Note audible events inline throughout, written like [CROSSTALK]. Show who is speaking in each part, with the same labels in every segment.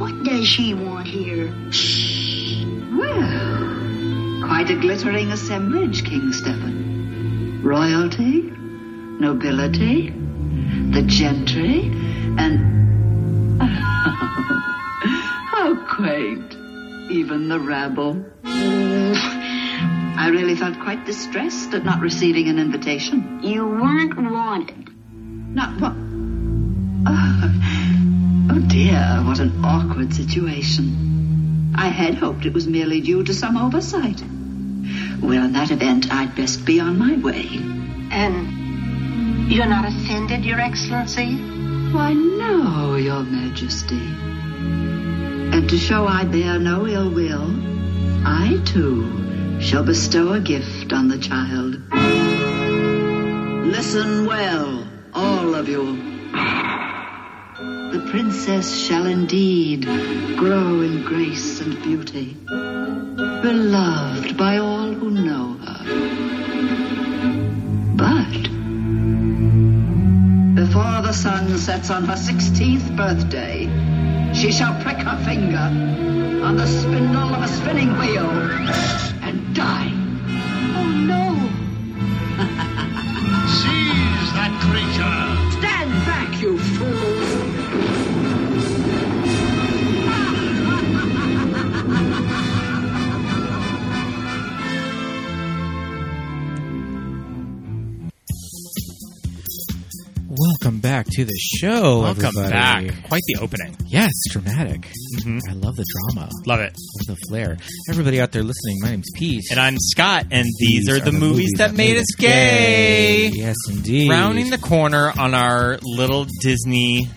Speaker 1: What does she want here? Shh. Well, quite a glittering assemblage, King Stephen. Royalty, nobility, the gentry, and. [LAUGHS] How quaint. Even the rabble. I really felt quite distressed at not receiving an invitation.
Speaker 2: You weren't wanted.
Speaker 1: Not what? Oh. oh dear, what an awkward situation. I had hoped it was merely due to some oversight. Well, in that event, I'd best be on my way.
Speaker 3: And you're not offended, Your Excellency?
Speaker 1: Why, no, Your Majesty. And to show I bear no ill will, I too shall bestow a gift on the child. Listen well, all of you. The princess shall indeed grow in grace and beauty, beloved by all who know her. But before the sun sets on her 16th birthday, she shall prick her finger on the spindle of a spinning wheel and die.
Speaker 2: Oh no!
Speaker 4: Seize that creature!
Speaker 1: Stand back, you fool!
Speaker 5: Welcome back to the show.
Speaker 6: Welcome
Speaker 5: everybody.
Speaker 6: back. Quite the opening.
Speaker 5: Yes, dramatic.
Speaker 6: Mhm.
Speaker 5: I love the drama.
Speaker 6: Love it.
Speaker 5: Love the flair. Everybody out there listening, my name's Pete.
Speaker 6: And I'm Scott, and these, are, the movies, that, made us gay.
Speaker 5: Yes, indeed.
Speaker 6: Rounding the corner on our little Disney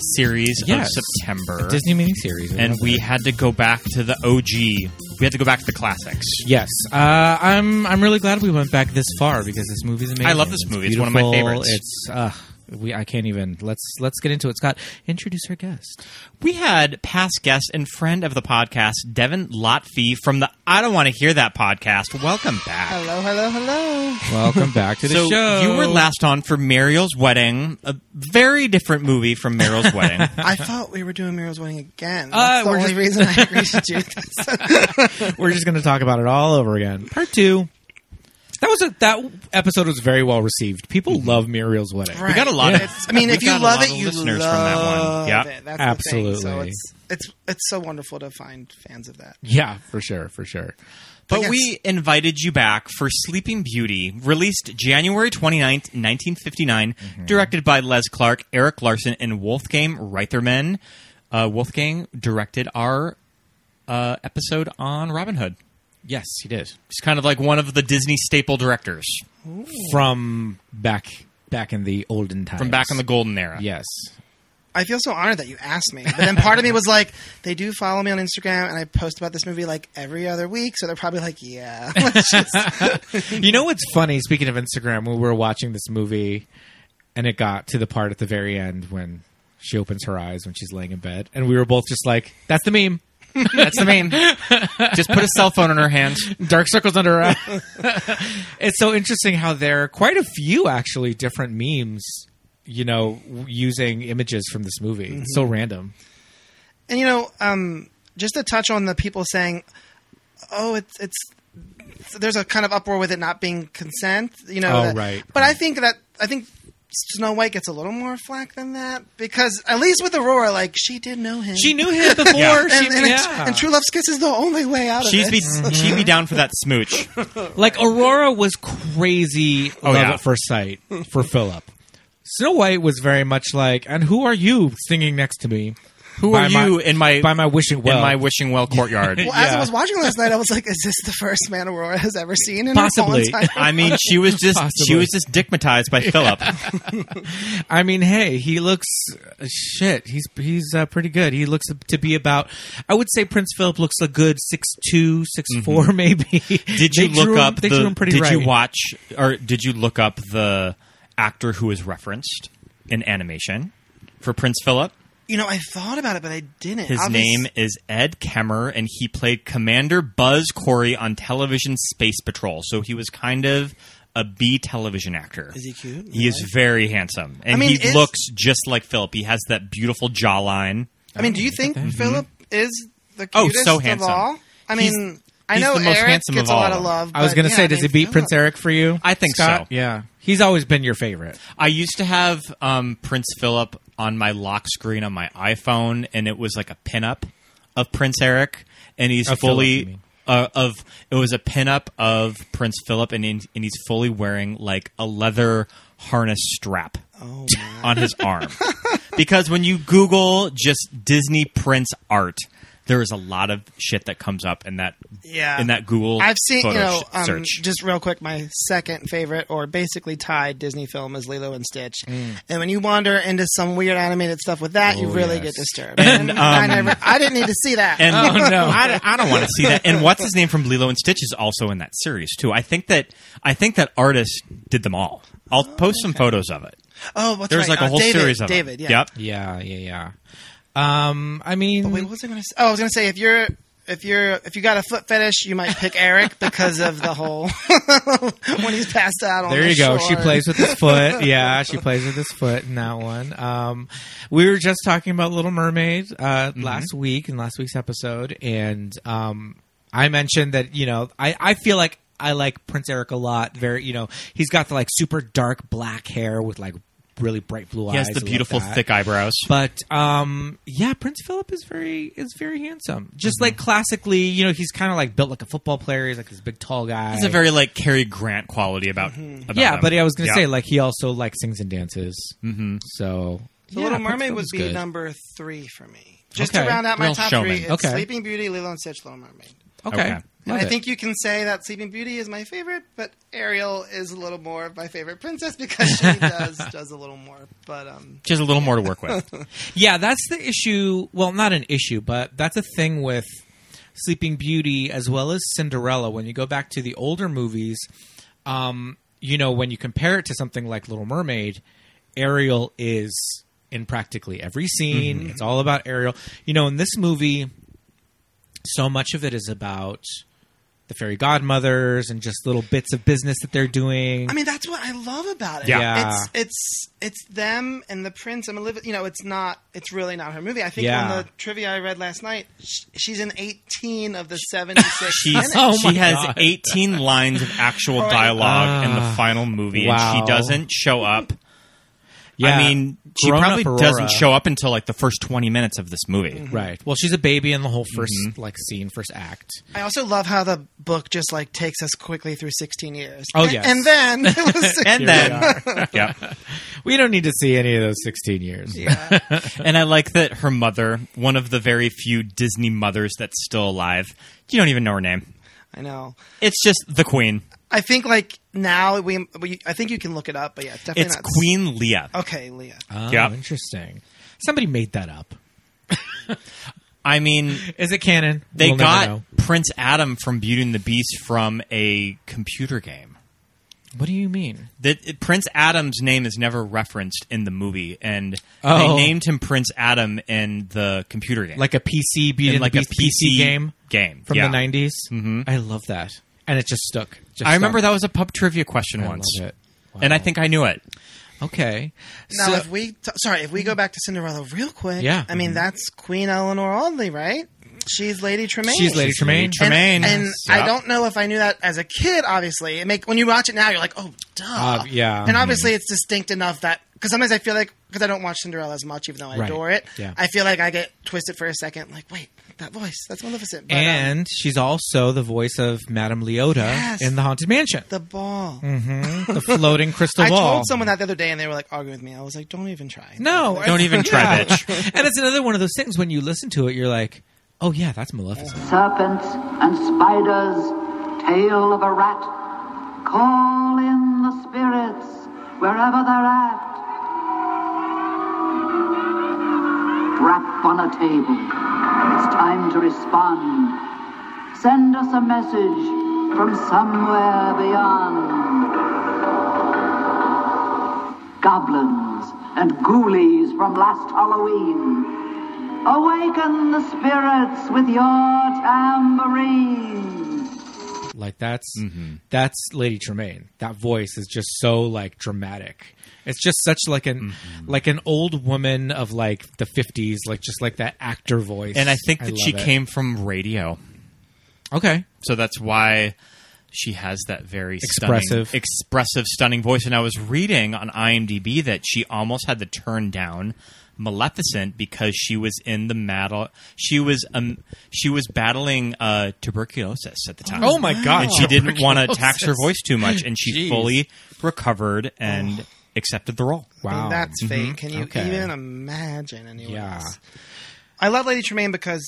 Speaker 6: series
Speaker 5: Yes.
Speaker 6: of September.
Speaker 5: A Disney miniseries. I
Speaker 6: and
Speaker 5: love
Speaker 6: we
Speaker 5: it.
Speaker 6: had to go back to the OG. We had to go back to the classics.
Speaker 5: Yes, uh, I'm. I'm really glad we went back this far because this movie's amazing.
Speaker 6: I love this movie. It's one of my
Speaker 5: beautiful.
Speaker 6: favorites.
Speaker 5: It's. Uh, we. I can't even. Let's. Let's get into it. Scott, introduce our guest.
Speaker 6: We had past guest and friend of the podcast, Devin Lotfi from the I Don't Want to Hear That podcast. Welcome back.
Speaker 7: Hello,
Speaker 6: [LAUGHS]
Speaker 7: hello, hello.
Speaker 5: Welcome back to the
Speaker 6: so
Speaker 5: show.
Speaker 6: you were last on for Mariel's Wedding, a very different movie from Mariel's
Speaker 7: [LAUGHS]
Speaker 6: Wedding.
Speaker 7: I thought we were doing Muriel's Wedding again.
Speaker 5: Uh,
Speaker 7: That's the
Speaker 5: we're
Speaker 7: only
Speaker 5: just-
Speaker 7: reason I agreed to
Speaker 6: [LAUGHS]
Speaker 7: do this.
Speaker 5: We're just going to talk about it all over again. Part two. That was a that episode was very well received. People
Speaker 6: Mm-hmm.
Speaker 5: love Muriel's wedding.
Speaker 7: Right.
Speaker 6: got a lot of-
Speaker 7: It's- I mean,
Speaker 6: we
Speaker 7: if you
Speaker 6: got a
Speaker 7: love
Speaker 6: lot
Speaker 7: it,
Speaker 6: of
Speaker 7: you
Speaker 6: listeners from that one.
Speaker 7: love
Speaker 6: Yeah.
Speaker 7: it. That's
Speaker 5: Absolutely.
Speaker 7: The thing. So it's it's it's so wonderful to find fans of that.
Speaker 5: Yeah, for sure, for sure.
Speaker 6: But
Speaker 7: yes.
Speaker 6: we invited you back for Sleeping Beauty, released January 29th, 1959,
Speaker 7: Mm-hmm.
Speaker 6: directed by Les Clark, Eric Larson, and Wolfgang Reitherman. Uh, Wolfgang directed our uh, episode on Robin Hood.
Speaker 5: Yes, he did.
Speaker 6: He's kind of like one of the Disney staple directors
Speaker 5: From back back in the olden times.
Speaker 6: from back in the golden era.
Speaker 5: Yes.
Speaker 7: I feel so honored that you asked me. But then part of me was like, they do follow me on Instagram, and I post about this movie like every other week. So they're probably like, yeah, let's just
Speaker 5: You know what's funny? Speaking of Instagram, when we were watching this movie, and it got to the part at the very end when she opens her eyes when she's laying in bed, and we were both just like, "That's the meme."
Speaker 6: That's the main. Just put a cell phone in her
Speaker 7: [LAUGHS]
Speaker 6: hand.
Speaker 5: Dark circles under her
Speaker 6: [LAUGHS]
Speaker 5: eye. it's so interesting how there are quite a few actually different memes. You know, w- using images from this movie. It's
Speaker 6: Mm-hmm.
Speaker 5: so random.
Speaker 7: And you know, um, just to touch on the people saying, "Oh, it's it's." There's a kind of uproar with it not being consent, you know.
Speaker 5: Oh,
Speaker 7: that-
Speaker 5: right.
Speaker 7: But I think that I think Snow White gets a little more flack than that because at least with Aurora, like she did know him.
Speaker 5: She knew him before.
Speaker 7: and,
Speaker 5: She,
Speaker 7: and, it's-
Speaker 5: yeah.
Speaker 7: and true love's kiss is the only way out of
Speaker 6: She'd
Speaker 7: it.
Speaker 6: be she'd be down for that smooch.
Speaker 5: Like Aurora was crazy love
Speaker 6: Oh, yeah.
Speaker 5: at first sight for Philip. Snow White was very much like, and who are you singing next to me?
Speaker 6: Who
Speaker 5: By
Speaker 6: are
Speaker 5: my-
Speaker 6: you in my
Speaker 5: By my wishing well,
Speaker 6: in my wishing [LAUGHS] well courtyard?
Speaker 7: [LAUGHS] well, as I was watching last night, I was like, "Is this the first man Aurora has ever seen in
Speaker 5: Possibly.
Speaker 7: her whole entire?"
Speaker 6: I mean, she was just she
Speaker 5: Possibly.
Speaker 6: was just dickmatized by Philip.
Speaker 5: I mean, hey, he looks uh, shit. He's he's uh, pretty good. He looks to be about. I would say Prince Philip looks a good six two, six four, maybe.
Speaker 6: Mm-hmm. [LAUGHS] Did you
Speaker 5: They
Speaker 6: look
Speaker 5: drew him-
Speaker 6: up
Speaker 5: They
Speaker 6: the?
Speaker 5: drew him pretty
Speaker 6: did
Speaker 5: right.
Speaker 6: you watch or did you look up the actor who is referenced in animation for Prince Philip?
Speaker 7: You know, I thought about it, but I didn't.
Speaker 6: His
Speaker 7: Obvious-
Speaker 6: name is Ed Kemmer, and he played Commander Buzz Corey on television Space Patrol. So he was kind of a B television actor.
Speaker 7: Is he cute?
Speaker 6: He is very handsome, and
Speaker 7: mean,
Speaker 6: he
Speaker 7: is-
Speaker 6: looks just like Philip. He has that beautiful jawline.
Speaker 7: I mean, do you think
Speaker 5: that.
Speaker 7: Philip is the
Speaker 6: Oh,
Speaker 7: cutest
Speaker 6: so
Speaker 7: of
Speaker 6: handsome.
Speaker 7: all? I
Speaker 6: He's-
Speaker 7: mean, I
Speaker 6: he's
Speaker 7: know
Speaker 6: the most
Speaker 7: Eric
Speaker 6: handsome
Speaker 7: gets
Speaker 6: of
Speaker 7: a lot
Speaker 6: all.
Speaker 7: of love.
Speaker 5: I was
Speaker 7: but,
Speaker 5: going to
Speaker 7: yeah,
Speaker 5: say,
Speaker 7: I
Speaker 5: does
Speaker 7: mean,
Speaker 5: it beat Prince
Speaker 7: Philip-
Speaker 5: Eric for you?
Speaker 6: I think
Speaker 5: Scott?
Speaker 6: so.
Speaker 5: Yeah, he's always been your favorite.
Speaker 6: I used to have um, Prince Philip on my lock screen on my iPhone, and it was like a pinup of Prince Eric, and he's
Speaker 5: Of Oh, Philip,
Speaker 6: fully
Speaker 5: you mean.
Speaker 6: uh, of it was a pinup of Prince Philip, and in, and he's fully wearing like a leather harness strap
Speaker 7: Oh,
Speaker 6: [LAUGHS] on
Speaker 7: [LAUGHS]
Speaker 6: his arm, because when you Google just Disney Prince art. There is a lot of shit that comes up in that
Speaker 7: Yeah.
Speaker 6: in that Google
Speaker 7: I've seen,
Speaker 6: photo
Speaker 7: you know,
Speaker 6: sh-
Speaker 7: um,
Speaker 6: search.
Speaker 7: just real quick, my second favorite or basically tied Disney film is Lilo and Stitch.
Speaker 6: Mm.
Speaker 7: And when you wander into some weird animated stuff with that, you
Speaker 5: Oh,
Speaker 7: really
Speaker 5: yes.
Speaker 7: get disturbed. And, I, never, I didn't need to see that.
Speaker 6: um,
Speaker 7: [LAUGHS]
Speaker 6: And
Speaker 5: Oh, no.
Speaker 6: [LAUGHS] I, I don't want to see that. And what's his name from Lilo and Stitch is also in that series too. I think that I think that artist did them all. I'll post some photos of it.
Speaker 7: oh, what's
Speaker 6: There's
Speaker 7: Oh,
Speaker 6: like
Speaker 7: right.
Speaker 6: a
Speaker 7: Uh,
Speaker 6: whole
Speaker 7: David,
Speaker 6: series of
Speaker 7: David,
Speaker 6: it.
Speaker 7: yeah.
Speaker 6: Yep.
Speaker 5: Yeah, yeah, yeah. Um, I mean,
Speaker 7: Wait, what was I going to say? Oh, I was going to say if you're if you're if you got a foot fetish, you might pick
Speaker 5: [LAUGHS]
Speaker 7: Eric because of the whole [LAUGHS] when he's passed out. on
Speaker 5: There
Speaker 7: the
Speaker 5: you go. She
Speaker 7: shore.
Speaker 5: plays
Speaker 6: [LAUGHS]
Speaker 5: with his foot. Yeah, she plays with his foot in that one. Um, we were just talking about Little Mermaid uh,
Speaker 6: Mm-hmm.
Speaker 5: last week in last week's episode, and um, I mentioned that you know I I feel like I like Prince Eric a lot. Very you know he's got the like super dark black hair with like really bright blue
Speaker 6: He has
Speaker 5: eyes.
Speaker 6: the
Speaker 5: I love
Speaker 6: beautiful
Speaker 5: that.
Speaker 6: thick eyebrows.
Speaker 5: But um, yeah, Prince Philip is very is very handsome. Just
Speaker 6: Mm-hmm.
Speaker 5: like classically, you know, he's kind of like built like a football player. He's like this big tall guy
Speaker 6: It's a very like Cary Grant quality about.
Speaker 7: Mm-hmm.
Speaker 6: about
Speaker 5: yeah,
Speaker 6: him.
Speaker 5: but I was gonna
Speaker 6: Yeah.
Speaker 5: say like he also like sings and dances. Mm-hmm. So,
Speaker 7: The
Speaker 5: Yeah,
Speaker 7: Little
Speaker 5: Prince
Speaker 7: Mermaid would
Speaker 5: Philip's
Speaker 7: be
Speaker 5: good.
Speaker 7: number three for me. Just
Speaker 5: Okay.
Speaker 7: to round out my
Speaker 6: Real
Speaker 7: top
Speaker 6: showman.
Speaker 7: three, it's
Speaker 5: Okay.
Speaker 7: Sleeping Beauty, Lilo and Stitch, Little Mermaid.
Speaker 5: okay.
Speaker 6: Okay.
Speaker 5: Love
Speaker 7: and I
Speaker 5: it.
Speaker 7: think you can say that Sleeping Beauty is my favorite, but Ariel is a little more of my favorite princess
Speaker 5: [LAUGHS]
Speaker 7: because she does does a little more. But um,
Speaker 6: She has a little more to work
Speaker 5: [LAUGHS]
Speaker 6: with.
Speaker 5: yeah, that's the issue. Well, not an issue, but that's a thing with Sleeping Beauty as well as Cinderella. When you go back to the older movies, um, you know, when you compare it to something like Little Mermaid, Ariel is in practically every scene.
Speaker 7: Mm-hmm.
Speaker 5: It's all about Ariel. You know, in this movie, so much of it is about the fairy godmothers and just little bits of business that they're doing.
Speaker 7: I mean, that's what I love about it.
Speaker 5: Yeah. Yeah.
Speaker 7: It's it's it's them and the prince. I'm a little, you know, it's not. It's really not her movie. I think
Speaker 5: Yeah.
Speaker 7: on the trivia I read last night, sh she's in 18 of
Speaker 5: [LAUGHS]
Speaker 7: the 76
Speaker 6: She's,
Speaker 7: minutes.
Speaker 5: Oh my
Speaker 6: she has
Speaker 5: God.
Speaker 6: 18 lines of actual
Speaker 7: Right.
Speaker 6: dialogue in the
Speaker 5: Ah,
Speaker 6: final movie, and
Speaker 5: wow.
Speaker 6: she doesn't show up.
Speaker 5: Yeah.
Speaker 6: I mean, she
Speaker 5: Grown-up
Speaker 6: probably
Speaker 5: Aurora.
Speaker 6: doesn't show up until like the first 20 minutes of this movie.
Speaker 7: Mm-hmm.
Speaker 5: Right. Well, she's a baby in the whole 1st
Speaker 6: Mm-hmm.
Speaker 5: like scene, first act.
Speaker 7: I also love how the book just like takes us quickly through 16 years.
Speaker 5: Oh,
Speaker 7: And-
Speaker 5: yes.
Speaker 7: and then
Speaker 5: [LAUGHS]
Speaker 7: it was
Speaker 6: and [LAUGHS] then yeah
Speaker 5: We don't need to see any of those 16 years.
Speaker 7: Yeah.
Speaker 6: and i like that her mother one of the very few disney mothers that's still alive you don't even know her name
Speaker 7: I know.
Speaker 6: it's just the queen
Speaker 7: I think like now we, we I think you can look it up, but yeah, it's definitely
Speaker 6: it's
Speaker 7: not
Speaker 6: queen leah
Speaker 7: Okay, Leah.
Speaker 5: Oh,
Speaker 6: Yeah.
Speaker 5: interesting. Somebody made that up.
Speaker 6: i mean
Speaker 5: Is it canon?
Speaker 6: they
Speaker 5: We'll never
Speaker 6: got
Speaker 5: know.
Speaker 6: prince adam from beauty and the beast from a computer game
Speaker 5: What do you mean?
Speaker 6: that Prince Adam's name is never referenced in the movie, and
Speaker 5: Oh.
Speaker 6: they named him Prince Adam in the computer game,
Speaker 5: Like a PC beat
Speaker 6: in
Speaker 5: and
Speaker 6: like a
Speaker 5: beat
Speaker 6: PC
Speaker 5: game
Speaker 6: game
Speaker 5: from
Speaker 6: yeah.
Speaker 5: the 90s? Mm-hmm. I love that. And it just stuck. Just
Speaker 6: I remember
Speaker 5: stuck.
Speaker 6: that was a pub trivia question
Speaker 5: I
Speaker 6: once,
Speaker 5: love it. Wow.
Speaker 6: and I think I knew it.
Speaker 5: Okay.
Speaker 7: Now,
Speaker 5: So-
Speaker 7: if we t- sorry, if we go back to Cinderella real quick,
Speaker 5: Yeah. Mm-hmm.
Speaker 7: I mean that's Queen Eleanor Audley, right? She's Lady Tremaine.
Speaker 5: she's Lady Tremaine.
Speaker 7: And-
Speaker 6: Tremaine.
Speaker 7: and, I
Speaker 6: Yeah.
Speaker 7: don't know if I knew that as a kid. Obviously, it make when you watch it now, you're like, oh, duh.
Speaker 5: Uh, yeah.
Speaker 7: and obviously it's distinct enough that because sometimes I feel like because I don't watch Cinderella as much, even though I
Speaker 5: Right.
Speaker 7: adore it,
Speaker 5: Yeah.
Speaker 7: I feel like I get twisted for a second, like, wait, that voice, that's Maleficent. But, um,
Speaker 5: And she's also the voice of Madame Leota
Speaker 7: Yes.
Speaker 5: in The Haunted
Speaker 7: [LAUGHS]
Speaker 5: Mansion,
Speaker 7: the ball.
Speaker 5: Mm. the floating crystal
Speaker 7: I
Speaker 5: ball.
Speaker 7: told someone that the other day, and they were like arguing with me. I was like, don't even try.
Speaker 5: No,
Speaker 6: Don't even try,
Speaker 5: Yeah.
Speaker 6: bitch.
Speaker 5: And it's another one of those things when you listen to it, you're like, oh yeah, that's Maleficent.
Speaker 1: serpents and spiders, tail of a rat. Call in the spirits wherever they're at. Rap on a table. It's time to respond. Send us a message from somewhere beyond. Goblins and ghoulies from last Halloween. Awaken the spirits with your tambourine.
Speaker 5: Like that's
Speaker 6: Mm-hmm.
Speaker 5: that's Lady Tremaine. That voice is just so like dramatic. It's just such like an
Speaker 6: Mm-hmm.
Speaker 5: like an old woman of like the fifties, like just like that actor voice.
Speaker 6: And I think that she
Speaker 5: love it.
Speaker 6: came from radio.
Speaker 5: okay.
Speaker 6: So that's why she has that very stunning,
Speaker 5: Expressive.
Speaker 6: expressive, stunning voice. And I was reading on IMDb that she almost had to turn down Maleficent because she was in the battle. She was um, she was battling uh, tuberculosis at the time.
Speaker 5: Oh, my God,
Speaker 6: And she didn't want to tax her
Speaker 5: tuberculosis.
Speaker 6: voice too much, and she
Speaker 5: Jeez.
Speaker 6: fully recovered and accepted the role.
Speaker 7: I mean,
Speaker 5: Wow. Mm-hmm.
Speaker 7: that's fake. Can you
Speaker 5: Okay.
Speaker 7: even imagine anyone [LAUGHS]
Speaker 5: Yeah.
Speaker 7: else? I love Lady Tremaine because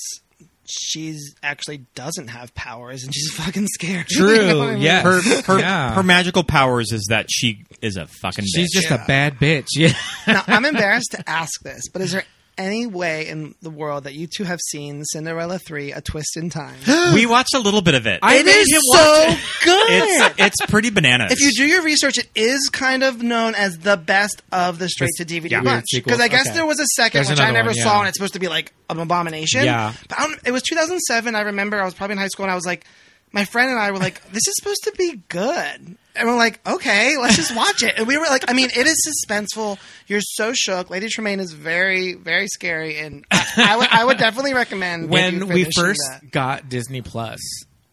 Speaker 7: she's actually doesn't have powers and she's [LAUGHS] fucking scared. You know what I
Speaker 5: True.
Speaker 7: mean?
Speaker 5: Yes.
Speaker 6: Her her,
Speaker 5: Yeah.
Speaker 6: her magical powers is that she is a fucking.
Speaker 5: She's
Speaker 6: bitch.
Speaker 5: just
Speaker 7: Yeah.
Speaker 5: a bad bitch. Yeah.
Speaker 7: Now, I'm embarrassed to ask this, but is there any way in the world that you two have seen Cinderella 3 A Twist in Time?
Speaker 6: we watched a little bit of it.
Speaker 5: I
Speaker 7: it is so good.
Speaker 6: it's it's pretty bananas.
Speaker 7: if you do your research, it is kind of known as the best of the straight to DVD
Speaker 6: yeah.
Speaker 7: bunch.
Speaker 5: Weird
Speaker 7: Because I
Speaker 5: sequels.
Speaker 7: guess
Speaker 5: Okay.
Speaker 7: there was a second,
Speaker 5: There's
Speaker 7: which I
Speaker 5: another
Speaker 7: never
Speaker 5: one, yeah.
Speaker 7: saw, and it's supposed to be like an abomination.
Speaker 5: Yeah.
Speaker 7: But I don't, it was 2007. I remember I was probably in high school, and I was like, my friend and I were like, this is supposed to be good. And we're like, okay, let's just watch it. And we were like, I mean, it is suspenseful. You're so shook. Lady Tremaine is very, very scary. And I, I would, I would definitely recommend you uh,
Speaker 5: when we
Speaker 7: finishing
Speaker 5: first
Speaker 7: that.
Speaker 5: got Disney Plus,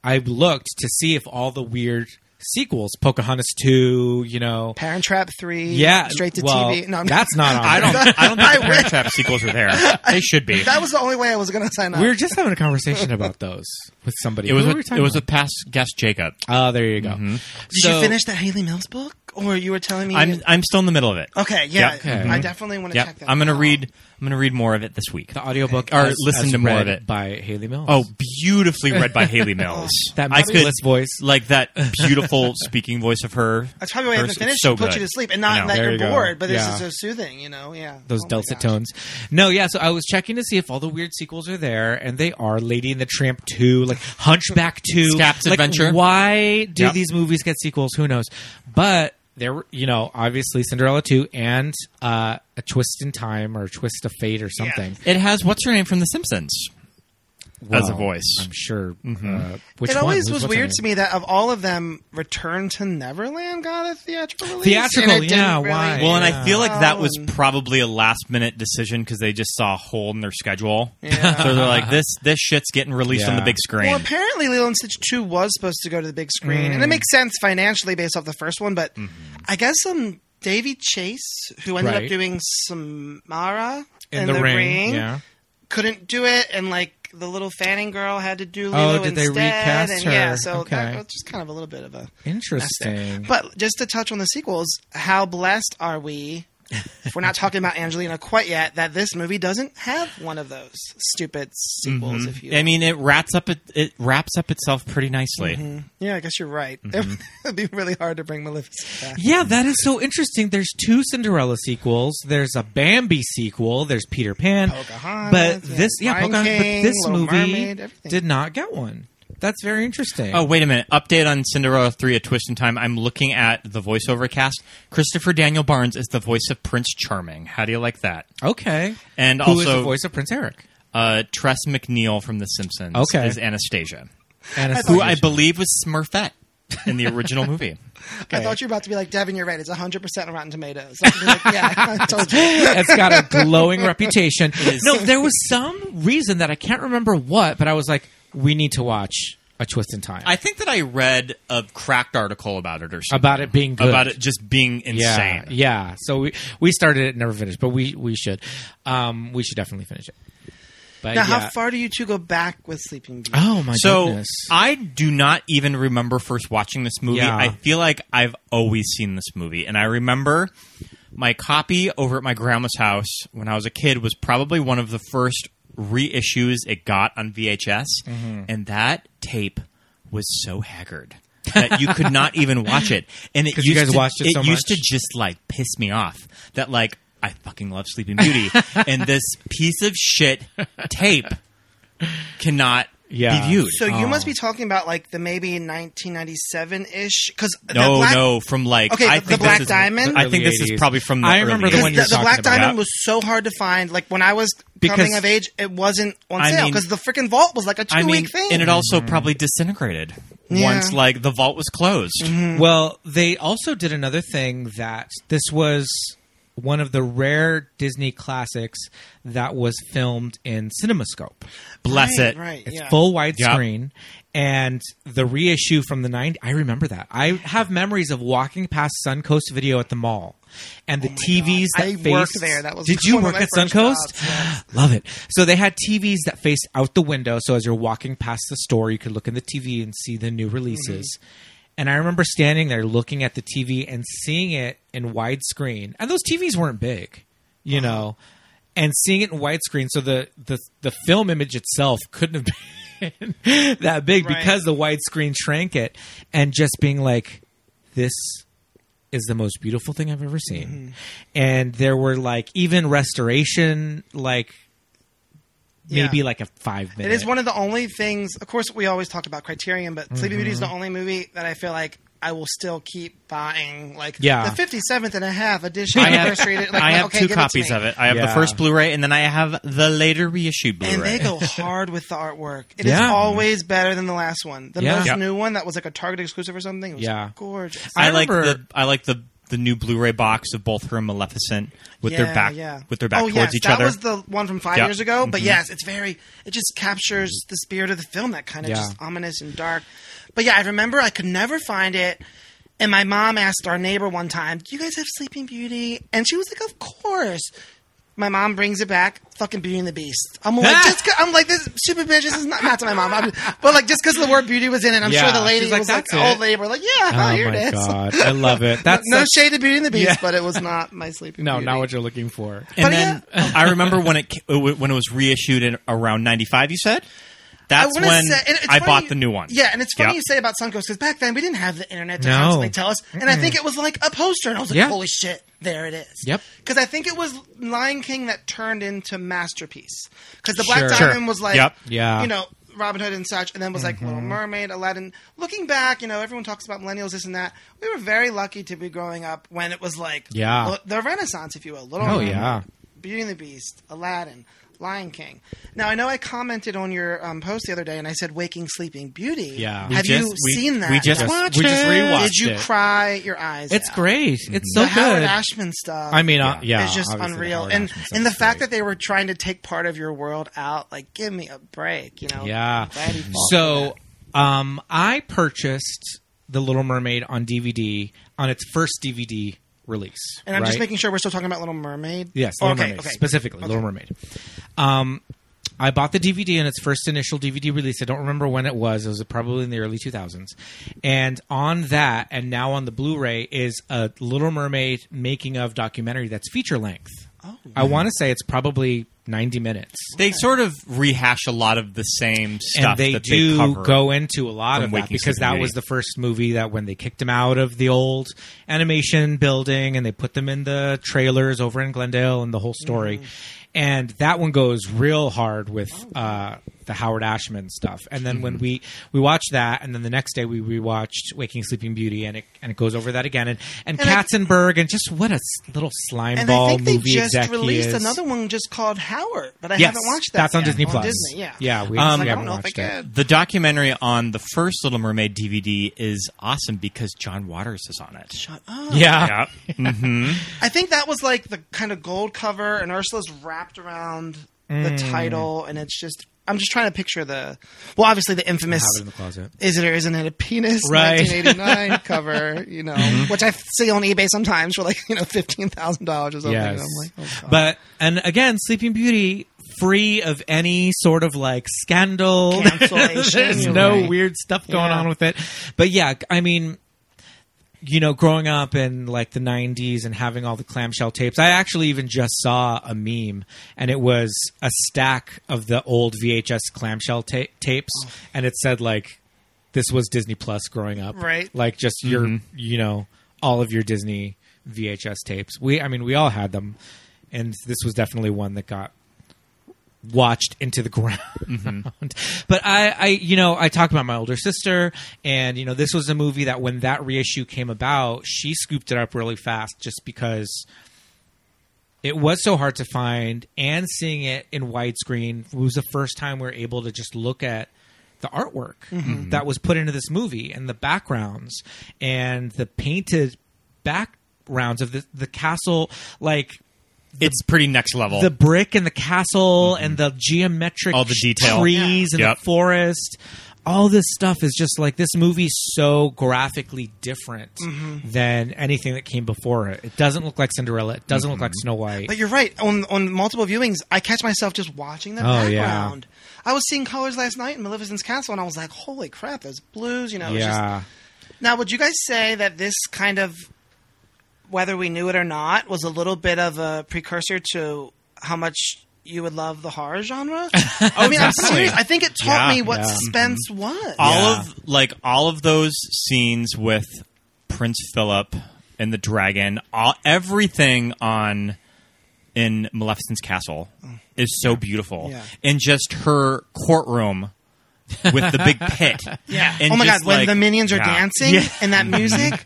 Speaker 5: I looked to see if all the weird sequels, Pocahontas two, you know,
Speaker 7: Parent Trap 3,
Speaker 5: yeah,
Speaker 7: straight to
Speaker 5: well,
Speaker 7: TV. No, I'm
Speaker 5: that's
Speaker 7: [LAUGHS]
Speaker 5: not. On
Speaker 6: I
Speaker 5: there.
Speaker 6: don't. I don't
Speaker 7: I
Speaker 6: think the Parent
Speaker 7: wish.
Speaker 6: Trap sequels are
Speaker 7: [LAUGHS]
Speaker 6: there. They should be.
Speaker 7: That was the only way I was going to sign up.
Speaker 5: We were just having a conversation about those with somebody.
Speaker 6: It was. A,
Speaker 5: Who were we
Speaker 6: it
Speaker 5: talking
Speaker 6: was Mm-hmm. a
Speaker 5: about?
Speaker 6: past guest, Jacob.
Speaker 5: Oh, there you go.
Speaker 7: Did
Speaker 5: So-
Speaker 7: you finish that Haley Mills book, or you were telling me?
Speaker 6: I'm. I'm still in the middle of it.
Speaker 7: okay, yeah,
Speaker 6: Yep.
Speaker 5: Okay.
Speaker 7: I definitely want to
Speaker 6: Yep.
Speaker 7: Oh, check that.
Speaker 6: I'm gonna
Speaker 7: out.
Speaker 6: read. I'm gonna read more of it this week.
Speaker 5: the audiobook
Speaker 6: Or
Speaker 5: as-
Speaker 6: listen
Speaker 5: as
Speaker 6: to more of
Speaker 5: read
Speaker 6: it.
Speaker 5: by Haley Mills.
Speaker 6: Oh, beautifully read by
Speaker 7: [LAUGHS]
Speaker 6: Haley Mills.
Speaker 7: Oh,
Speaker 5: that
Speaker 6: I could-
Speaker 5: masculinist voice.
Speaker 6: like that beautiful speaking voice of her.
Speaker 7: That's probably why
Speaker 6: Her-
Speaker 7: I haven't
Speaker 6: it's
Speaker 7: finished.
Speaker 6: So
Speaker 7: to put
Speaker 6: good.
Speaker 7: you to sleep, and
Speaker 6: I
Speaker 7: not
Speaker 6: know.
Speaker 7: that
Speaker 5: There
Speaker 7: you're
Speaker 5: you go.
Speaker 7: bored. But this
Speaker 5: Yeah.
Speaker 7: is so soothing, you know. Yeah,
Speaker 5: those
Speaker 7: Oh my
Speaker 5: dulcet
Speaker 7: gosh.
Speaker 5: tones. No, yeah. So I was checking to see if all the weird sequels are there, and they are. Lady and the Tramp two, like Hunchback
Speaker 7: [LAUGHS]
Speaker 5: two,
Speaker 6: Scap's
Speaker 5: Like,
Speaker 6: Adventure.
Speaker 5: Why do
Speaker 6: Yep.
Speaker 5: these movies get sequels? Who knows? But there, were, you know, obviously Cinderella two and uh, a Twist in Time or Twist of Fate or something.
Speaker 6: It has what's her name from The Simpsons as a
Speaker 5: Well,
Speaker 6: voice.
Speaker 5: I'm sure. Uh, which
Speaker 7: Mm-hmm. It
Speaker 5: one? Who's-
Speaker 7: always was
Speaker 5: what's her
Speaker 7: weird
Speaker 5: name?
Speaker 7: to me that of all of them, Return to Neverland got a theatrical release.
Speaker 5: Theatrical,
Speaker 7: and it didn't
Speaker 5: yeah,
Speaker 7: really-
Speaker 5: why?
Speaker 6: Well, and I
Speaker 5: Yeah.
Speaker 6: feel like that was
Speaker 7: Um,
Speaker 6: probably a last minute decision because they just saw a hole in their schedule. [LAUGHS]
Speaker 7: Yeah.
Speaker 6: so they're like, this this shit's getting released on the
Speaker 5: Yeah.
Speaker 6: big screen.
Speaker 7: Well, apparently, Lilo and Stitch Two was supposed to go to the big screen,
Speaker 5: Mm.
Speaker 7: and it makes sense financially based off the first one. But I guess um, Davy Chase, who ended
Speaker 5: Mm-hmm.
Speaker 7: up
Speaker 5: Right.
Speaker 7: doing Samara
Speaker 5: in, the, ring. Yeah.
Speaker 7: couldn't do it, and like the little Fanning girl had to do
Speaker 5: Oh,
Speaker 7: Lilo
Speaker 5: did they
Speaker 7: instead.
Speaker 5: recast
Speaker 7: and
Speaker 5: her?
Speaker 7: yeah, so that
Speaker 5: Okay.
Speaker 7: was just kind of a little bit of a mess there.
Speaker 5: Interesting.
Speaker 7: But just to touch on the sequels, how blessed are we? if we're not talking about Angelina quite yet, that this movie doesn't have one of those stupid sequels.
Speaker 5: Mm-hmm.
Speaker 7: If you,
Speaker 6: I mean, it wraps up it, it wraps up itself pretty nicely.
Speaker 7: yeah, I guess you're right. [LAUGHS]
Speaker 5: Mm-hmm.
Speaker 7: It would be really hard to bring Maleficent back.
Speaker 5: Yeah, that is so interesting. There's two Cinderella sequels. There's a Bambi sequel. There's Peter Pan.
Speaker 7: Pocahontas,
Speaker 5: but
Speaker 7: yeah,
Speaker 5: this, yeah,
Speaker 7: Lion
Speaker 5: Pocahontas,
Speaker 7: King,
Speaker 5: but this
Speaker 7: Little
Speaker 5: movie
Speaker 7: Mermaid, everything.
Speaker 5: did not get one. That's very interesting.
Speaker 6: Oh, wait a minute! Update on Cinderella three: A Twist in Time. I'm looking at the voiceover cast. Christopher Daniel Barnes is the voice of Prince Charming. How do you like that?
Speaker 5: okay.
Speaker 6: And
Speaker 5: Who is
Speaker 6: also-
Speaker 5: the voice of Prince Eric?
Speaker 6: Uh, Tress McNeil from The Simpsons
Speaker 5: Okay.
Speaker 6: is Anastasia,
Speaker 5: Anastasia.
Speaker 6: who I believe was Smurfette in the [LAUGHS] original movie.
Speaker 7: I thought you were about to be like Devin. You're right. It's 100 percent on Rotten Tomatoes. [LAUGHS] I was like, yeah, I told you.
Speaker 5: [LAUGHS] it's got a glowing [LAUGHS] reputation. No, there was some reason that I can't remember what, but I was like, we need to watch A Twist in Time
Speaker 6: I think that I read a cracked article about it or something.
Speaker 5: about it being good.
Speaker 6: about it just being
Speaker 5: Yeah,
Speaker 6: insane.
Speaker 5: yeah. So we we started it, and never finished, but we we should, um, we should definitely finish it. But
Speaker 7: Now,
Speaker 5: yeah.
Speaker 7: how far do you two go back with Sleeping Beauty?
Speaker 5: Oh my
Speaker 6: So
Speaker 5: goodness!
Speaker 6: I do not even remember first watching this movie.
Speaker 5: Yeah.
Speaker 6: I feel like I've always seen this movie, and I remember my copy over at my grandma's house when I was a kid was probably one of the first reissues it got on VHS,
Speaker 5: Mm-hmm.
Speaker 6: and that tape was so haggard. that you could
Speaker 5: [LAUGHS]
Speaker 6: not even watch it, and it
Speaker 5: 'Cause
Speaker 6: used
Speaker 5: you guys
Speaker 6: to,
Speaker 5: watched it so
Speaker 6: used to
Speaker 5: much?
Speaker 6: just like piss me off. That like I fucking love
Speaker 5: [LAUGHS]
Speaker 6: Sleeping Beauty, and this piece of shit tape cannot
Speaker 5: yeah.
Speaker 6: be viewed.
Speaker 7: So you must be talking about like the maybe 1997 ish because
Speaker 6: no, no, from like
Speaker 7: Okay,
Speaker 6: I
Speaker 7: the
Speaker 6: think
Speaker 7: Black
Speaker 6: this is,
Speaker 7: Diamond?
Speaker 6: I think this is probably from. The
Speaker 5: I remember
Speaker 6: early
Speaker 5: the one
Speaker 7: Because
Speaker 5: you're talking
Speaker 7: the, the Black
Speaker 5: about.
Speaker 7: Diamond was so hard to find. Like when I was
Speaker 5: Because-
Speaker 7: coming of age, it wasn't on
Speaker 6: I
Speaker 7: sale
Speaker 6: mean-
Speaker 7: because the freaking vault was like a two
Speaker 6: I mean,
Speaker 7: week thing.
Speaker 6: and it also
Speaker 5: Mm-hmm.
Speaker 6: probably disintegrated
Speaker 7: Yeah. Mm-hmm.
Speaker 6: once like the vault was closed.
Speaker 5: um, Well, they also did another thing that this was one of the rare Disney classics that was filmed in CinemaScope.
Speaker 6: Bless
Speaker 7: Right,
Speaker 6: it.
Speaker 7: right,
Speaker 5: It's
Speaker 7: yeah.
Speaker 5: full widescreen,
Speaker 6: Yep.
Speaker 5: screen, and the reissue from the 90s. I remember that. I have memories of walking past Suncoast Video at the mall. And the TVs
Speaker 7: Oh God.
Speaker 5: that
Speaker 7: I
Speaker 5: faced
Speaker 7: worked there. That was
Speaker 5: did you
Speaker 7: [LAUGHS] one of
Speaker 5: work
Speaker 7: my
Speaker 5: at
Speaker 7: first
Speaker 5: Suncoast?
Speaker 7: jobs, yes.
Speaker 5: [GASPS] Love it. So they had TVs that faced out the window. So as you're walking past the store, you could look in the TV and see the new releases.
Speaker 7: Mm-hmm.
Speaker 5: And I remember standing there looking at the TV and seeing it in widescreen. And those TVs weren't big, you
Speaker 7: Uh-huh.
Speaker 5: know, and seeing it in widescreen. So the, the, the film image itself couldn't have [LAUGHS] been that big
Speaker 7: Right.
Speaker 5: because the widescreen shrank it. And just being like, this is the most beautiful thing I've ever seen.
Speaker 7: Mm-hmm.
Speaker 5: And there were like even restoration, like maybe
Speaker 7: Yeah.
Speaker 5: like a five
Speaker 7: It
Speaker 5: minute.
Speaker 7: is one of the only things. Of course, we always talk about Criterion, but Sleeping Beauty is
Speaker 6: Mm-hmm.
Speaker 7: the only movie that I feel like I will still keep buying. Like
Speaker 5: Yeah.
Speaker 7: the 57th and a half
Speaker 6: [LAUGHS]
Speaker 7: edition.
Speaker 6: I have,
Speaker 7: anniversary edi- like,
Speaker 6: I
Speaker 7: like,
Speaker 6: have
Speaker 7: okay,
Speaker 6: two
Speaker 7: give it to
Speaker 6: copies
Speaker 7: me.
Speaker 6: of it. I have
Speaker 5: Yeah.
Speaker 6: the first Blu-ray, and then I have the later reissue Blu-ray.
Speaker 7: And
Speaker 5: [LAUGHS]
Speaker 7: they go hard with the artwork. It is
Speaker 5: Yeah.
Speaker 7: always better than the last one. The
Speaker 5: Yeah.
Speaker 7: most
Speaker 5: Yeah.
Speaker 7: new one that was like a Target exclusive or something. It was
Speaker 5: Yeah.
Speaker 7: gorgeous.
Speaker 5: I Oh,
Speaker 6: I, like the
Speaker 5: remember-
Speaker 6: I like the the new Blu-ray box of both her and Maleficent with
Speaker 7: Yeah,
Speaker 6: their back
Speaker 7: yeah.
Speaker 6: with their back
Speaker 7: oh,
Speaker 6: towards
Speaker 7: yes,
Speaker 6: each
Speaker 7: that
Speaker 6: other.
Speaker 7: was the one from five
Speaker 6: Yeah.
Speaker 7: years ago.
Speaker 5: Mm-hmm.
Speaker 7: But yes, it's very. It just captures the spirit of the film. That kind of
Speaker 5: Yeah.
Speaker 7: just ominous and dark. But yeah, I remember I could never find it. And my mom asked our neighbor one time, "Do you guys have Sleeping Beauty?" And she was like, "Of course." My mom brings it back, fucking Beauty and the Beast. I'm like,
Speaker 5: [LAUGHS]
Speaker 7: just 'cause- I'm like this stupid bitch. This is not not to my mom, I'm, but like just because the word beauty was in it, I'm
Speaker 5: Yeah,
Speaker 7: sure the lady
Speaker 5: she's like,
Speaker 7: was like,
Speaker 5: "That's it."
Speaker 7: old neighbor, like, yeah,
Speaker 5: oh
Speaker 7: here
Speaker 5: my
Speaker 7: it is. [LAUGHS]
Speaker 5: god, I love it. That's
Speaker 7: no
Speaker 5: such-
Speaker 7: shade to Beauty and the Beast,
Speaker 5: Yeah.
Speaker 7: but it was not my Sleeping
Speaker 5: no,
Speaker 7: Beauty.
Speaker 5: not what you're looking for.
Speaker 6: and
Speaker 7: but
Speaker 6: then
Speaker 7: [LAUGHS]
Speaker 6: I remember when it ca- when it was reissued in around '95. You said that's
Speaker 7: wanna
Speaker 6: when
Speaker 7: say- and it's
Speaker 6: I
Speaker 7: funny
Speaker 6: bought
Speaker 7: you-
Speaker 6: the new one.
Speaker 7: Yeah, and it's funny
Speaker 6: Yep.
Speaker 7: you say about Suncoast because back then we didn't have the internet to
Speaker 5: No.
Speaker 7: constantly tell us, and I think it was like a poster, and I was like,
Speaker 5: Yeah.
Speaker 7: "Holy shit, there it is!"
Speaker 5: Yep.
Speaker 7: Because I think it was Lion King that turned into masterpiece because the Black
Speaker 5: Sure.
Speaker 7: Diamond
Speaker 6: Sure.
Speaker 7: was like,
Speaker 6: Yep.
Speaker 5: Yeah. Mm-hmm.
Speaker 7: you know. Robin Hood and such, and then was like Little Mermaid, Aladdin. Looking back, you know, everyone talks about millennials, this and that. We were very lucky to be growing up when it was like
Speaker 5: Yeah.
Speaker 7: l- the Renaissance, if you will. Little
Speaker 5: Oh,
Speaker 7: Mermaid,
Speaker 5: yeah.
Speaker 7: Beauty and the Beast, Aladdin, Lion King. Now I know I commented on your um, post the other day, and I said "Waking Sleeping Beauty."
Speaker 5: Yeah.
Speaker 6: We
Speaker 7: have
Speaker 6: just-
Speaker 7: you
Speaker 6: we-
Speaker 7: seen that?
Speaker 6: we just
Speaker 7: yet?
Speaker 6: watched
Speaker 5: we just
Speaker 6: it.
Speaker 5: rewatched
Speaker 7: Did you
Speaker 5: it.
Speaker 7: cry your eyes?
Speaker 5: It's
Speaker 7: out?
Speaker 5: great. It's
Speaker 7: Mm-hmm. The
Speaker 5: so
Speaker 7: Howard
Speaker 5: good.
Speaker 7: Ashman stuff.
Speaker 5: I mean, uh, yeah,
Speaker 7: it's just
Speaker 5: obviously the
Speaker 7: unreal,
Speaker 5: Howard
Speaker 7: and
Speaker 5: Ashman stuff
Speaker 7: and the
Speaker 5: is
Speaker 7: fact
Speaker 5: great.
Speaker 7: that they were trying to take part of your world out, like, give me a break, you know?
Speaker 5: Yeah.
Speaker 7: Glad he fought
Speaker 5: So um, I purchased The Little Mermaid on DVD on its first DVD release.
Speaker 7: and I'm just
Speaker 5: right?
Speaker 7: making sure we're still talking about Little Mermaid.
Speaker 5: Yes,
Speaker 7: Oh,
Speaker 5: Little
Speaker 7: okay,
Speaker 5: Mermaid
Speaker 7: okay.
Speaker 5: specifically, Little Mermaid. Um, I bought the DVD in its first initial DVD release. I don't remember when it was. It was probably in the early 2000s. And on that, and now on the Blu-ray, is a Little Mermaid making of documentary that's feature length. Oh, I want to say it's probably 90 minutes.
Speaker 6: They sort of rehash a lot of the same stuff
Speaker 5: and they
Speaker 6: that
Speaker 5: do
Speaker 6: they cover.
Speaker 5: go into a lot
Speaker 6: from
Speaker 5: of that
Speaker 6: Waking
Speaker 5: because
Speaker 6: Sleeping
Speaker 5: that was
Speaker 6: Beauty.
Speaker 5: the first movie that when they kicked him out of the old animation building and they put them in the trailers over in Glendale and the whole story. And that one goes real hard with uh, the Howard Ashman stuff. And then when we we watched that, and then the next day we rewatched Waking Sleeping Beauty, and it and it goes over that again. And and,
Speaker 7: And I-
Speaker 5: Katzenberg, and just what a s- little slime
Speaker 7: And
Speaker 5: ball
Speaker 7: I think they
Speaker 5: movie
Speaker 7: just
Speaker 5: exec he
Speaker 7: released
Speaker 5: is.
Speaker 7: another one just called Howard, but I
Speaker 5: Yes,
Speaker 7: haven't watched that.
Speaker 5: that's on
Speaker 7: yet.
Speaker 5: Disney Plus.
Speaker 7: Disney, yeah,
Speaker 5: Yeah, we-
Speaker 7: I was
Speaker 5: we
Speaker 7: like, I
Speaker 5: haven't
Speaker 7: don't know if I
Speaker 5: watched it.
Speaker 7: can.
Speaker 6: The documentary on the first Little Mermaid DVD is awesome because John Waters is on it.
Speaker 7: Shut up.
Speaker 5: Yeah.
Speaker 7: oh.
Speaker 5: [LAUGHS]
Speaker 7: I think that was like the kind of gold cover, and Ursula's wrapped around the
Speaker 5: Mm.
Speaker 7: title, and it's just. I'm just trying to picture the. Well, obviously the infamous.
Speaker 5: Have it in the closet.
Speaker 7: Is it or isn't it a penis?
Speaker 5: Right. [LAUGHS] Mm-hmm.
Speaker 7: 1989 cover, you know, which I see on eBay sometimes for like you know fifteen thousand dollars or something. And I'm like, oh, God.
Speaker 5: but and again, Sleeping Beauty, free of any sort of like scandal. [LAUGHS]
Speaker 7: Cancellation,
Speaker 5: There's
Speaker 7: you're
Speaker 5: no
Speaker 7: right.
Speaker 5: weird stuff going
Speaker 7: Yeah.
Speaker 5: on with it. But yeah, I mean, you know, growing up in like the '90s and having all the clamshell tapes, I actually even just saw a meme, and it was a stack of the old VHS clamshell ta- tapes, and it said like, "This was Disney Plus growing up,"
Speaker 7: Right.
Speaker 5: Like just your, you know, all of your Disney VHS tapes. We, I mean, we all had them, and this was definitely one that got watched into the [LAUGHS] ground. But I, I, you know, I talked about my older sister, and you know, this was a movie that when that reissue came about, she scooped it up really fast just because it was so hard to find. And seeing it in widescreen was the first time we were able to just look at the artwork that was put into this movie and the backgrounds and the painted backgrounds of the the castle, like
Speaker 6: it's pretty next level.
Speaker 5: the brick and the castle and the geometric
Speaker 6: Mm-hmm. All the detail.
Speaker 5: trees and
Speaker 6: Yep.
Speaker 5: the forest. All this stuff is just like this movie's so graphically different
Speaker 6: Mm-hmm.
Speaker 5: than anything that came before it. It doesn't look like Cinderella. It doesn't look
Speaker 6: Mm-hmm.
Speaker 5: like Snow White.
Speaker 7: But you're right. On on multiple viewings, I catch myself just watching the
Speaker 5: Oh, yeah.
Speaker 7: background. I was seeing colors last night in Maleficent's castle, and I was like, "Holy crap, those blues!" You know. it was just-
Speaker 5: yeah,
Speaker 7: now, would you guys say that this kind of, whether we knew it or not, was a little bit of a precursor to how much you would love the
Speaker 6: [LAUGHS]
Speaker 7: horror genre? I mean, I'm serious. I think it taught
Speaker 6: Yeah,
Speaker 7: me what
Speaker 5: yeah.
Speaker 7: suspense was.
Speaker 6: Mm-hmm. all
Speaker 5: Yeah.
Speaker 6: of like all of those scenes with Prince Philip and the dragon, all, everything on in Maleficent's castle is so beautiful,
Speaker 7: Mm. Yeah.
Speaker 6: and just her courtroom with the
Speaker 7: [LAUGHS]
Speaker 6: big pit, yeah. And
Speaker 7: oh my
Speaker 6: just,
Speaker 7: god, when
Speaker 6: like-
Speaker 7: the minions are
Speaker 6: Yeah.
Speaker 7: dancing
Speaker 6: [LAUGHS]
Speaker 7: and that music.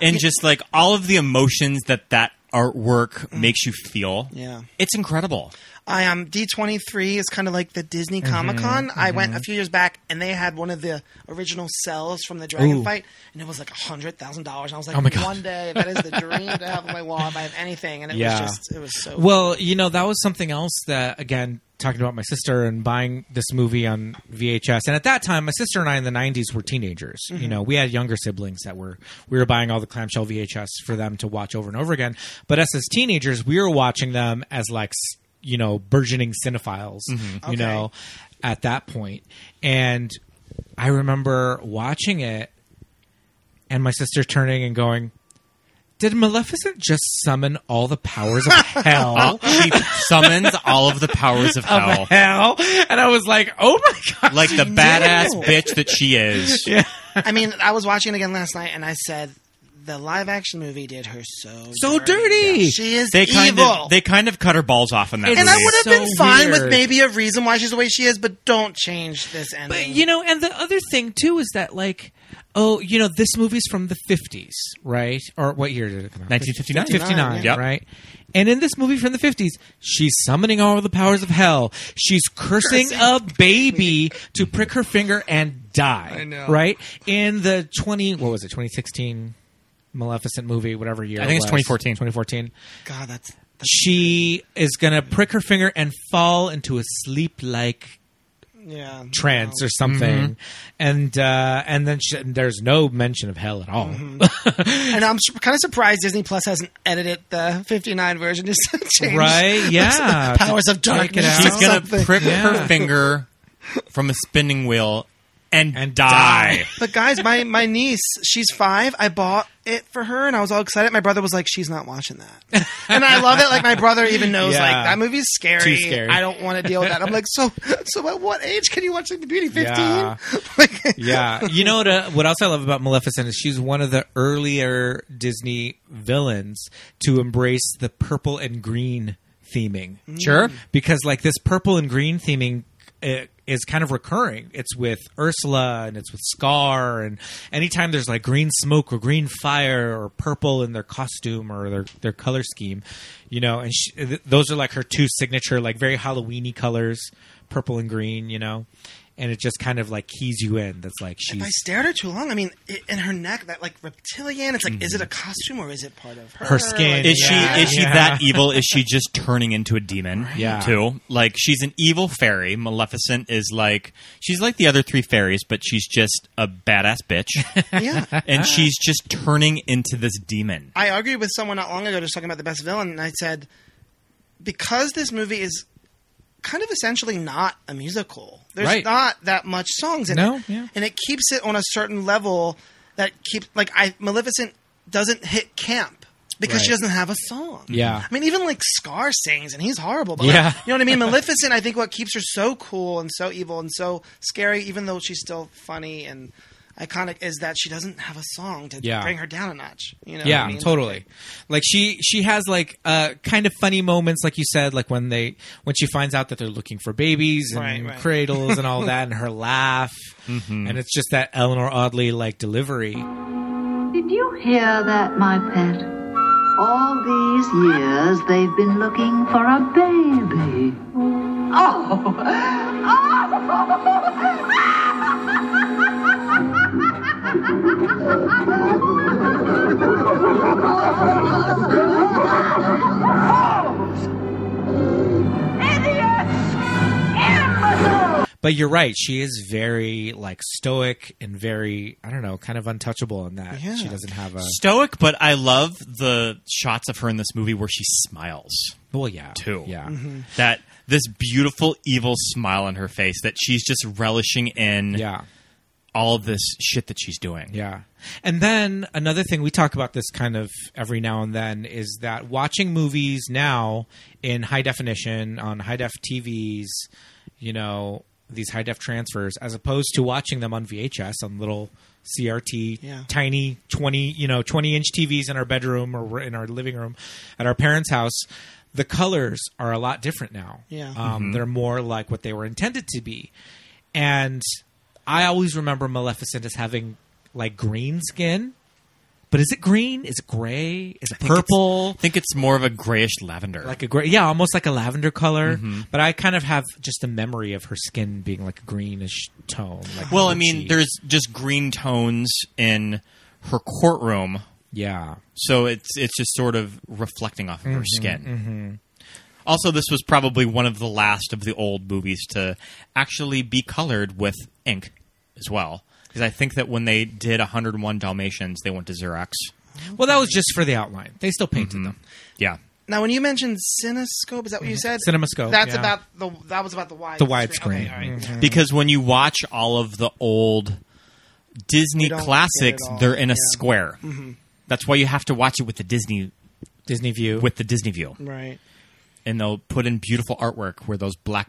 Speaker 6: and just like all of the emotions that that artwork makes you feel,
Speaker 7: Yeah.
Speaker 6: it's incredible.
Speaker 7: I um D twenty three is kind of like the Disney
Speaker 5: Mm-hmm,
Speaker 7: Comic Con. I went a few years back, and they had one of the original cells from the Dragon
Speaker 5: Ooh.
Speaker 7: Fight, and it was like hundred thousand dollars. I was like,
Speaker 5: Oh my God.
Speaker 7: one day that is the dream to have on my wall if I have anything. And it
Speaker 5: Yeah.
Speaker 7: was just, it was so.
Speaker 5: Well, you know, that was something else that, again, talking about my sister and buying this movie on VHS. And at that time, my sister and I in the 90s were teenagers. You know, we had younger siblings that were, we were buying all the clamshell VHS for them to watch over and over again. But us as teenagers, we were watching them as like, s- you know, burgeoning cinephiles, you know, at that point. And I remember watching it and my sister turning and going, did Maleficent just summon all the powers of hell?
Speaker 6: [LAUGHS] She summons all of the powers of hell,
Speaker 5: of hell. And I was like, oh my [LAUGHS] God.
Speaker 6: like the badass bitch that she is.
Speaker 7: I mean, I was watching it again last night, and I said the live action movie did her so
Speaker 5: So dirty.
Speaker 7: She is
Speaker 6: They
Speaker 7: evil.
Speaker 6: kind of they kind of cut her balls off in that.
Speaker 5: And
Speaker 7: and I
Speaker 6: movie.
Speaker 7: would have
Speaker 5: so
Speaker 7: been fine
Speaker 5: weird.
Speaker 7: with maybe a reason why she's the way she is, but don't change this ending.
Speaker 5: But, you know, and the other thing, too, is that, like, oh, you know, this movie's from the 50s, right? Or what year did it come out?
Speaker 6: 1959.
Speaker 5: 59,
Speaker 6: Yep.
Speaker 5: right? And in this movie from the 50s, she's summoning all the powers of hell. She's cursing, a baby to prick her finger and die.
Speaker 7: I know.
Speaker 5: Right? In the 20, what was it, 2016 Maleficent movie, whatever year
Speaker 6: I think
Speaker 5: it
Speaker 6: it's
Speaker 5: was.
Speaker 6: 2014.
Speaker 5: 2014.
Speaker 7: God, that's, that's
Speaker 5: she is going to prick her finger and fall into a sleep like
Speaker 7: yeah.
Speaker 5: trance or something and uh and then she, there's no mention of hell at all
Speaker 7: And I'm su- kind of surprised Disney Plus hasn't edited the 59 version just to [LAUGHS] change
Speaker 5: right yeah
Speaker 7: the powers of
Speaker 5: Check it
Speaker 7: darkness.
Speaker 5: out.
Speaker 6: She's
Speaker 7: or
Speaker 6: gonna
Speaker 7: something.
Speaker 6: prick
Speaker 5: Yeah.
Speaker 6: her finger from a spinning wheel and,
Speaker 5: And
Speaker 6: die.
Speaker 7: But guys, my my niece, she's five. I bought it for her, and I was all excited. My brother was like, "She's not watching that," and I love it. Like my brother even knows,
Speaker 5: Yeah.
Speaker 7: like that movie's scary.
Speaker 5: Too scary.
Speaker 7: I don't want to deal with that. I'm like, so so at what age can you watch like, the Beauty? Fifteen? [LAUGHS]
Speaker 5: Yeah.
Speaker 7: Like,
Speaker 5: yeah you know what, uh, what else i love about maleficent is she's one of the earlier disney villains to embrace the purple and green theming
Speaker 6: Sure.
Speaker 5: because like this purple and green theming uh, is kind of recurring. It's with Ursula and it's with Scar and anytime there's like green smoke or green fire or purple in their costume or their their color scheme, you know, and she, th- those are like her two signature like very Halloweeny colors, purple and green, you know. And it just kind of like keys you in. That's like she's
Speaker 7: I stared at her too long. I mean, i- in her neck, that like reptilian. It's like, is it a costume or is it part of her?
Speaker 5: Her skin.
Speaker 7: Like,
Speaker 6: Is
Speaker 5: Yeah.
Speaker 6: she is she
Speaker 5: Yeah.
Speaker 6: that evil? Is she just turning into a demon?
Speaker 5: Yeah.
Speaker 6: Too. Like she's an evil fairy. Maleficent is like she's like the other three fairies, but she's just a badass
Speaker 5: [LAUGHS]
Speaker 6: bitch.
Speaker 7: yeah.
Speaker 6: and she's just turning into this demon.
Speaker 7: I argued with someone not long ago just talking about the best villain, and I said, because this movie is kind of essentially not a musical, there's
Speaker 5: Right.
Speaker 7: not that much songs in
Speaker 5: No,
Speaker 7: it,
Speaker 5: yeah.
Speaker 7: and it keeps it on a certain level that keeps like I Maleficent doesn't hit camp. Because she
Speaker 5: Right.
Speaker 7: doesn't have a song.
Speaker 5: Yeah.
Speaker 7: I mean, even like Scar sings and he's horrible. But
Speaker 5: Yeah.
Speaker 7: like, you know what I
Speaker 5: [LAUGHS]
Speaker 7: mean? Maleficent, I think what keeps her so cool and so evil and so scary, even though she's still funny and iconic is that she doesn't have a song to
Speaker 5: Yeah.
Speaker 7: bring her down a notch. You know,
Speaker 5: yeah,
Speaker 7: what I mean?
Speaker 5: totally. Like she she has like uh kind of funny moments, like you said, like when they when she finds out that they're looking for babies and
Speaker 7: Right, right.
Speaker 5: cradles and
Speaker 7: [LAUGHS]
Speaker 5: all that, and her laugh, and it's just that Eleanor Audley like delivery.
Speaker 1: Did you hear that, my pet? All these years they've been looking for a baby. Oh!
Speaker 5: But you're right; she is very like stoic and very I don't know, kind of untouchable in that
Speaker 7: Yeah.
Speaker 5: she doesn't have a
Speaker 6: Stoic, but I love the shots of her in this movie where she smiles.
Speaker 5: well, yeah,
Speaker 6: Too.
Speaker 5: yeah.
Speaker 7: Mm-hmm.
Speaker 6: That this beautiful evil smile on her face that she's just relishing in
Speaker 5: Yeah.
Speaker 6: all of this shit that she's doing.
Speaker 5: Yeah. And then another thing we talk about this kind of every now and then is that watching movies now in high definition on high def TVs, you know, these high def transfers as opposed to watching them on VHS on little CRT
Speaker 7: Yeah.
Speaker 5: tiny 20, you know, 20 inch TVs in our bedroom or in our living room at our parents' house, the colors are a lot different now.
Speaker 7: Yeah.
Speaker 5: Um, They're more like what they were intended to be. And I always remember Maleficent as having like green skin. But is it green? Is it gray? Is it
Speaker 6: I think it's-
Speaker 5: purple?
Speaker 6: I think it's more of a grayish lavender.
Speaker 5: Like a gray, yeah, almost like a lavender color.
Speaker 6: Mm-hmm.
Speaker 5: But I kind of have just a memory of her skin being like a greenish tone. Like
Speaker 6: well, I
Speaker 5: lychee.
Speaker 6: mean, there's just green tones in her courtroom,
Speaker 5: yeah,
Speaker 6: so it's it's just sort of reflecting off of
Speaker 7: Mm-hmm,
Speaker 6: her skin. Also, this was probably one of the last of the old movies to actually be colored with ink as well. Because I think that when they did 101 Dalmatians, they went to Xerox.
Speaker 5: Well, that was just for the outline. They still painted
Speaker 6: Mm-hmm.
Speaker 5: them.
Speaker 6: Yeah.
Speaker 7: Now, when you mentioned Cinescope, is that what you said?
Speaker 5: Cinemascope,
Speaker 7: That's
Speaker 5: yeah.
Speaker 7: about the that was about the wide
Speaker 5: The widescreen.
Speaker 7: screen. Okay, all right.
Speaker 6: Because when you watch all of the old
Speaker 7: They
Speaker 6: Disney
Speaker 7: don't get it
Speaker 6: classics,
Speaker 7: all,
Speaker 6: they're in a
Speaker 7: yeah. Mm-hmm.
Speaker 6: square. That's why you have to watch it with the Disney
Speaker 5: Disney View.
Speaker 6: with the Disney view.
Speaker 7: Right.
Speaker 6: and they'll put in beautiful artwork where those black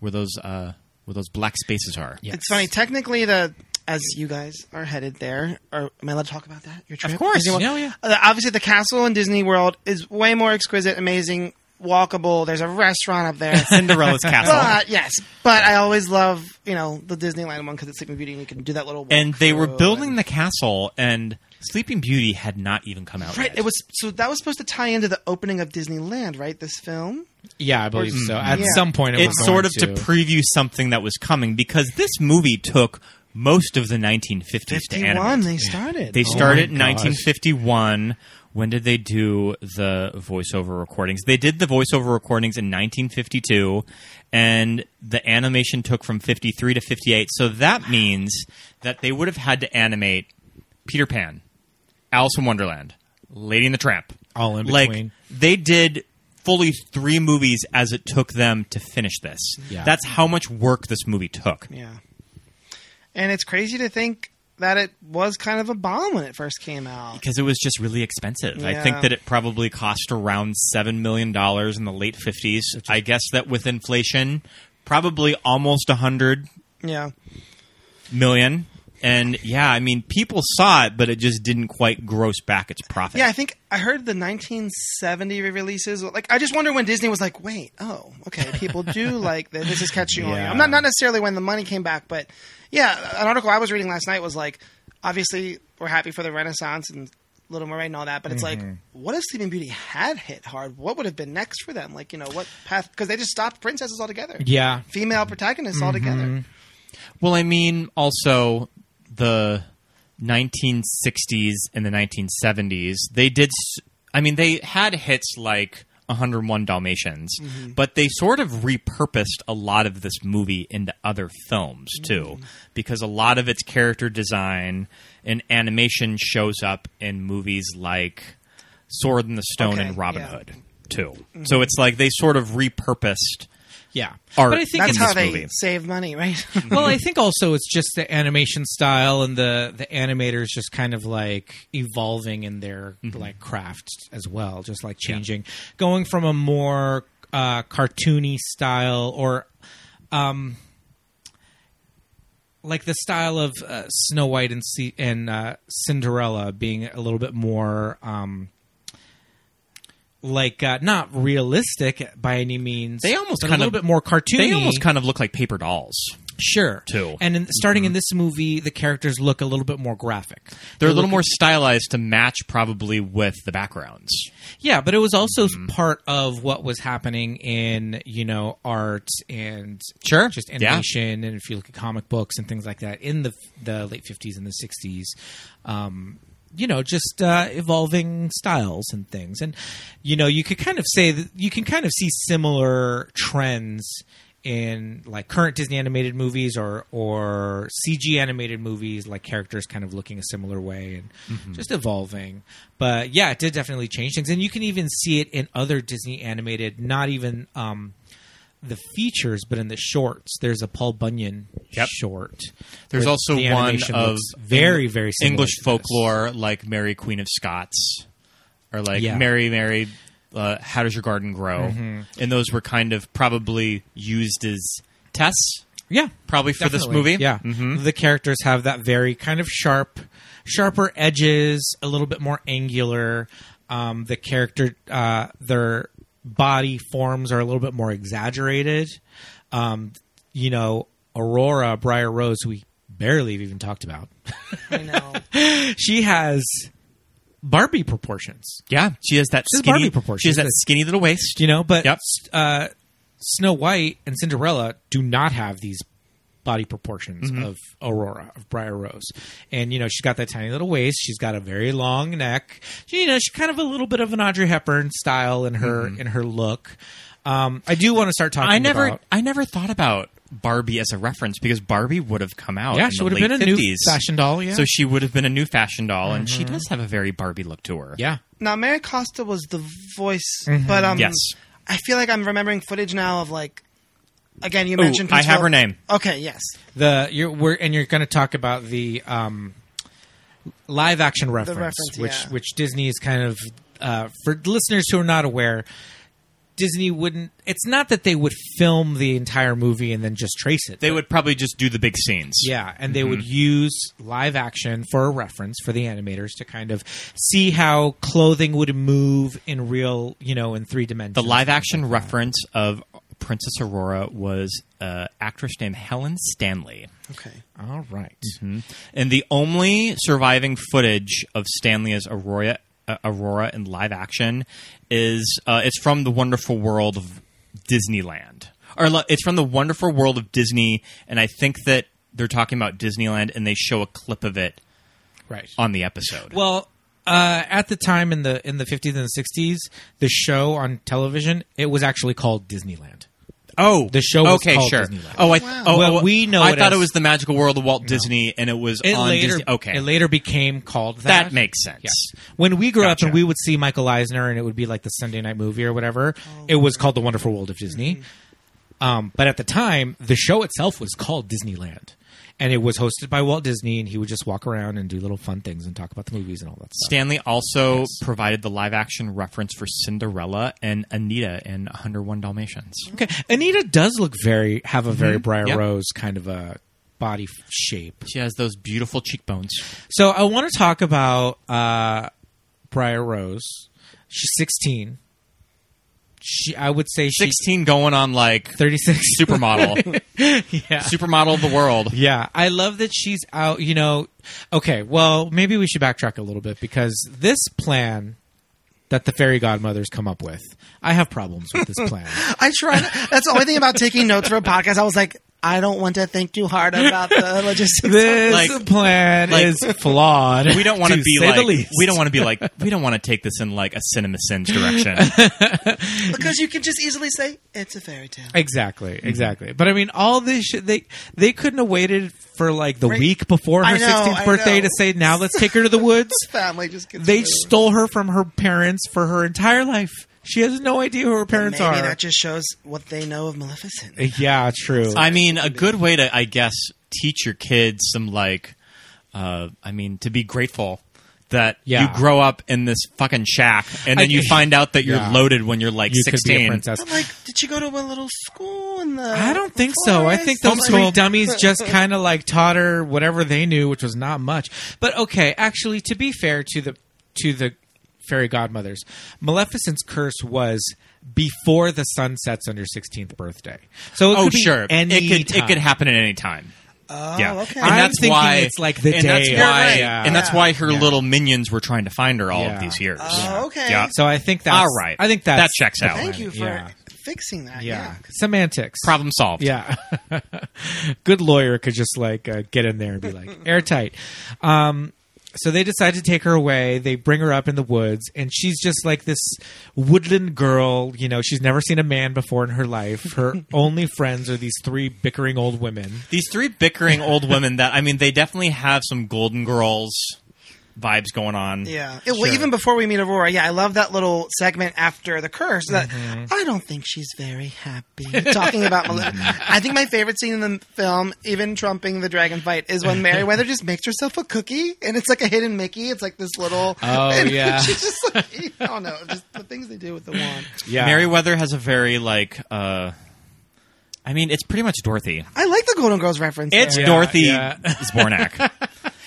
Speaker 6: where those uh where those black spaces are.
Speaker 5: Yes.
Speaker 7: It's funny. Technically, the as you guys are headed there, or am I allowed to talk about that? Your trip,
Speaker 5: course.
Speaker 7: Disney World?
Speaker 5: Yeah, yeah.
Speaker 7: Uh, obviously, the castle in Disney World is way more exquisite, amazing, walkable. There's a restaurant up there.
Speaker 6: [LAUGHS]
Speaker 7: [LAUGHS]
Speaker 6: Cinderella's castle.
Speaker 7: But yes, but I always love you know the Disneyland one because it's Sleeping Beauty and you can do that little.
Speaker 6: And they were
Speaker 7: walkthrough
Speaker 6: building
Speaker 7: and-
Speaker 6: the castle and Sleeping Beauty had not even come out.
Speaker 7: Right,
Speaker 6: yet.
Speaker 7: it was so that was supposed to tie into the opening of Disneyland, right? This film,
Speaker 5: yeah, I believe so. At
Speaker 7: Yeah.
Speaker 5: some point, it,
Speaker 6: it
Speaker 5: was
Speaker 6: sort
Speaker 5: going
Speaker 6: of to. preview something that was coming because this movie took most of the 1950s to
Speaker 7: one
Speaker 6: animate.
Speaker 7: they started. Oh,
Speaker 6: They started in
Speaker 5: Oh gosh.
Speaker 6: 1951. When did they do the voiceover recordings? They did the voiceover recordings in 1952, and the animation took from 53 to 58. So that means that they would have had to animate Peter Pan, Alice in Wonderland, Lady and the Tramp.
Speaker 5: All in
Speaker 6: Like,
Speaker 5: between.
Speaker 6: they did fully three movies as it took them to finish this.
Speaker 5: Yeah.
Speaker 6: That's how much work this movie took.
Speaker 7: yeah, and it's crazy to think that it was kind of a bomb when it first came out.
Speaker 6: because it was just really expensive. I
Speaker 7: Yeah.
Speaker 6: think that it probably cost around seven million dollars in the late fifties. I guess that with inflation, probably almost a hundred
Speaker 7: Yeah,
Speaker 6: million. And yeah, I mean, people saw it, but it just didn't quite gross back its profit.
Speaker 7: yeah. I think I heard the 1970 re-releases. Like, I just wonder when Disney was like, "Wait, oh, okay, people do like this. This is catching on."
Speaker 5: Yeah.
Speaker 7: I'm not not necessarily when the money came back, but yeah, an article I was reading last night was like, obviously we're happy for the Renaissance and Little Mermaid and all that, but it's like, what if Sleeping Beauty had hit hard? What would have been next for them? Like, you know, what path? Because they just stopped princesses altogether.
Speaker 5: yeah,
Speaker 7: Female protagonists
Speaker 6: Mm-hmm.
Speaker 7: altogether.
Speaker 6: Well, I mean, also the 1960s and the 1970s, they did. s- I mean, they had hits like 101 Dalmatians,
Speaker 7: Mm-hmm.
Speaker 6: but they sort of repurposed a lot of this movie into other films
Speaker 7: Mm-hmm.
Speaker 6: too, because a lot of its character design and animation shows up in movies like Sword in the Stone
Speaker 7: Okay,
Speaker 6: and Robin
Speaker 7: yeah. Mm-hmm.
Speaker 6: Hood too. So it's like they sort of repurposed.
Speaker 5: yeah.
Speaker 6: Art.
Speaker 5: But I think
Speaker 7: That's
Speaker 5: it's
Speaker 7: how
Speaker 6: this
Speaker 7: they
Speaker 6: movie.
Speaker 7: save
Speaker 6: [LAUGHS]
Speaker 7: money, right?
Speaker 5: well, I think also it's just the animation style and the the animators just kind of like evolving in their
Speaker 6: Mm-hmm.
Speaker 5: like craft as well, just like changing, going from a more uh, cartoony style or um, like the style of uh, Snow White and C- and uh, Cinderella being a little bit more um, like uh, not realistic by any means.
Speaker 6: They almost
Speaker 5: but
Speaker 6: kind
Speaker 5: a
Speaker 6: of-
Speaker 5: little bit more cartoony.
Speaker 6: They almost kind of look like paper dolls.
Speaker 5: sure
Speaker 6: too. Mm-hmm.
Speaker 5: And in, starting in this movie, the characters look a little bit more graphic.
Speaker 6: They're a little more stylized to match probably with the backgrounds.
Speaker 5: Yeah, but it was also
Speaker 6: Mm-hmm.
Speaker 5: part of what was happening in you know art and
Speaker 6: Sure.
Speaker 5: just
Speaker 6: Yeah.
Speaker 5: animation, and if you look at comic books and things like that in the the late fifties and the sixties, um, you know, just uh, evolving styles and things, and you know, you could kind of say that you can kind of see similar trends in like current Disney animated movies or or CG animated movies, like characters kind of looking a similar way and just evolving. But yeah, it did definitely change things, and you can even see it in other Disney animated, not even um, the features, but in the shorts. There's a Paul Bunyan
Speaker 6: Yep.
Speaker 5: short.
Speaker 6: There's
Speaker 5: where
Speaker 6: also
Speaker 5: the
Speaker 6: one
Speaker 5: animation
Speaker 6: of
Speaker 5: looks very
Speaker 6: Eng-
Speaker 5: very similar
Speaker 6: English
Speaker 5: to this.
Speaker 6: folklore, like Mary Queen of Scots, or like
Speaker 5: Yeah. Mm-hmm.
Speaker 6: Mary Mary. Uh, How does your garden grow? And those were kind of probably used as tests,
Speaker 5: Yeah,
Speaker 6: probably for this
Speaker 5: Definitely,
Speaker 6: movie.
Speaker 5: Yeah, Mm-hmm.
Speaker 6: Mhm.
Speaker 5: the characters have that very kind of sharp, sharper edges, a little bit more angular. Um, the character, uh, their body forms are a little bit more exaggerated. Um, you know, Aurora Briar Rose, who we barely have even talked about. [LAUGHS]
Speaker 7: I know.
Speaker 5: She has Barbie proportions,
Speaker 6: Yeah, she has that
Speaker 5: She's
Speaker 6: skinny.
Speaker 5: Barbie proportions.
Speaker 6: She has that
Speaker 5: That's-
Speaker 6: skinny little waist.
Speaker 5: you know. But
Speaker 6: Yep.
Speaker 5: uh, Snow White and Cinderella do not have these body proportions
Speaker 6: Mm-hmm.
Speaker 5: of Aurora of Briar Rose, and you know she's got that tiny little waist. She's got a very long neck. She, you know, she's kind of a little bit of an Audrey Hepburn style in her in her look. Um, I do want to start talking.
Speaker 6: Mm-hmm. I never,
Speaker 5: about-
Speaker 6: I never thought about Barbie as a reference because Barbie would have come out.
Speaker 5: yeah,
Speaker 6: Oh, in
Speaker 5: she
Speaker 6: the
Speaker 5: would have
Speaker 6: late
Speaker 5: been a new
Speaker 6: 50s.
Speaker 5: fashion doll. Yeah, Mm-hmm.
Speaker 6: So she would have been a new fashion doll, and she does have a very Barbie look to her.
Speaker 5: yeah.
Speaker 7: Now Mary Costa was the voice, but um,
Speaker 6: Mm-hmm. Yes.
Speaker 5: Mm-hmm.
Speaker 7: I feel like I'm remembering footage now of like, again, you
Speaker 6: Ooh,
Speaker 7: mentioned.
Speaker 6: I
Speaker 7: Peach
Speaker 6: have
Speaker 7: Bowl-
Speaker 6: her name.
Speaker 7: Okay, yes,
Speaker 5: the you're we're, and you're going to talk about the um, live action reference,
Speaker 7: reference,
Speaker 5: which
Speaker 7: yeah.
Speaker 5: which Disney is kind of uh, for listeners who are not aware. Disney wouldn't. It's not that they would film the entire movie and then just trace it.
Speaker 6: They
Speaker 5: but-
Speaker 6: would Mm-hmm. probably just do the big scenes.
Speaker 5: yeah, and they would use live action for a reference for the animators to kind of see how clothing would move in real, you know, in three dimensions.
Speaker 6: The live action reference of Princess Aurora was an actress named Helen Stanley.
Speaker 7: okay.
Speaker 5: All right.
Speaker 6: Mm-hmm. And the only surviving footage of Stanley as Aurora, uh, Aurora in live action is uh, it's from the Wonderful World of Disneyland, or lo- it's from the Wonderful World of Disney. And I think that they're talking about Disneyland, and they show a clip of it
Speaker 5: Right.
Speaker 6: on the episode.
Speaker 5: Well, uh, at the time in the in the 50s and the 60s, the show on television it was actually called Disneyland.
Speaker 6: oh,
Speaker 5: the show was
Speaker 6: okay,
Speaker 5: called
Speaker 6: sure.
Speaker 5: Disneyland.
Speaker 6: Oh, I oh,
Speaker 5: Well,
Speaker 6: oh,
Speaker 5: we know
Speaker 6: I
Speaker 5: it
Speaker 6: thought
Speaker 5: as-
Speaker 6: it was the Magical World of Walt Disney, and it was
Speaker 5: It
Speaker 6: on
Speaker 5: later,
Speaker 6: Disney. Okay,
Speaker 5: it later became called that.
Speaker 6: that makes sense.
Speaker 5: Yes. When we grew up
Speaker 6: Gotcha.
Speaker 5: and we would see Michael Eisner and it would be like the Sunday night movie or whatever, it was called The Wonderful World of Disney. Um, but at the time, the show itself was called Disneyland. And it was hosted by Walt Disney, and he would just walk around and do little fun things and talk about the movies and all that stuff.
Speaker 6: Stanley also provided the live action reference for Cinderella and Anita in 101 Dalmatians.
Speaker 5: Okay, Anita does look very have a very Briar
Speaker 6: Mm-hmm. Yep.
Speaker 5: Rose kind of a body f- shape.
Speaker 6: She has those beautiful cheekbones.
Speaker 5: So I want to talk about uh, Briar Rose. She's sixteen. She, I would say she's
Speaker 6: 16 going on
Speaker 5: [LAUGHS]
Speaker 6: like
Speaker 5: thirty-six.
Speaker 6: supermodel.
Speaker 5: yeah.
Speaker 6: supermodel of the
Speaker 5: [LAUGHS]
Speaker 6: world.
Speaker 5: Yeah, I love that she's out. You know, okay. Well, maybe we should backtrack a little bit because this plan that the fairy godmothers come up with, I have problems with
Speaker 6: [LAUGHS]
Speaker 5: this plan.
Speaker 7: I tried. That's the only thing about taking notes for a podcast. I was like, I don't want to think too hard
Speaker 6: [LAUGHS]
Speaker 7: about the logistics.
Speaker 5: this
Speaker 6: Like-
Speaker 5: plan
Speaker 6: like-
Speaker 5: is flawed.
Speaker 6: We don't want to be
Speaker 5: say the
Speaker 6: like
Speaker 5: least.
Speaker 6: we don't want to be like we don't want to take this in like a cinema sins direction.
Speaker 7: because you can just easily say it's a fairy tale.
Speaker 5: Exactly,
Speaker 7: Mm-hmm.
Speaker 5: exactly. But I mean, all this shit, they they couldn't have waited for like the
Speaker 7: Right.
Speaker 5: week before her
Speaker 7: I know, I
Speaker 5: sixteenth birthday
Speaker 7: know.
Speaker 5: to say, "Now let's take her to the
Speaker 7: [LAUGHS]
Speaker 5: woods."
Speaker 7: Family just gets
Speaker 5: they
Speaker 7: away with it.
Speaker 5: stole her from her parents for her entire life. She has no idea who her parents
Speaker 7: Maybe
Speaker 5: are.
Speaker 7: that just shows what they know of Maleficent.
Speaker 5: yeah, true.
Speaker 6: I mean, a good way to I guess teach your kids some like uh, I mean to be grateful that
Speaker 5: Yeah.
Speaker 6: you grow up in this fucking shack and then
Speaker 5: I-
Speaker 6: you find out that you're
Speaker 5: Yeah.
Speaker 6: loaded when you're like
Speaker 5: you could be a
Speaker 6: 16.
Speaker 5: princess.
Speaker 7: I'm like, did she go to a little school in the?
Speaker 5: I don't think so. I think those
Speaker 7: forest?
Speaker 5: three
Speaker 6: [LAUGHS]
Speaker 5: Uh, dummies
Speaker 7: uh,
Speaker 5: just kind of like taught her whatever they knew, which was not much. But okay, actually, to be fair to the to the fairy godmothers, Maleficent's curse was before the sun sets on your sixteenth birthday. So it
Speaker 6: Oh
Speaker 5: could be
Speaker 6: sure,
Speaker 5: any
Speaker 6: it could
Speaker 5: time.
Speaker 6: it could happen at any time. Oh, yeah.
Speaker 7: okay.
Speaker 6: And
Speaker 5: I'm
Speaker 6: that's
Speaker 5: thinking
Speaker 6: why
Speaker 5: it's like the
Speaker 6: and That's
Speaker 5: day
Speaker 6: why,
Speaker 5: of. Yeah.
Speaker 6: And that's
Speaker 5: Yeah.
Speaker 6: why her
Speaker 5: Yeah.
Speaker 6: little minions were trying to find her all
Speaker 5: Yeah.
Speaker 6: of these years.
Speaker 7: Oh, okay.
Speaker 6: Yeah.
Speaker 5: So I think that's
Speaker 6: All right.
Speaker 5: I think that's,
Speaker 6: That checks out.
Speaker 7: Thank you for
Speaker 5: Yeah.
Speaker 7: fixing that.
Speaker 5: Yeah,
Speaker 7: Yeah.
Speaker 5: semantics.
Speaker 6: Problem solved.
Speaker 5: Yeah. [LAUGHS] Good lawyer could just like uh, get in there and be like airtight. Um, so they decide to take her away. They bring her up in the woods, and she's just like this woodland girl. You know, she's never seen a man before in her life. Her [LAUGHS] only friends are these three bickering old women.
Speaker 6: These three bickering old women that I mean they definitely have some golden girls vibes going on.
Speaker 7: Yeah. It- well, even before we meet Aurora, yeah, I love that little segment after the curse. That
Speaker 5: Mm-hmm.
Speaker 7: I don't think she's very happy. Talking [LAUGHS] about Maleficent. I think my favorite scene in the film, even trumping the dragon fight, is when Meriwether just makes herself a cookie, and it's like a hidden Mickey. It's like this little.
Speaker 5: Oh,
Speaker 7: [LAUGHS] and
Speaker 5: yeah.
Speaker 7: She's just like [LAUGHS] I don't know, just the things they do with the wand.
Speaker 5: Yeah,
Speaker 6: Meriwether has a very like uh I mean it's pretty much Dorothy.
Speaker 7: I like the Golden Girls reference.
Speaker 6: It's
Speaker 7: there.
Speaker 5: Yeah,
Speaker 6: Dorothy
Speaker 5: [LAUGHS] yeah.
Speaker 6: Zbornak.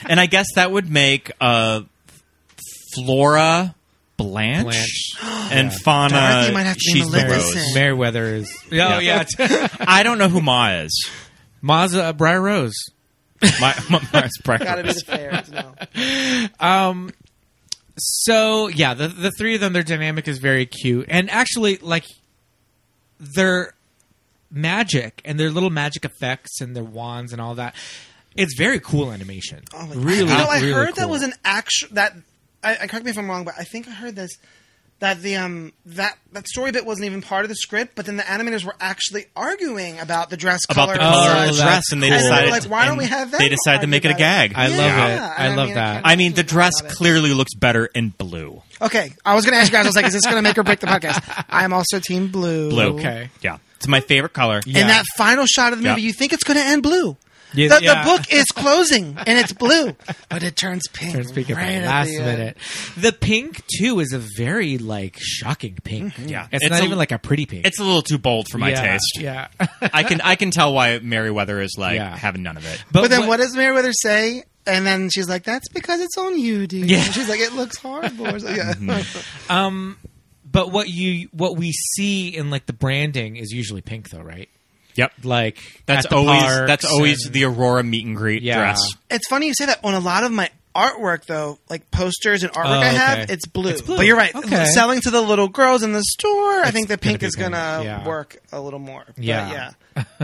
Speaker 6: and I guess that would make uh, Flora Blanche,
Speaker 5: Blanche.
Speaker 6: and Fauna.
Speaker 7: Dorothy might have to name
Speaker 6: she's the
Speaker 7: Maleficent.
Speaker 6: rose.
Speaker 5: Meriwether is. Oh yeah, [LAUGHS]
Speaker 6: I don't know who Ma is.
Speaker 5: Mazza uh, Briar Rose.
Speaker 6: [LAUGHS] My, my, my
Speaker 7: gotta be the fair. No.
Speaker 5: So yeah, the the three of them, their dynamic is very cute, and actually, like their magic and their little magic effects and their wands and all that, it's very cool animation.
Speaker 7: [LAUGHS] Oh, my-
Speaker 5: really,
Speaker 7: You know, I
Speaker 5: really
Speaker 7: heard
Speaker 5: cool.
Speaker 7: that was an actual that. I, I correct me if I'm wrong, but I think I heard this that the um that that story bit wasn't even part of the script, but then the animators were actually arguing about the dress
Speaker 6: about the
Speaker 7: color.
Speaker 6: color
Speaker 5: Oh,
Speaker 6: of the
Speaker 5: that's
Speaker 6: dress, and they
Speaker 5: cool. And they were
Speaker 6: decided.
Speaker 7: like, why don't we
Speaker 6: and
Speaker 7: have them
Speaker 6: They decided to make it a
Speaker 7: argue about it?
Speaker 6: gag.
Speaker 5: I love
Speaker 7: Yeah,
Speaker 5: it.
Speaker 7: and
Speaker 5: I
Speaker 7: I
Speaker 5: love
Speaker 7: mean,
Speaker 5: that.
Speaker 7: I
Speaker 6: I mean, the dress
Speaker 7: Love it.
Speaker 6: clearly looks better in blue.
Speaker 7: Okay, I was going to ask you guys. I was like, is this going to make or break the podcast? I am also team blue.
Speaker 6: Blue.
Speaker 5: Okay.
Speaker 6: Yeah, it's my favorite color.
Speaker 5: Yeah.
Speaker 7: And that final shot of the movie,
Speaker 6: Yeah.
Speaker 7: you think it's going to end blue.
Speaker 5: Yeah,
Speaker 7: the,
Speaker 5: yeah.
Speaker 7: the
Speaker 5: [LAUGHS]
Speaker 7: book is closing and it's blue, but it turns pink.
Speaker 5: Turns pink at the
Speaker 7: right at
Speaker 5: last
Speaker 7: the end.
Speaker 5: minute. The pink too is a very like shocking pink.
Speaker 7: Mm-hmm.
Speaker 6: Yeah.
Speaker 5: it's,
Speaker 6: It's
Speaker 5: not
Speaker 6: a-
Speaker 5: even like a pretty pink.
Speaker 6: It's a little too bold for my
Speaker 5: Yeah,
Speaker 6: taste.
Speaker 5: [LAUGHS] Yeah,
Speaker 6: I can I can tell why Meriwether is like
Speaker 5: Yeah.
Speaker 6: having none of it.
Speaker 7: But then what does Meriwether say? And then she's like, "That's because it's on you, dude."
Speaker 5: Yeah. Mm-hmm.
Speaker 7: She's like, "It looks horrible." Or something. Yeah.
Speaker 5: But what you what we see in like the branding is usually pink though, right?
Speaker 6: Yep.
Speaker 5: Like
Speaker 6: That's
Speaker 5: at the
Speaker 6: always
Speaker 5: parks
Speaker 6: that's always
Speaker 5: and-
Speaker 6: the Aurora meet and greet
Speaker 5: Yeah.
Speaker 6: dress.
Speaker 7: It's funny you say that. On a lot of my artwork, though, like posters and artwork
Speaker 5: Oh,
Speaker 7: I have,
Speaker 5: okay.
Speaker 7: it's, blue.
Speaker 5: It's blue.
Speaker 7: But you're right.
Speaker 5: Okay.
Speaker 7: Selling to the little girls in the store, I think
Speaker 5: gonna
Speaker 7: the pink
Speaker 5: be
Speaker 7: is going to
Speaker 5: pink. Yeah.
Speaker 7: work a little more. But,
Speaker 5: Yeah.
Speaker 7: yeah.
Speaker 5: [LAUGHS]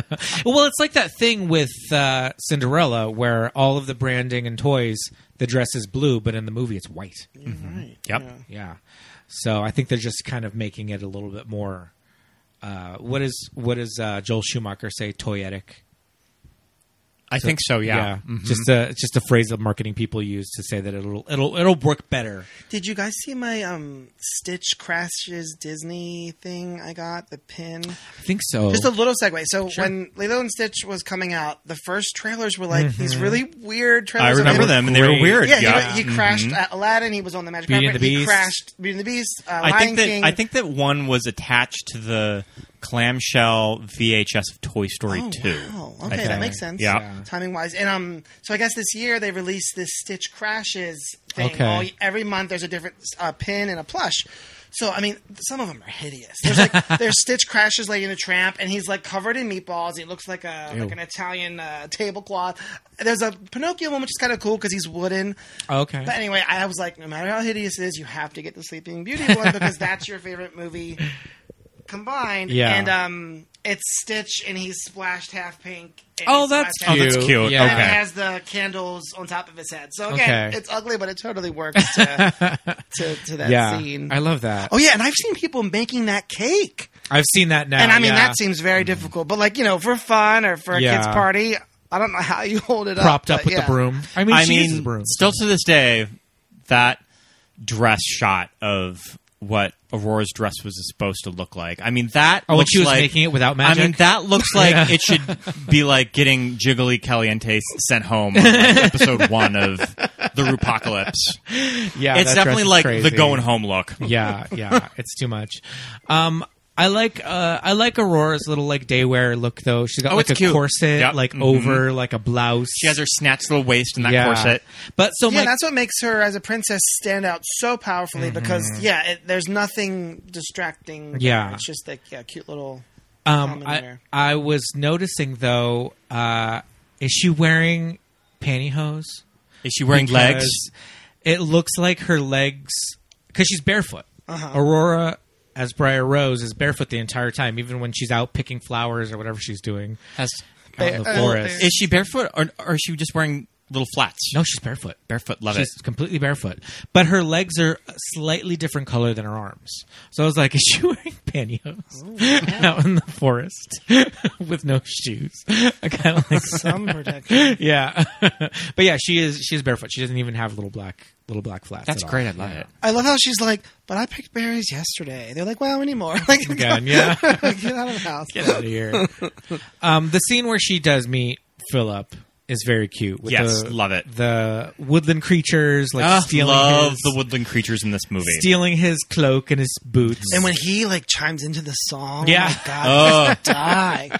Speaker 5: Well, it's like that thing with uh, Cinderella where all of the branding and toys, the dress is blue, but in the movie it's white.
Speaker 6: Yep.
Speaker 5: Yeah. So I think they're just kind of making it a little bit more. Uh, what is what does uh, Joel Schumacher say? Toyetic.
Speaker 6: I think so. Yeah. Mhm.
Speaker 5: Just a just a phrase that marketing people use to say that it'll it'll it'll work better.
Speaker 7: Did you guys see my um, Stitch crashes Disney thing? I got the pin.
Speaker 5: I think so.
Speaker 6: Oh.
Speaker 7: Just a little segue. So when Lilo and Stitch was coming out, the first trailers were like these really weird
Speaker 6: Mm-hmm. I
Speaker 7: trailers. of
Speaker 6: remember
Speaker 7: him-
Speaker 6: them, and they were
Speaker 5: great.
Speaker 6: weird.
Speaker 7: Yeah,
Speaker 6: Yeah. Mm-hmm.
Speaker 7: he- He, crashed at Aladdin. He was on the Magic
Speaker 5: Beauty and
Speaker 7: Carpet.
Speaker 5: the
Speaker 7: He
Speaker 5: Beast.
Speaker 7: crashed Beauty and the Beast. Uh,
Speaker 6: I
Speaker 7: Lion
Speaker 6: think that
Speaker 7: King.
Speaker 6: I think that one was attached to the clamshell VHS of Toy Story
Speaker 7: Oh,
Speaker 6: Two.
Speaker 7: wow.
Speaker 6: I
Speaker 7: Okay,
Speaker 6: think.
Speaker 7: that makes sense.
Speaker 6: Yeah.
Speaker 7: Timing wise, and um, so I guess this year they released this Stitch crashes thing.
Speaker 5: Okay.
Speaker 7: All, every month there's a different uh, pin and a plush. So I mean, some of them are hideous. There's
Speaker 5: [LAUGHS]
Speaker 7: like there's Stitch crashes Lady in a Tramp, and he's like covered in meatballs. He looks like a
Speaker 5: Ew.
Speaker 7: like an Italian uh, tablecloth. There's a Pinocchio one which is kind of cool because he's wooden.
Speaker 5: Oh, okay.
Speaker 7: But anyway, I was like, no matter how hideous it is, you have to get the Sleeping Beauty one because that's your favorite movie combined.
Speaker 5: Yeah.
Speaker 7: And um, it's Stitch, and he's splashed half pink. and
Speaker 5: Oh,
Speaker 7: he's
Speaker 5: that's
Speaker 7: splashed
Speaker 5: cute.
Speaker 6: Oh, that's cute.
Speaker 5: Yeah.
Speaker 7: half- And
Speaker 6: Okay.
Speaker 7: it has the candles on top of his head. So again,
Speaker 5: Okay.
Speaker 7: it's ugly, but it totally
Speaker 5: [LAUGHS]
Speaker 7: works to, to, to that
Speaker 5: yeah.
Speaker 7: scene.
Speaker 5: I love that.
Speaker 7: oh yeah, and I've seen people making that cake,
Speaker 5: I've seen that now.
Speaker 7: and I mean
Speaker 5: Oh, yeah.
Speaker 7: that seems very difficult. But like you know, for fun or for a
Speaker 5: Yeah.
Speaker 7: kids party, I don't know how you hold it
Speaker 5: propped up
Speaker 7: up but
Speaker 5: with
Speaker 7: yeah.
Speaker 5: the broom. I mean,
Speaker 6: I
Speaker 5: she uses
Speaker 6: mean,
Speaker 5: broom.
Speaker 6: still to this day, that dress shot of what Aurora's dress was supposed to look like. I mean, that.
Speaker 5: Oh, when
Speaker 6: looks
Speaker 5: she was
Speaker 6: like-
Speaker 5: making it without
Speaker 6: I mean,
Speaker 5: magic?
Speaker 6: that looks like
Speaker 5: Yeah.
Speaker 6: it
Speaker 5: [LAUGHS]
Speaker 6: should be like getting Jiggly Caliente s- sent home, on, like, episode one of the the Rupocalypse.
Speaker 5: yeah,
Speaker 6: it's
Speaker 5: that
Speaker 6: definitely
Speaker 5: dress is
Speaker 6: like the
Speaker 5: crazy. [LAUGHS]
Speaker 6: going home look.
Speaker 5: yeah, yeah, it's too much. Um, I like uh, I like Aurora's little like daywear look though. She's got
Speaker 6: Oh,
Speaker 5: like
Speaker 6: it's
Speaker 5: a
Speaker 6: cute.
Speaker 5: corset
Speaker 6: Yep.
Speaker 5: like
Speaker 6: Mhm.
Speaker 5: over like a blouse.
Speaker 6: She has her snatched little waist in that
Speaker 5: yeah.
Speaker 6: corset.
Speaker 5: But so
Speaker 7: yeah,
Speaker 5: like
Speaker 7: that's what makes her as a princess stand out so powerfully
Speaker 5: Mm-hmm.
Speaker 7: because yeah, it, there's nothing distracting. about
Speaker 5: Yeah.
Speaker 7: her. it's just like yeah, cute little.
Speaker 5: um
Speaker 7: common
Speaker 5: I,
Speaker 7: wear.
Speaker 5: I was noticing though uh is she wearing pantyhose?
Speaker 6: Is she wearing legs?
Speaker 5: Because It looks like her legs because she's barefoot. Aurora, as Briar Rose, is barefoot the entire time, even when she's out picking flowers or whatever she's doing
Speaker 6: Has-
Speaker 5: out in the
Speaker 7: Uh, uh,
Speaker 5: forest.
Speaker 6: is she barefoot or, or is she just wearing little flats?
Speaker 5: no, she's barefoot.
Speaker 6: Barefoot, love
Speaker 5: She's completely barefoot, but her legs are a slightly different color than her arms. So I was like, [LAUGHS] "Is she wearing pantyhose [LAUGHS] out in the forest [LAUGHS] with no shoes?" [LAUGHS] I kind of like,
Speaker 7: Some [LAUGHS] protection.
Speaker 5: [LAUGHS] yeah, but yeah, she is. She is barefoot. She doesn't even have little black little black flats.
Speaker 6: That's
Speaker 5: at all.
Speaker 6: great. I love it.
Speaker 7: I love how she's like, but I picked berries yesterday. They're like, well, we need more. [LAUGHS] Like,
Speaker 6: [LAUGHS]
Speaker 5: Again, yeah.
Speaker 7: get out of the house.
Speaker 5: [LAUGHS] Get out of here. um, the scene where she does meet Philip is very cute. With
Speaker 6: Yes,
Speaker 5: the,
Speaker 6: love it.
Speaker 5: The woodland creatures like
Speaker 6: Ah,
Speaker 5: stealing
Speaker 6: love
Speaker 5: his,
Speaker 6: the woodland creatures in this movie.
Speaker 5: stealing his cloak and his boots.
Speaker 7: And when he like chimes into the song,
Speaker 5: Yeah.
Speaker 7: yeah, my God,
Speaker 6: Oh.
Speaker 7: I just die.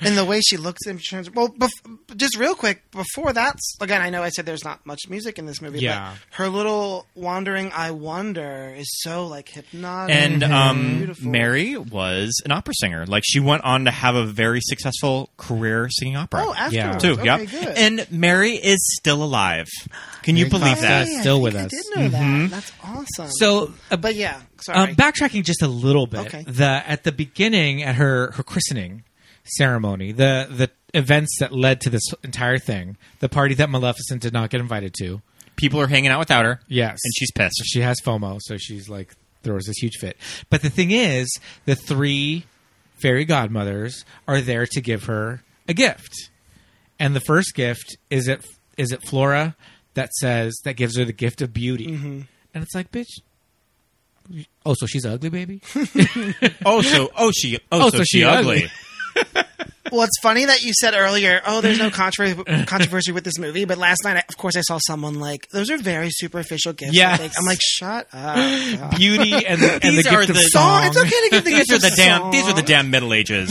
Speaker 7: And the way she looks at him, she turns. Well, bef- just real quick before that, again, I know I said there's not much music in this movie,
Speaker 5: Yeah.
Speaker 7: but her little wandering "I wonder" is so like hypnotic
Speaker 6: and um,
Speaker 7: beautiful.
Speaker 6: Mary was an opera singer. Like she went on to have a very successful career singing opera.
Speaker 7: Oh,
Speaker 5: Yeah.
Speaker 7: afterwards,
Speaker 6: too.
Speaker 7: okay,
Speaker 6: yep.
Speaker 7: good.
Speaker 6: And Mary is still alive. Can you
Speaker 5: Mary
Speaker 6: believe
Speaker 5: Costa.
Speaker 6: that?
Speaker 5: Hey.
Speaker 7: I
Speaker 5: still
Speaker 7: think
Speaker 5: with
Speaker 7: I
Speaker 5: us.
Speaker 7: did know
Speaker 6: Mm-hmm.
Speaker 7: that. That's awesome.
Speaker 5: so, uh,
Speaker 7: but yeah, sorry.
Speaker 5: um, backtracking just a little bit.
Speaker 7: Okay.
Speaker 5: The at the beginning at her her christening ceremony, the the events that led to this entire thing, the party that Maleficent did not get invited to.
Speaker 6: People are hanging out without her.
Speaker 5: Yes.
Speaker 6: And she's pissed.
Speaker 5: She has FOMO, so she's like throws this huge fit. But the thing is, the three fairy godmothers are there to give her a gift. And the first gift is it is it Flora that says that gives her the gift of beauty.
Speaker 6: Mm-hmm.
Speaker 5: And it's like, bitch. Oh, so she's
Speaker 6: [LAUGHS]
Speaker 5: ugly, baby.
Speaker 6: oh, so oh she oh, so, she, ugly.
Speaker 7: Well, it's funny that you said earlier, oh,
Speaker 6: [LAUGHS]
Speaker 7: there's no controversy, controversy with this movie. But last night, I- of course, I saw someone like, those are very superficial gifts.
Speaker 5: Yes.
Speaker 7: Like, I'm like, shut
Speaker 6: [GASPS]
Speaker 7: up. God."
Speaker 5: Beauty and the, and the
Speaker 6: These are
Speaker 5: gift of
Speaker 6: the-
Speaker 5: song.
Speaker 7: Song. It's okay to give the
Speaker 6: These
Speaker 7: gift
Speaker 6: are
Speaker 7: of
Speaker 6: the damn.
Speaker 7: song.
Speaker 6: These are the damn Middle Ages.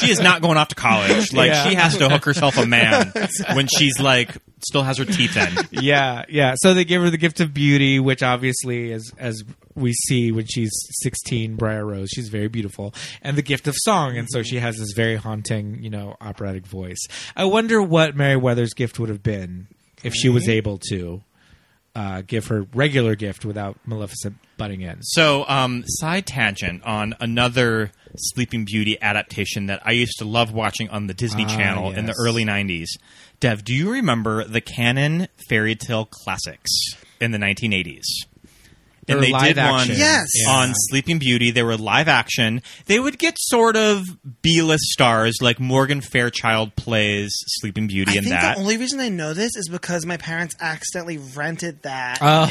Speaker 6: she is not going off to college. Like
Speaker 5: Yeah.
Speaker 6: she has to hook herself a man when she's like still has her teeth in.
Speaker 5: yeah, yeah. So they give her the gift of beauty, which obviously, as as we see when she's sixteen, Briar Rose, she's very beautiful, and the gift of song, and so she has this very haunting, you know, operatic voice. I wonder what Meriwether's gift would have been if she was able to uh, give her regular gift without Maleficent butting in.
Speaker 6: So, um, side tangent on another Sleeping Beauty adaptation that I used to love watching on the Disney
Speaker 5: Ah,
Speaker 6: Channel in the
Speaker 5: yes.
Speaker 6: early 90s. Dev, do you remember the canon fairy tale classics in the 1980s?
Speaker 5: were live action.
Speaker 7: Yes.
Speaker 6: on
Speaker 5: Yeah.
Speaker 6: Sleeping Beauty. They were live action. They would get sort of B list stars like Morgan Fairchild plays Sleeping Beauty
Speaker 7: I
Speaker 6: in
Speaker 7: think
Speaker 6: that.
Speaker 7: the only reason I know this is because my parents accidentally rented that
Speaker 5: Oh.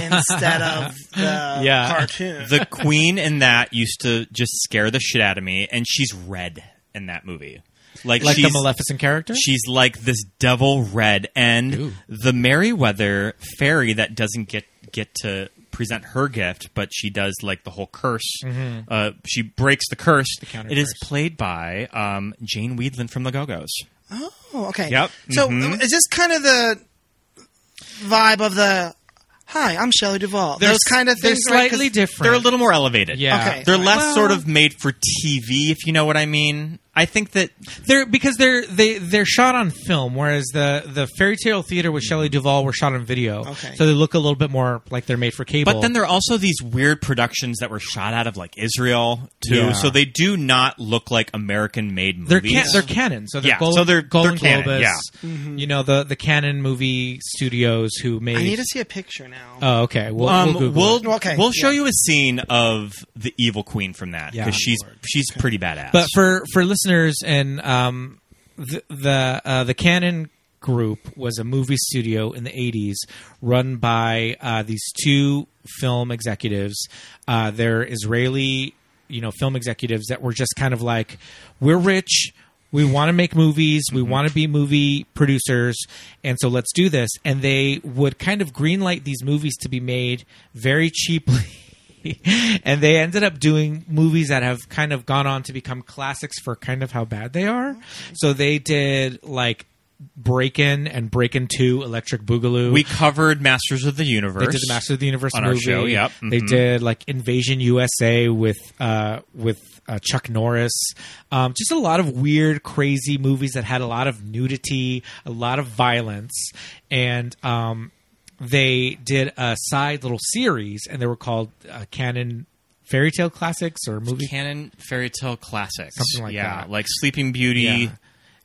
Speaker 6: [LAUGHS]
Speaker 7: instead of the
Speaker 5: Yeah.
Speaker 7: cartoon.
Speaker 6: the queen in that used to just scare the shit out of me, and she's red in that movie. Like,
Speaker 5: Like the
Speaker 6: she's,
Speaker 5: Maleficent character,
Speaker 6: she's like this devil red, and
Speaker 5: Ooh.
Speaker 6: the Merryweather fairy that doesn't get get to present her gift, but she does like the whole curse. Uh, she breaks the curse.
Speaker 5: Mm-hmm. counter
Speaker 6: it is
Speaker 5: curse.
Speaker 6: played by um, Jane Weedland from the Go Go's.
Speaker 7: oh, okay.
Speaker 6: Yep.
Speaker 7: So
Speaker 6: Mhm.
Speaker 7: is this kind of the vibe of the, hi, I'm Shelley Duvall?
Speaker 5: They're
Speaker 7: Those kind of
Speaker 5: s- they're
Speaker 7: things. right? 'Cause-
Speaker 5: slightly different.
Speaker 6: They're a little more elevated.
Speaker 5: Yeah.
Speaker 7: Okay.
Speaker 6: They're less
Speaker 5: Well-
Speaker 6: sort of made for TV, if you know what I mean. I think that
Speaker 5: They're because they're they they're shot on film, whereas the the fairy tale theater with
Speaker 6: Mm-hmm.
Speaker 5: Shelley Duvall were shot on video.
Speaker 7: Okay.
Speaker 5: So they look a little bit more like they're made for cable.
Speaker 6: But then there are also these weird productions that were shot out of like Israel too.
Speaker 5: Yeah.
Speaker 6: So they do not look like American made movies.
Speaker 5: they're can, they're canon, so they're
Speaker 6: Yeah,
Speaker 5: Golden,
Speaker 6: so they're-
Speaker 5: Golden
Speaker 6: they're canon,
Speaker 5: Globus,
Speaker 6: yeah. Mm-hmm.
Speaker 5: you know the the canon movie studios who made.
Speaker 7: I need to see a picture now.
Speaker 5: oh, okay. We'll,
Speaker 6: um,
Speaker 5: we'll,
Speaker 6: we'll
Speaker 5: Google it.
Speaker 6: we'll,
Speaker 7: Okay,
Speaker 6: show
Speaker 7: yeah.
Speaker 6: you a scene of the evil queen from that
Speaker 5: Yeah.
Speaker 6: because she's she's pretty badass.
Speaker 5: But for for listeners and um, the the uh, the canon group was a movie studio in the 80s run by uh, these two film executives uh, they're israeli you know film executives that were just kind of like we're rich We want to make movies. We want to be movie producers, and so let's do this. And they would kind of greenlight these movies to be made very cheaply. [LAUGHS] and they ended up doing movies that have kind of gone on to become classics for kind of how bad they are. So they did like Break In and Break In 2 Electric Boogaloo.
Speaker 6: We covered Masters of the Universe.
Speaker 5: They did the Master of the Universe
Speaker 6: On our
Speaker 5: movie.
Speaker 6: show, yep.
Speaker 5: They
Speaker 6: Mhm.
Speaker 5: did like Invasion USA with uh, with uh, Chuck Norris. Um, just a lot of weird, crazy movies that had a lot of nudity, a lot of violence, and um, they did a side little series, and they were called uh, Canon Fairy Tale Classics or movie.
Speaker 6: canon fairy tale classics,
Speaker 5: Something like
Speaker 6: yeah,
Speaker 5: that.
Speaker 6: like Sleeping Beauty.
Speaker 5: Yeah.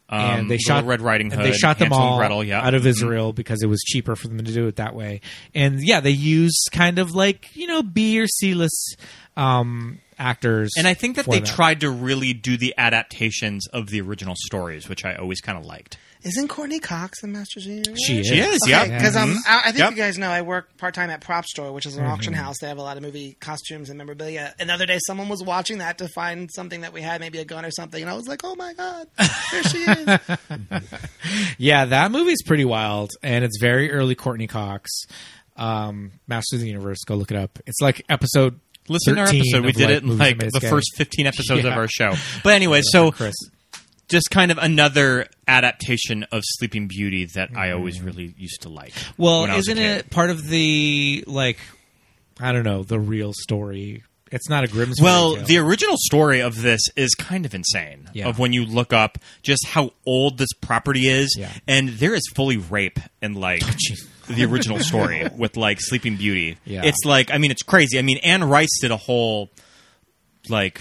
Speaker 6: Um,
Speaker 5: and they
Speaker 6: Little
Speaker 5: shot
Speaker 6: Red Riding Hood.
Speaker 5: and they shot them
Speaker 6: Hansel and
Speaker 5: all
Speaker 6: Gretel, yeah. Mm-hmm.
Speaker 5: out of Israel because it was cheaper for them to do it that way. And yeah, they used kind of like you know B or C list um, actors.
Speaker 6: Mm-hmm. And I think that
Speaker 5: for
Speaker 6: they tried to really do the adaptations of the original stories, which I always kind of liked.
Speaker 7: Isn't Courtney Cox in Masters of the Universe?
Speaker 5: She is. Mm-hmm.
Speaker 6: She is, yeah.
Speaker 7: Because um,
Speaker 6: Mhm.
Speaker 7: I, I think
Speaker 6: Yep.
Speaker 7: you guys know I work part time at Prop Store, which is an auction house. They have a lot of movie costumes and memorabilia. Another day, someone was watching that to find something that we had, maybe a gun or something, and I was like, "Oh my god, there
Speaker 5: [LAUGHS]
Speaker 7: she is!"
Speaker 5: Yeah, that movie is pretty wild, and it's very early Courtney Cox. Um, Masters of the Universe. Go look it up. It's like episode.
Speaker 6: Listen to our
Speaker 5: 13
Speaker 6: episode. We
Speaker 5: of,
Speaker 6: did it in
Speaker 5: Movies
Speaker 6: like
Speaker 5: Made Us
Speaker 6: the
Speaker 5: Gay.
Speaker 6: first 15 episodes
Speaker 5: Yeah.
Speaker 6: of our show. But anyway, so
Speaker 5: Chris.
Speaker 6: just kind of another adaptation of Sleeping Beauty that I always really used to like.
Speaker 5: Well,
Speaker 6: when I was a
Speaker 5: isn't
Speaker 6: kid.
Speaker 5: it part of the like? I don't know the real story. It's not a Grimm's.
Speaker 6: Well,
Speaker 5: fairy
Speaker 6: the
Speaker 5: tale.
Speaker 6: original story of this is kind of insane.
Speaker 5: Yeah.
Speaker 6: Of when you look up just how old this property is,
Speaker 5: Yeah. Oh,
Speaker 6: and there is fully rape in like
Speaker 5: [LAUGHS]
Speaker 6: the original story with like Sleeping Beauty.
Speaker 5: Yeah.
Speaker 6: It's like I mean, it's crazy. I mean, Anne Rice did a whole like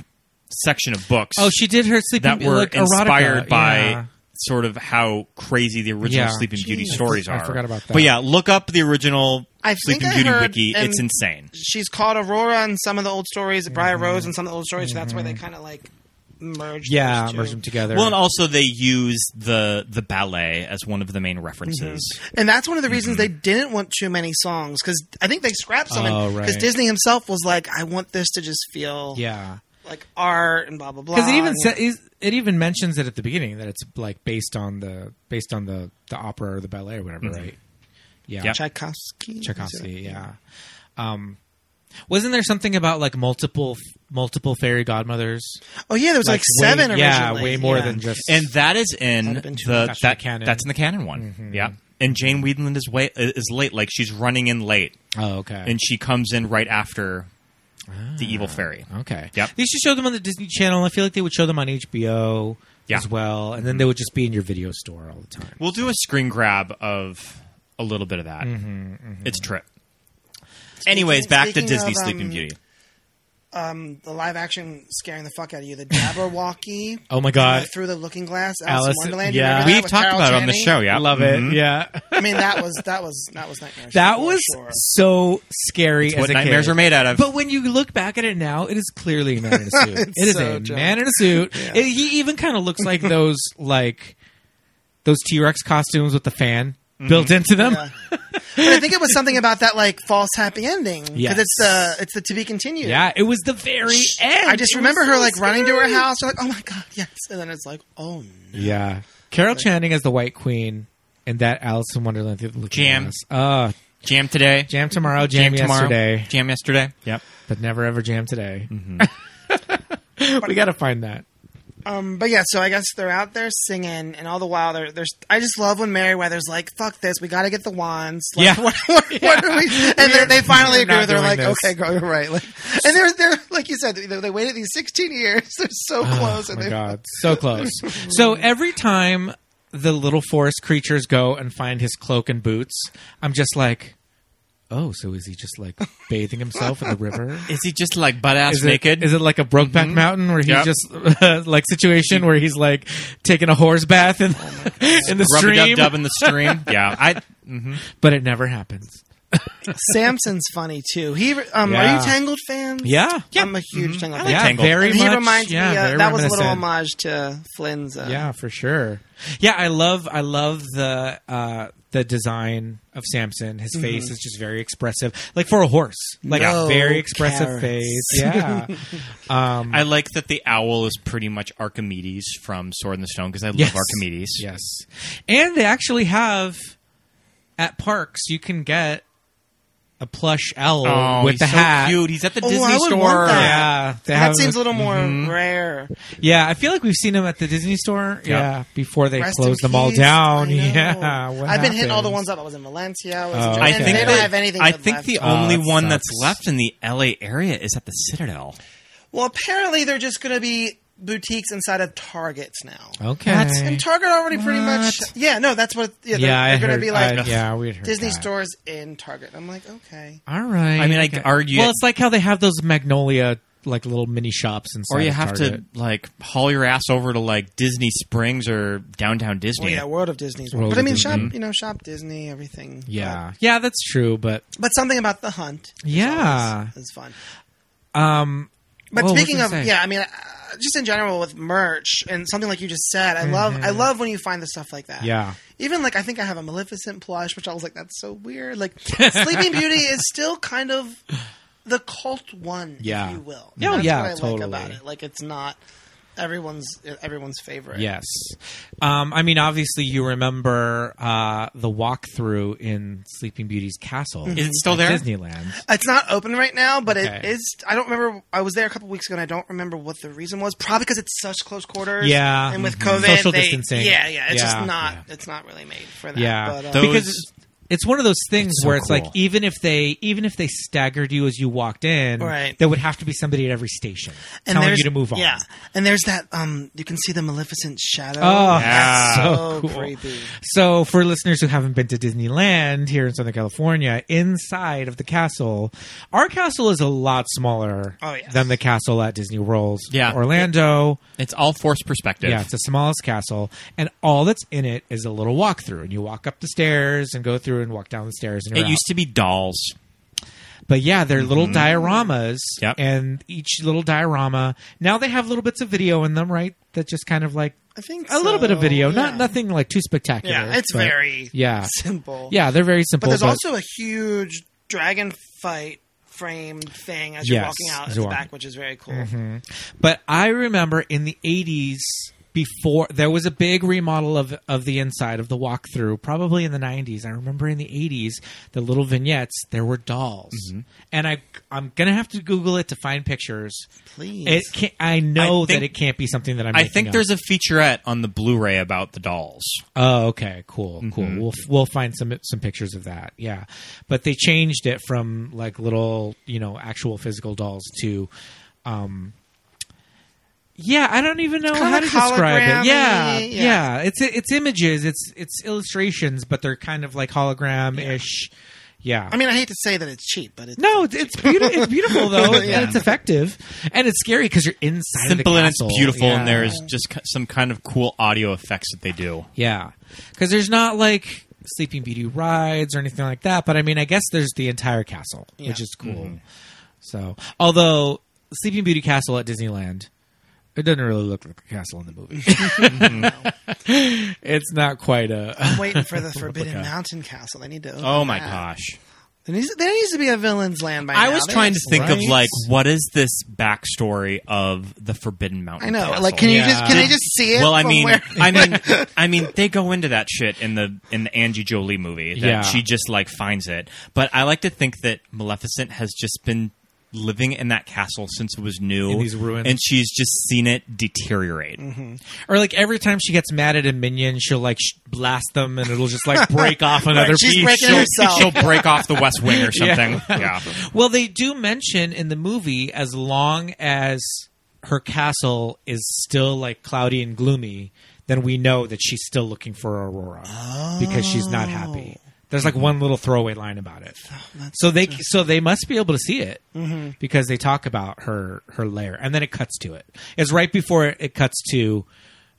Speaker 6: section of books
Speaker 5: oh, she did her sleeping
Speaker 6: that were
Speaker 5: like, erotica.
Speaker 6: inspired by.
Speaker 5: Yeah.
Speaker 6: Sort of how crazy the original
Speaker 5: Yeah.
Speaker 6: Sleeping Beauty
Speaker 5: Jeez.
Speaker 6: stories
Speaker 5: I
Speaker 6: are.
Speaker 5: forgot about that.
Speaker 6: But yeah, look up the original
Speaker 7: I think
Speaker 6: Sleeping
Speaker 7: I
Speaker 6: Beauty
Speaker 7: heard
Speaker 6: wiki.
Speaker 7: in-
Speaker 6: It's insane.
Speaker 7: She's called Aurora in some of the old stories, Briar
Speaker 5: Mm-hmm.
Speaker 7: Rose in some of the old stories. So that's where they kind of like merged.
Speaker 5: Yeah,
Speaker 7: those two.
Speaker 5: merge them together.
Speaker 6: Well, and also they use the the ballet as one of the main references.
Speaker 5: Mm-hmm.
Speaker 7: And that's one of the reasons they didn't want too many songs because I think they scrapped some
Speaker 5: Oh,
Speaker 7: because
Speaker 5: right.
Speaker 7: Disney himself was like, "I want this to just feel
Speaker 5: yeah.
Speaker 7: like art and blah blah blah."
Speaker 5: because it even
Speaker 7: and-
Speaker 5: sa- is- it even mentions it at the beginning that it's like based on the based on the the opera or the ballet or whatever,
Speaker 6: Mm-hmm.
Speaker 5: right? Yeah,
Speaker 6: Yeah.
Speaker 7: Tchaikovsky.
Speaker 5: Tchaikovsky. Yeah. Um, wasn't there something about like multiple multiple fairy godmothers?
Speaker 7: Oh yeah, there was like,
Speaker 5: way-
Speaker 7: seven.
Speaker 5: Yeah,
Speaker 7: originally.
Speaker 5: way more
Speaker 7: Yeah.
Speaker 5: than just
Speaker 6: And that is in
Speaker 7: That'd been too
Speaker 6: the
Speaker 5: much. Mm-hmm.
Speaker 6: that,
Speaker 5: Canon.
Speaker 6: that's in the canon one. Yeah. And Jane Weedland is wait, is late, like she's running in late,
Speaker 5: oh okay
Speaker 6: and she comes in right after the
Speaker 5: Ah.
Speaker 6: evil fairy.
Speaker 5: okay.
Speaker 6: Yep.
Speaker 5: They should show them on the Disney Channel. I feel like they would show them on HBO
Speaker 6: Yeah.
Speaker 5: as well, and then they would just be in your video store all the time.
Speaker 6: We'll do a screen grab of a little bit of that.
Speaker 5: Mm-hmm,
Speaker 6: It's a trip. Anyways, back to
Speaker 7: speaking
Speaker 6: Disney
Speaker 7: of,
Speaker 6: Sleeping
Speaker 7: um,
Speaker 6: Beauty.
Speaker 7: the live action scaring the fuck out of you.
Speaker 5: [LAUGHS]
Speaker 7: The Jabberwocky.
Speaker 5: Oh my God.
Speaker 7: uh, through the Looking Glass, Alice,
Speaker 5: Alice-
Speaker 7: in Wonderland.
Speaker 5: yeah.
Speaker 7: Yeah,
Speaker 5: We've
Speaker 6: We've talked about it on the show. Yeah, Mhm.
Speaker 5: Yeah,
Speaker 7: I mean, that was that was that was nightmare.
Speaker 5: that
Speaker 7: for
Speaker 5: was
Speaker 7: sure.
Speaker 5: so scary.
Speaker 6: It's
Speaker 5: as
Speaker 6: what
Speaker 5: a
Speaker 6: nightmares
Speaker 5: kid.
Speaker 6: are made out of.
Speaker 5: But when you look back at it now, it is clearly a man in a
Speaker 7: [LAUGHS]
Speaker 5: suit. it is
Speaker 7: so
Speaker 5: a
Speaker 7: junk.
Speaker 5: man in a suit. It- he even kind of looks
Speaker 6: [LAUGHS]
Speaker 5: like those like those T Rex costumes with the fan
Speaker 6: Mm-hmm.
Speaker 5: built into them.
Speaker 7: Yeah. But I think it was something about that like false happy ending because
Speaker 5: Yes.
Speaker 7: it's the it's the to be continued.
Speaker 5: Yeah, it was the very end.
Speaker 7: I just
Speaker 5: It was
Speaker 7: remember her
Speaker 5: so
Speaker 7: like running to her
Speaker 5: scary.
Speaker 7: house. You're like, oh my god, yes, and then it's like, oh, no.
Speaker 5: Yeah, Carol Channing as the White Queen, and that Alice in Wonderland. through the looking
Speaker 6: Jam.
Speaker 5: glass. Uh,
Speaker 6: jam today,
Speaker 5: jam tomorrow, jam,
Speaker 6: tomorrow,
Speaker 5: yesterday,
Speaker 6: jam yesterday. Yep.
Speaker 5: but never ever jam today.
Speaker 6: Mm-hmm.
Speaker 5: [LAUGHS] we got to find that.
Speaker 7: Um, but yeah, so I guess they're out there singing, and all the while they're there's. I just love when Meriwether's like, "Fuck this, we got to get the wands." Like,
Speaker 5: Yeah.
Speaker 7: [LAUGHS] what, what, what are we? And they, they finally
Speaker 5: we're
Speaker 7: agree.
Speaker 5: not
Speaker 7: They're
Speaker 5: doing
Speaker 7: like,
Speaker 5: this.
Speaker 7: "Okay, girl, you're
Speaker 5: [LAUGHS]
Speaker 7: right." Like, and they're they're like you said, they, they waited these 16 years. [LAUGHS] They're so close,
Speaker 5: Oh
Speaker 7: and
Speaker 5: my
Speaker 7: they
Speaker 5: god, so close. so every time the little forest creatures go and find his cloak and boots, I'm just like, oh, so is he just like bathing himself in the
Speaker 7: [LAUGHS]
Speaker 5: river?
Speaker 6: Is he just like butt ass
Speaker 5: Is it,
Speaker 6: naked?
Speaker 5: is it like a Brokeback
Speaker 7: Mm-hmm.
Speaker 5: Mountain where he's
Speaker 6: Yep.
Speaker 5: just [LAUGHS] like situation where he's like taking a horse bath in,
Speaker 7: Oh
Speaker 5: [LAUGHS] in the
Speaker 6: Rub a dub [LAUGHS]
Speaker 5: stream,
Speaker 6: dub in the stream. yeah, I.
Speaker 5: but it never happens.
Speaker 7: [LAUGHS] Samson's funny too. He, um, are
Speaker 5: Yeah.
Speaker 7: you Tangled fans?
Speaker 5: Yeah. Mm-hmm.
Speaker 7: I'm a huge Tangled fan.
Speaker 5: yeah,
Speaker 6: Tangled.
Speaker 5: very
Speaker 7: And he
Speaker 5: much.
Speaker 7: reminds
Speaker 5: yeah,
Speaker 7: me. Uh,
Speaker 5: very
Speaker 7: that was a little
Speaker 5: reminiscent.
Speaker 7: homage to Flynn's. Uh,
Speaker 5: Yeah, for sure. Yeah, I love I love the uh the design of Samson. His face is just very expressive. Like for a horse. Like
Speaker 7: Mm-hmm. No
Speaker 5: a very expressive
Speaker 7: carrots. [LAUGHS]
Speaker 5: face. Yeah. um
Speaker 6: I like that the owl is pretty much Archimedes from Sword in the Stone because I love
Speaker 5: Yes.
Speaker 6: Archimedes.
Speaker 5: yes. And they actually have at parks you can get a plush owl
Speaker 6: Oh,
Speaker 5: with
Speaker 6: he's
Speaker 5: the
Speaker 6: so
Speaker 5: hat.
Speaker 6: cute. He's at the
Speaker 7: Oh,
Speaker 6: Disney
Speaker 7: I would
Speaker 6: store.
Speaker 7: want that.
Speaker 5: Yeah, they
Speaker 7: That
Speaker 5: have- Mm-hmm.
Speaker 7: seems a little more rare.
Speaker 5: yeah. I feel like we've seen him at the Disney store. Yeah, before they
Speaker 7: Rest
Speaker 5: closed
Speaker 7: in
Speaker 5: them all
Speaker 7: peace.
Speaker 5: down. [LAUGHS]
Speaker 7: I know.
Speaker 5: Yeah, what
Speaker 7: I've been hitting all the
Speaker 5: happened?
Speaker 7: ones up. I was in Valencia. I was
Speaker 5: Oh,
Speaker 7: in
Speaker 5: okay.
Speaker 7: Germany.
Speaker 6: I think
Speaker 7: they
Speaker 6: that-
Speaker 7: don't have anything.
Speaker 6: I
Speaker 7: good
Speaker 6: think
Speaker 7: left.
Speaker 6: the
Speaker 5: Oh,
Speaker 6: only
Speaker 5: that
Speaker 6: one that's
Speaker 5: sucks.
Speaker 6: left in the LA area is at the Citadel.
Speaker 7: well, apparently they're just going to be boutiques inside of Targets now.
Speaker 5: Okay.
Speaker 7: And Target already pretty much.
Speaker 5: What?
Speaker 7: Yeah, no, that's what. [LAUGHS] Yeah, they're,
Speaker 5: yeah, I
Speaker 7: going
Speaker 5: heard-
Speaker 7: to be like
Speaker 5: I- yeah, we had heard
Speaker 7: Disney
Speaker 5: that.
Speaker 7: stores in Target. I'm like, okay.
Speaker 5: All right.
Speaker 6: I mean, I argue-
Speaker 5: Well, it's like how they have those Magnolia like little mini shops inside.
Speaker 6: Or you
Speaker 5: of
Speaker 6: have
Speaker 5: Target.
Speaker 6: to like haul your ass over to like Disney Springs or downtown
Speaker 7: Well,
Speaker 6: Disney.
Speaker 7: Oh, yeah, World of Disney's. one.
Speaker 5: World
Speaker 7: But I
Speaker 5: of
Speaker 7: mean,
Speaker 5: Disney. Mm-hmm.
Speaker 7: shop. You know, shop Disney. Everything.
Speaker 5: Yeah, yeah, that's true. But
Speaker 7: But, but something about the hunt. is
Speaker 5: Yeah.
Speaker 7: always- is fun.
Speaker 5: um,
Speaker 7: But
Speaker 5: Well, what
Speaker 7: speaking
Speaker 5: can I
Speaker 7: of,
Speaker 5: say?
Speaker 7: yeah, I mean, uh, just in general with merch and something like you just said, I love, I love when you find the stuff like that.
Speaker 5: Mm-hmm. Yeah.
Speaker 7: Even like I think I have a Maleficent plush, which I was like, that's so weird. Like Sleeping Beauty is still kind of the cult one,
Speaker 5: Yeah.
Speaker 7: if you will.
Speaker 5: Yeah, oh,
Speaker 7: that's
Speaker 5: yeah,
Speaker 7: what I
Speaker 5: totally.
Speaker 7: like about it. Like it's not everyone's everyone's favorite.
Speaker 5: yes, um, I mean, obviously, you remember uh, the walkthrough in Sleeping Beauty's castle.
Speaker 7: Mm-hmm.
Speaker 6: Is it still
Speaker 5: at
Speaker 6: there?
Speaker 5: Disneyland.
Speaker 7: It's not open right now, but it
Speaker 5: Okay.
Speaker 7: is. I don't remember. I was there a couple weeks ago, and I don't remember what the reason was. Probably because it's such close quarters.
Speaker 5: Yeah.
Speaker 7: and with
Speaker 5: Mhm.
Speaker 7: COVID,
Speaker 5: Social
Speaker 7: they-
Speaker 5: distancing.
Speaker 7: Yeah, yeah. It's
Speaker 5: Yeah.
Speaker 7: just not.
Speaker 5: Yeah.
Speaker 7: It's not really made for that.
Speaker 5: Yeah,
Speaker 7: but, uh,
Speaker 6: Those-
Speaker 5: because it's, it's one of those things
Speaker 6: It's so
Speaker 5: where it's like
Speaker 6: cool.
Speaker 5: even if they even if they staggered you as you walked in,
Speaker 7: Right.
Speaker 5: there would have to be somebody at every station
Speaker 7: and
Speaker 5: telling
Speaker 7: there's-
Speaker 5: you to move on.
Speaker 7: Yeah, and there's that. Um, you can see the Maleficent shadow.
Speaker 5: Oh,
Speaker 7: That's
Speaker 5: yeah.
Speaker 7: so
Speaker 5: so cool.
Speaker 7: creepy.
Speaker 5: So, for listeners who haven't been to Disneyland here in Southern California, inside of the castle, our castle is a lot smaller
Speaker 7: Oh, yes.
Speaker 5: than the castle at Disney World,
Speaker 6: Yeah.
Speaker 5: Orlando.
Speaker 6: It's all forced perspective.
Speaker 5: Yeah, it's the smallest castle, and all that's in it is a little walkthrough, and you walk up the stairs and go through and walk down the stairs. And
Speaker 6: it
Speaker 5: you're out.
Speaker 6: used to be dolls.
Speaker 5: But yeah, they're little dioramas,
Speaker 6: Yep.
Speaker 5: and each little diorama now they have little bits of video in them, right? That just kind of like
Speaker 7: I think
Speaker 5: a little bit of
Speaker 7: so,
Speaker 5: video, not
Speaker 7: yeah.
Speaker 5: nothing like too spectacular.
Speaker 7: Yeah, it's
Speaker 5: but-
Speaker 7: very
Speaker 5: yeah,
Speaker 7: simple.
Speaker 5: yeah, they're very
Speaker 7: but
Speaker 5: simple.
Speaker 7: there's also a huge dragon fight framed thing as you're
Speaker 5: Yes, Mm-hmm.
Speaker 7: walking out
Speaker 5: as
Speaker 7: at
Speaker 5: you're
Speaker 7: the
Speaker 5: walking.
Speaker 7: back, which is very cool.
Speaker 5: But I remember in the eighties before there was a big remodel of of the inside of the walkthrough, probably in the nineties. I remember in the eighties the little vignettes, there were dolls.
Speaker 6: Mm-hmm.
Speaker 5: And I I'm gonna have to Google it to find pictures.
Speaker 7: Please.
Speaker 5: It can I know
Speaker 6: I think-
Speaker 5: that it can't be something that I'm
Speaker 6: I
Speaker 5: making
Speaker 6: think
Speaker 5: up.
Speaker 6: there's a featurette on the Blu-ray about the dolls.
Speaker 5: Oh, okay, cool,
Speaker 7: Mm-hmm.
Speaker 5: cool. We'll we'll find some some pictures of that. Yeah, but they changed it from like little, you know, actual physical dolls to, um, yeah, I don't even know
Speaker 7: kinda
Speaker 5: how to
Speaker 7: like
Speaker 5: describe it. Yeah, yeah,
Speaker 7: hologrammy, yeah.
Speaker 5: It's it's images, it's it's illustrations, but they're kind of like hologram ish. Yeah.
Speaker 7: I mean, I hate to say that it's cheap, but it's
Speaker 5: no, it's it's, beauti- it's
Speaker 7: [LAUGHS]
Speaker 5: beautiful though, and it's effective, and it's scary because you're inside. of the
Speaker 6: Simple and it's
Speaker 5: castle.
Speaker 6: beautiful,
Speaker 5: Yeah.
Speaker 6: and there is just ki- some kind of cool audio effects that they do.
Speaker 5: Yeah. Because there's not like Sleeping Beauty rides or anything like that. But I mean, I guess there's the entire castle, which is cool. So, although Sleeping Beauty Castle at Disneyland, it doesn't really look like a castle in the movie. [LAUGHS] it's not quite a. [LAUGHS]
Speaker 7: I'm [LAUGHS] waiting for the Forbidden
Speaker 5: Okay.
Speaker 7: Mountain Castle. They need to. open
Speaker 6: Oh my
Speaker 7: that.
Speaker 6: gosh!
Speaker 7: There needs, there needs to be a villains land by now.
Speaker 6: I was
Speaker 7: They-
Speaker 6: trying to think of
Speaker 5: Right?
Speaker 6: like what is this backstory of the Forbidden Mountain?
Speaker 7: I know.
Speaker 6: Castle?
Speaker 7: Like, can you
Speaker 5: Yeah.
Speaker 7: just can they just see it?
Speaker 6: well, I
Speaker 7: from
Speaker 6: mean,
Speaker 7: where-
Speaker 6: I
Speaker 7: [LAUGHS]
Speaker 6: mean, I mean, they go into that shit in the in the Angie Jolie movie. That
Speaker 5: Yeah.
Speaker 6: she just like finds it. But I like to think that Maleficent has just been living in that castle since it was new,
Speaker 5: In these ruins.
Speaker 6: and she's just seen it deteriorate.
Speaker 5: Or like every time she gets mad at a minion, she'll like sh- blast them and it'll just like
Speaker 6: [LAUGHS]
Speaker 7: [LAUGHS]
Speaker 5: break off another
Speaker 7: She's
Speaker 5: piece.
Speaker 7: breaking
Speaker 5: She'll-
Speaker 7: herself.
Speaker 6: She'll break off the West Wing
Speaker 7: [LAUGHS]
Speaker 6: or something. Yeah.
Speaker 5: Well, they do mention in the movie as long as her castle is still like cloudy and gloomy, then we know that she's still looking for Aurora because she's not
Speaker 7: Oh.
Speaker 5: happy. There's like one little throwaway line about it. so they so they must be able to see it
Speaker 7: Mm-hmm.
Speaker 5: because they talk about her her lair and then it cuts to it. It's right before it, it cuts to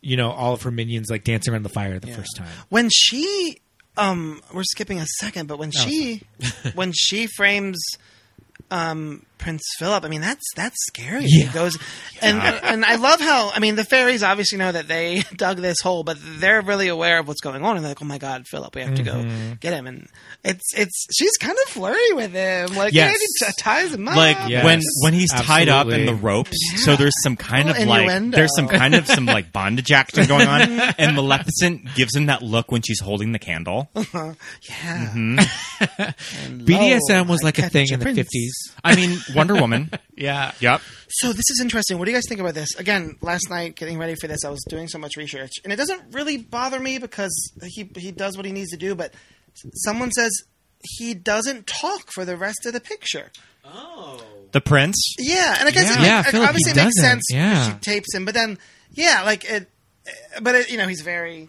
Speaker 5: you know all of her minions like dancing around the fire the first time.
Speaker 7: when she um, we're skipping a second, but when she
Speaker 5: [LAUGHS]
Speaker 7: when she frames um, Prince Philip, I mean that's that's scary. He
Speaker 5: Yeah.
Speaker 7: goes and and I love how I mean the fairies obviously know that they [LAUGHS] dug this hole, but they're really aware of what's going on and they're like, Oh my god, Philip, we have to
Speaker 5: Mm-hmm.
Speaker 7: go get him and it's it's she's kind of flirty with him. Like
Speaker 6: Yes.
Speaker 7: yeah, he t- ties him up.
Speaker 6: like
Speaker 5: Yes,
Speaker 6: when when he's tied up in
Speaker 5: absolutely.
Speaker 6: the ropes so there's some kind of
Speaker 7: Little
Speaker 6: like
Speaker 7: innuendo.
Speaker 6: there's some kind of some
Speaker 7: [LAUGHS]
Speaker 6: like bondage action going on and maleficent gives him that look when she's holding the candle
Speaker 7: yeah.
Speaker 5: Mm-hmm.
Speaker 7: And
Speaker 5: BDSM
Speaker 7: lo,
Speaker 5: was
Speaker 7: I
Speaker 5: like a
Speaker 7: catch
Speaker 5: thing in
Speaker 7: prince.
Speaker 5: the 50s.
Speaker 6: i mean wonder
Speaker 7: [LAUGHS]
Speaker 6: woman
Speaker 5: Yeah.
Speaker 6: yep
Speaker 7: So this is interesting. What do you guys think about this? Again, last night getting ready for this, I was doing so much research, and it doesn't really bother me because he he does what he needs to do. But s- someone says he doesn't talk for the rest of the picture.
Speaker 6: the prince
Speaker 7: Yeah, and I guess
Speaker 6: Yeah.
Speaker 7: it, like,
Speaker 5: Yeah, I
Speaker 7: like,
Speaker 5: feel like he
Speaker 7: obviously it makes
Speaker 5: doesn't.
Speaker 7: sense. 'cause
Speaker 5: Yeah.
Speaker 7: she tapes him, but then yeah, like it. But it, you know, he's very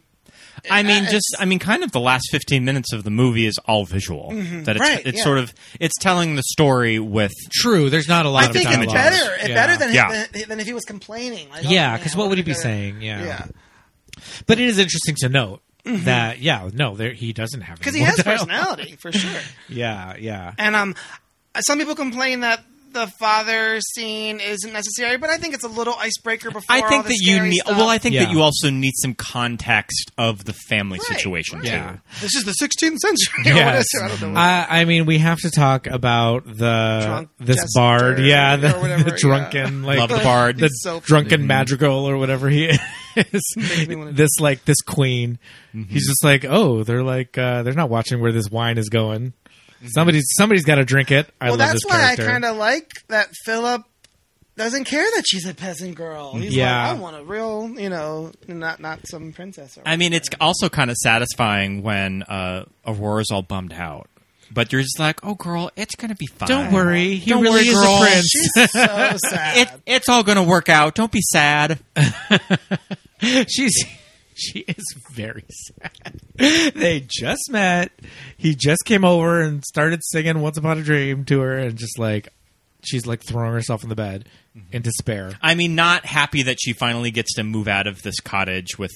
Speaker 6: I mean,
Speaker 7: Uh,
Speaker 6: just I mean, kind of the last fifteen minutes of the movie is all visual. That it's,
Speaker 7: Mm-hmm. Right,
Speaker 6: it's
Speaker 7: yeah.
Speaker 6: sort of it's telling the story with
Speaker 5: True. There's not a lot
Speaker 7: I
Speaker 5: of
Speaker 7: think
Speaker 5: dialogue.
Speaker 7: it's better. It's
Speaker 5: Yeah.
Speaker 7: better than,
Speaker 6: Yeah.
Speaker 7: than than if he was complaining. Like, oh,
Speaker 5: Yeah,
Speaker 7: man,
Speaker 5: because
Speaker 7: I
Speaker 5: what
Speaker 7: would've
Speaker 5: would he be
Speaker 7: better-
Speaker 5: saying? Yeah.
Speaker 7: Yeah, Mm-hmm.
Speaker 5: But it is interesting to note that, yeah, no, there, he doesn't have
Speaker 7: because he
Speaker 5: any
Speaker 7: has
Speaker 5: more dialogue.
Speaker 7: personality for sure.
Speaker 5: [LAUGHS] Yeah, yeah.
Speaker 7: And um, some people complain that the father scene isn't necessary, but I think it's a little icebreaker before.
Speaker 6: I
Speaker 7: all
Speaker 6: think
Speaker 7: the
Speaker 6: that you
Speaker 7: scary
Speaker 6: need.
Speaker 7: stuff.
Speaker 6: Well, I think that
Speaker 5: Yeah.
Speaker 6: you also need some context of the family
Speaker 7: Right,
Speaker 6: situation
Speaker 7: right.
Speaker 6: too.
Speaker 7: [LAUGHS]
Speaker 5: Yeah.
Speaker 7: this is the 16th century. [LAUGHS] or
Speaker 5: Yes.
Speaker 7: whatever, I don't know.
Speaker 5: I, I mean, we have to talk about the
Speaker 7: Drunk
Speaker 5: this
Speaker 7: jester
Speaker 5: bard, yeah, the, [LAUGHS]
Speaker 7: or whatever,
Speaker 5: the drunken like
Speaker 6: Love the bard.
Speaker 5: the
Speaker 7: He's so
Speaker 5: drunken madrigal or whatever he [LAUGHS] is.
Speaker 7: me wanna- Mm-hmm.
Speaker 5: this like this queen, he's just like, oh, they're like uh, they're not watching where this wine is going. Somebody's somebody's got to drink it. I
Speaker 7: Mm-hmm. well,
Speaker 5: love this
Speaker 7: that's why I
Speaker 5: character.
Speaker 7: kind of like that Philip doesn't care that she's a peasant girl. He's
Speaker 5: Yeah.
Speaker 7: like, I want a real, you know, not not some princess. Or
Speaker 6: I mean, it's also kind of satisfying when uh, Aurora's all bummed out, but you're just like, "Oh, girl, it's gonna be fine.
Speaker 5: Don't worry, he
Speaker 6: Don't worry,
Speaker 5: really is
Speaker 6: girl.
Speaker 5: a prince.
Speaker 7: she's so
Speaker 6: [LAUGHS]
Speaker 7: sad.
Speaker 6: It, it's all gonna work out. Don't be sad."
Speaker 5: She's she is very sad. They just met. He just came over and started singing "Once Upon a Dream" to her, and just like she's like throwing herself in the bed
Speaker 6: Mm-hmm.
Speaker 5: in despair.
Speaker 6: I mean, not happy that she finally gets to move out of this cottage with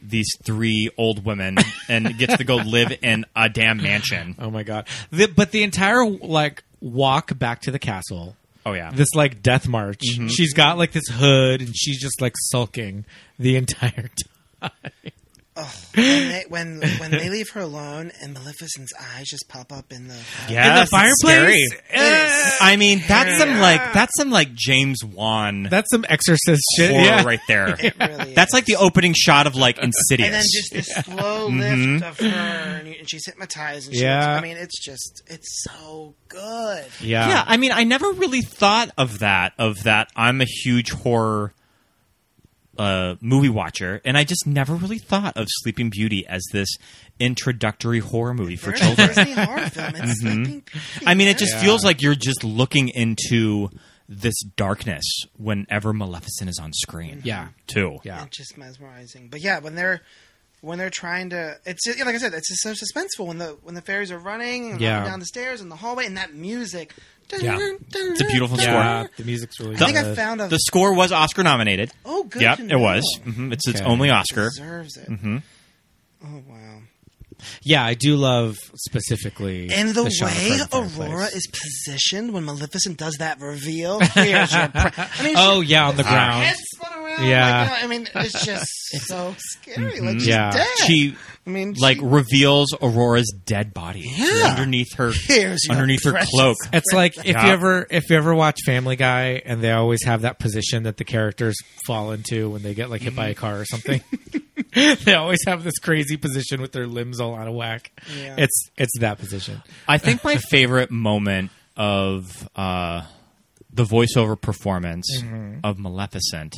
Speaker 6: these three old women and gets
Speaker 5: [LAUGHS]
Speaker 6: to go live in a damn mansion.
Speaker 5: Oh my god! The, but the entire like walk back to the castle,
Speaker 6: Oh yeah, Mm-hmm.
Speaker 5: this like death march. She's got like this hood, and she's just like sulking the entire time.
Speaker 7: when, they, when when they leave her alone and Maleficent's eyes just pop up in the
Speaker 6: Yes,
Speaker 5: in the
Speaker 6: it's
Speaker 5: fireplace?
Speaker 6: scary.
Speaker 7: It
Speaker 6: I mean, that's some like that's some like James Wan
Speaker 5: That's some exorcist shit.
Speaker 6: horror
Speaker 5: Yeah.
Speaker 6: right there.
Speaker 5: [LAUGHS]
Speaker 7: It really
Speaker 6: That's
Speaker 7: is.
Speaker 6: like the opening shot of like Insidious.
Speaker 7: and then just the slow
Speaker 6: Mm-hmm.
Speaker 7: lift of her, and, you- and she's hypnotized. And she
Speaker 5: Yeah.
Speaker 7: looks- I mean, it's just it's so good.
Speaker 5: yeah,
Speaker 6: yeah. I mean, I never really thought of that. Of that, I'm a huge horror uh, movie watcher, and I just never really thought of Sleeping Beauty as this introductory horror movie for
Speaker 5: [LAUGHS]
Speaker 7: Very
Speaker 6: children. Mm-hmm.
Speaker 7: Disney horror film. It's sleeping beauty,
Speaker 6: I mean, it just
Speaker 5: Yeah.
Speaker 6: feels like you're just looking into this darkness whenever Maleficent is on screen.
Speaker 5: Yeah.
Speaker 6: too.
Speaker 5: Yeah.
Speaker 7: It's just mesmerizing. But yeah, when they're when they're trying to, it's just, yeah, like I said, it's just so suspenseful when the when the fairies are running and
Speaker 5: Yeah.
Speaker 7: running down the stairs and the hallway and that music.
Speaker 6: Yeah. It's a beautiful
Speaker 5: Yeah,
Speaker 6: score.
Speaker 5: The music's really.
Speaker 7: I think I
Speaker 5: good.
Speaker 7: found a.
Speaker 6: The score was Oscar nominated.
Speaker 7: oh, good.
Speaker 6: yep,
Speaker 7: to
Speaker 6: it
Speaker 7: know.
Speaker 6: was. Mm-hmm. hmm It's its
Speaker 5: Okay.
Speaker 6: only Oscar.
Speaker 7: Deserves it. Oh wow.
Speaker 5: Yeah, I do love specifically
Speaker 7: And the,
Speaker 5: shot of
Speaker 7: way
Speaker 5: Fred and Fireplace.
Speaker 7: Aurora is positioned when Maleficent does that reveal, here's your. Pre- I mean,
Speaker 5: Oh yeah, on the
Speaker 7: she,
Speaker 5: ground.
Speaker 7: head spun around.
Speaker 5: Yeah.
Speaker 7: like, you know, I mean, it's just so scary. Like she's
Speaker 5: Yeah.
Speaker 7: dead.
Speaker 6: Mm-hmm. She
Speaker 7: I mean, she-
Speaker 6: like reveals Aurora's dead body
Speaker 7: Yeah.
Speaker 6: underneath
Speaker 5: [LAUGHS]
Speaker 6: her
Speaker 7: Here's your
Speaker 6: underneath her
Speaker 7: precious-
Speaker 6: cloak.
Speaker 5: It's like if
Speaker 6: Yeah.
Speaker 5: you ever if you ever watch Family Guy and they always have that position that the characters fall into when they get like hit by a
Speaker 7: Mm-hmm.
Speaker 5: car or something. [LAUGHS] they always have this crazy position with their limbs all out of whack.
Speaker 7: Yeah.
Speaker 5: It's it's that position.
Speaker 6: I think my favorite moment of uh, the voiceover performance
Speaker 7: Mm-hmm.
Speaker 6: of Maleficent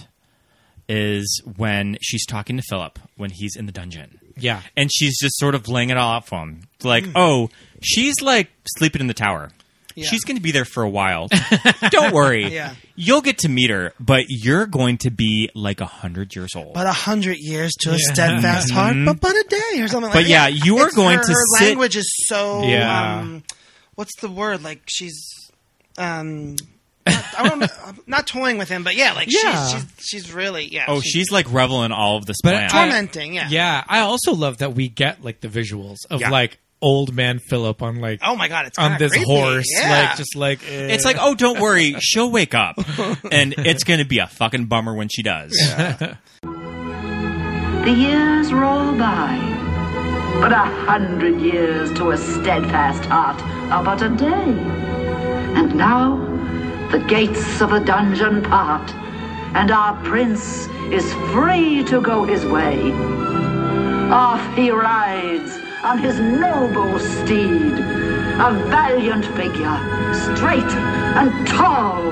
Speaker 6: is when she's talking to Philip when he's in the dungeon.
Speaker 5: Yeah.
Speaker 6: And she's just sort of laying it all out for him. Like, oh, she's like sleeping in the tower.
Speaker 7: Mm. Yeah.
Speaker 6: She's going to be there for a while. [LAUGHS] Don't worry.
Speaker 7: [LAUGHS] Yeah.
Speaker 6: You'll get to meet her, but you're going to be like a hundred years old.
Speaker 7: But a hundred years to a steadfast heart, but but a day or something.
Speaker 6: Mm-hmm. But
Speaker 7: like
Speaker 6: yeah,
Speaker 7: that.
Speaker 6: you are
Speaker 7: It's
Speaker 6: going
Speaker 7: her,
Speaker 6: to
Speaker 7: her
Speaker 6: sit-
Speaker 7: language is so.
Speaker 5: Yeah.
Speaker 7: Um, what's the word? Like she's. Um, not, I don't, I'm [LAUGHS] not toying with him, but yeah, like
Speaker 5: Yeah.
Speaker 7: She's, she's she's really yeah.
Speaker 6: Oh, she's like reveling all of this
Speaker 5: But
Speaker 6: plan.
Speaker 5: I-
Speaker 7: tormenting. Yeah.
Speaker 5: Yeah, I also love that we get like the visuals of
Speaker 7: Yeah.
Speaker 5: like old man Philip on like
Speaker 7: Oh my god, it's
Speaker 5: on
Speaker 7: kinda
Speaker 5: this
Speaker 7: creepy.
Speaker 5: horse,
Speaker 7: Yeah.
Speaker 5: like just like eh.
Speaker 6: It's like, oh, don't worry, she'll wake up, and it's gonna be a fucking bummer when she does.
Speaker 1: The years roll by, but a hundred years to a steadfast heart are but a day. And now the gates of the dungeon part, and our prince is free to go his way. Off he rides on his noble steed, a valiant figure, straight and tall,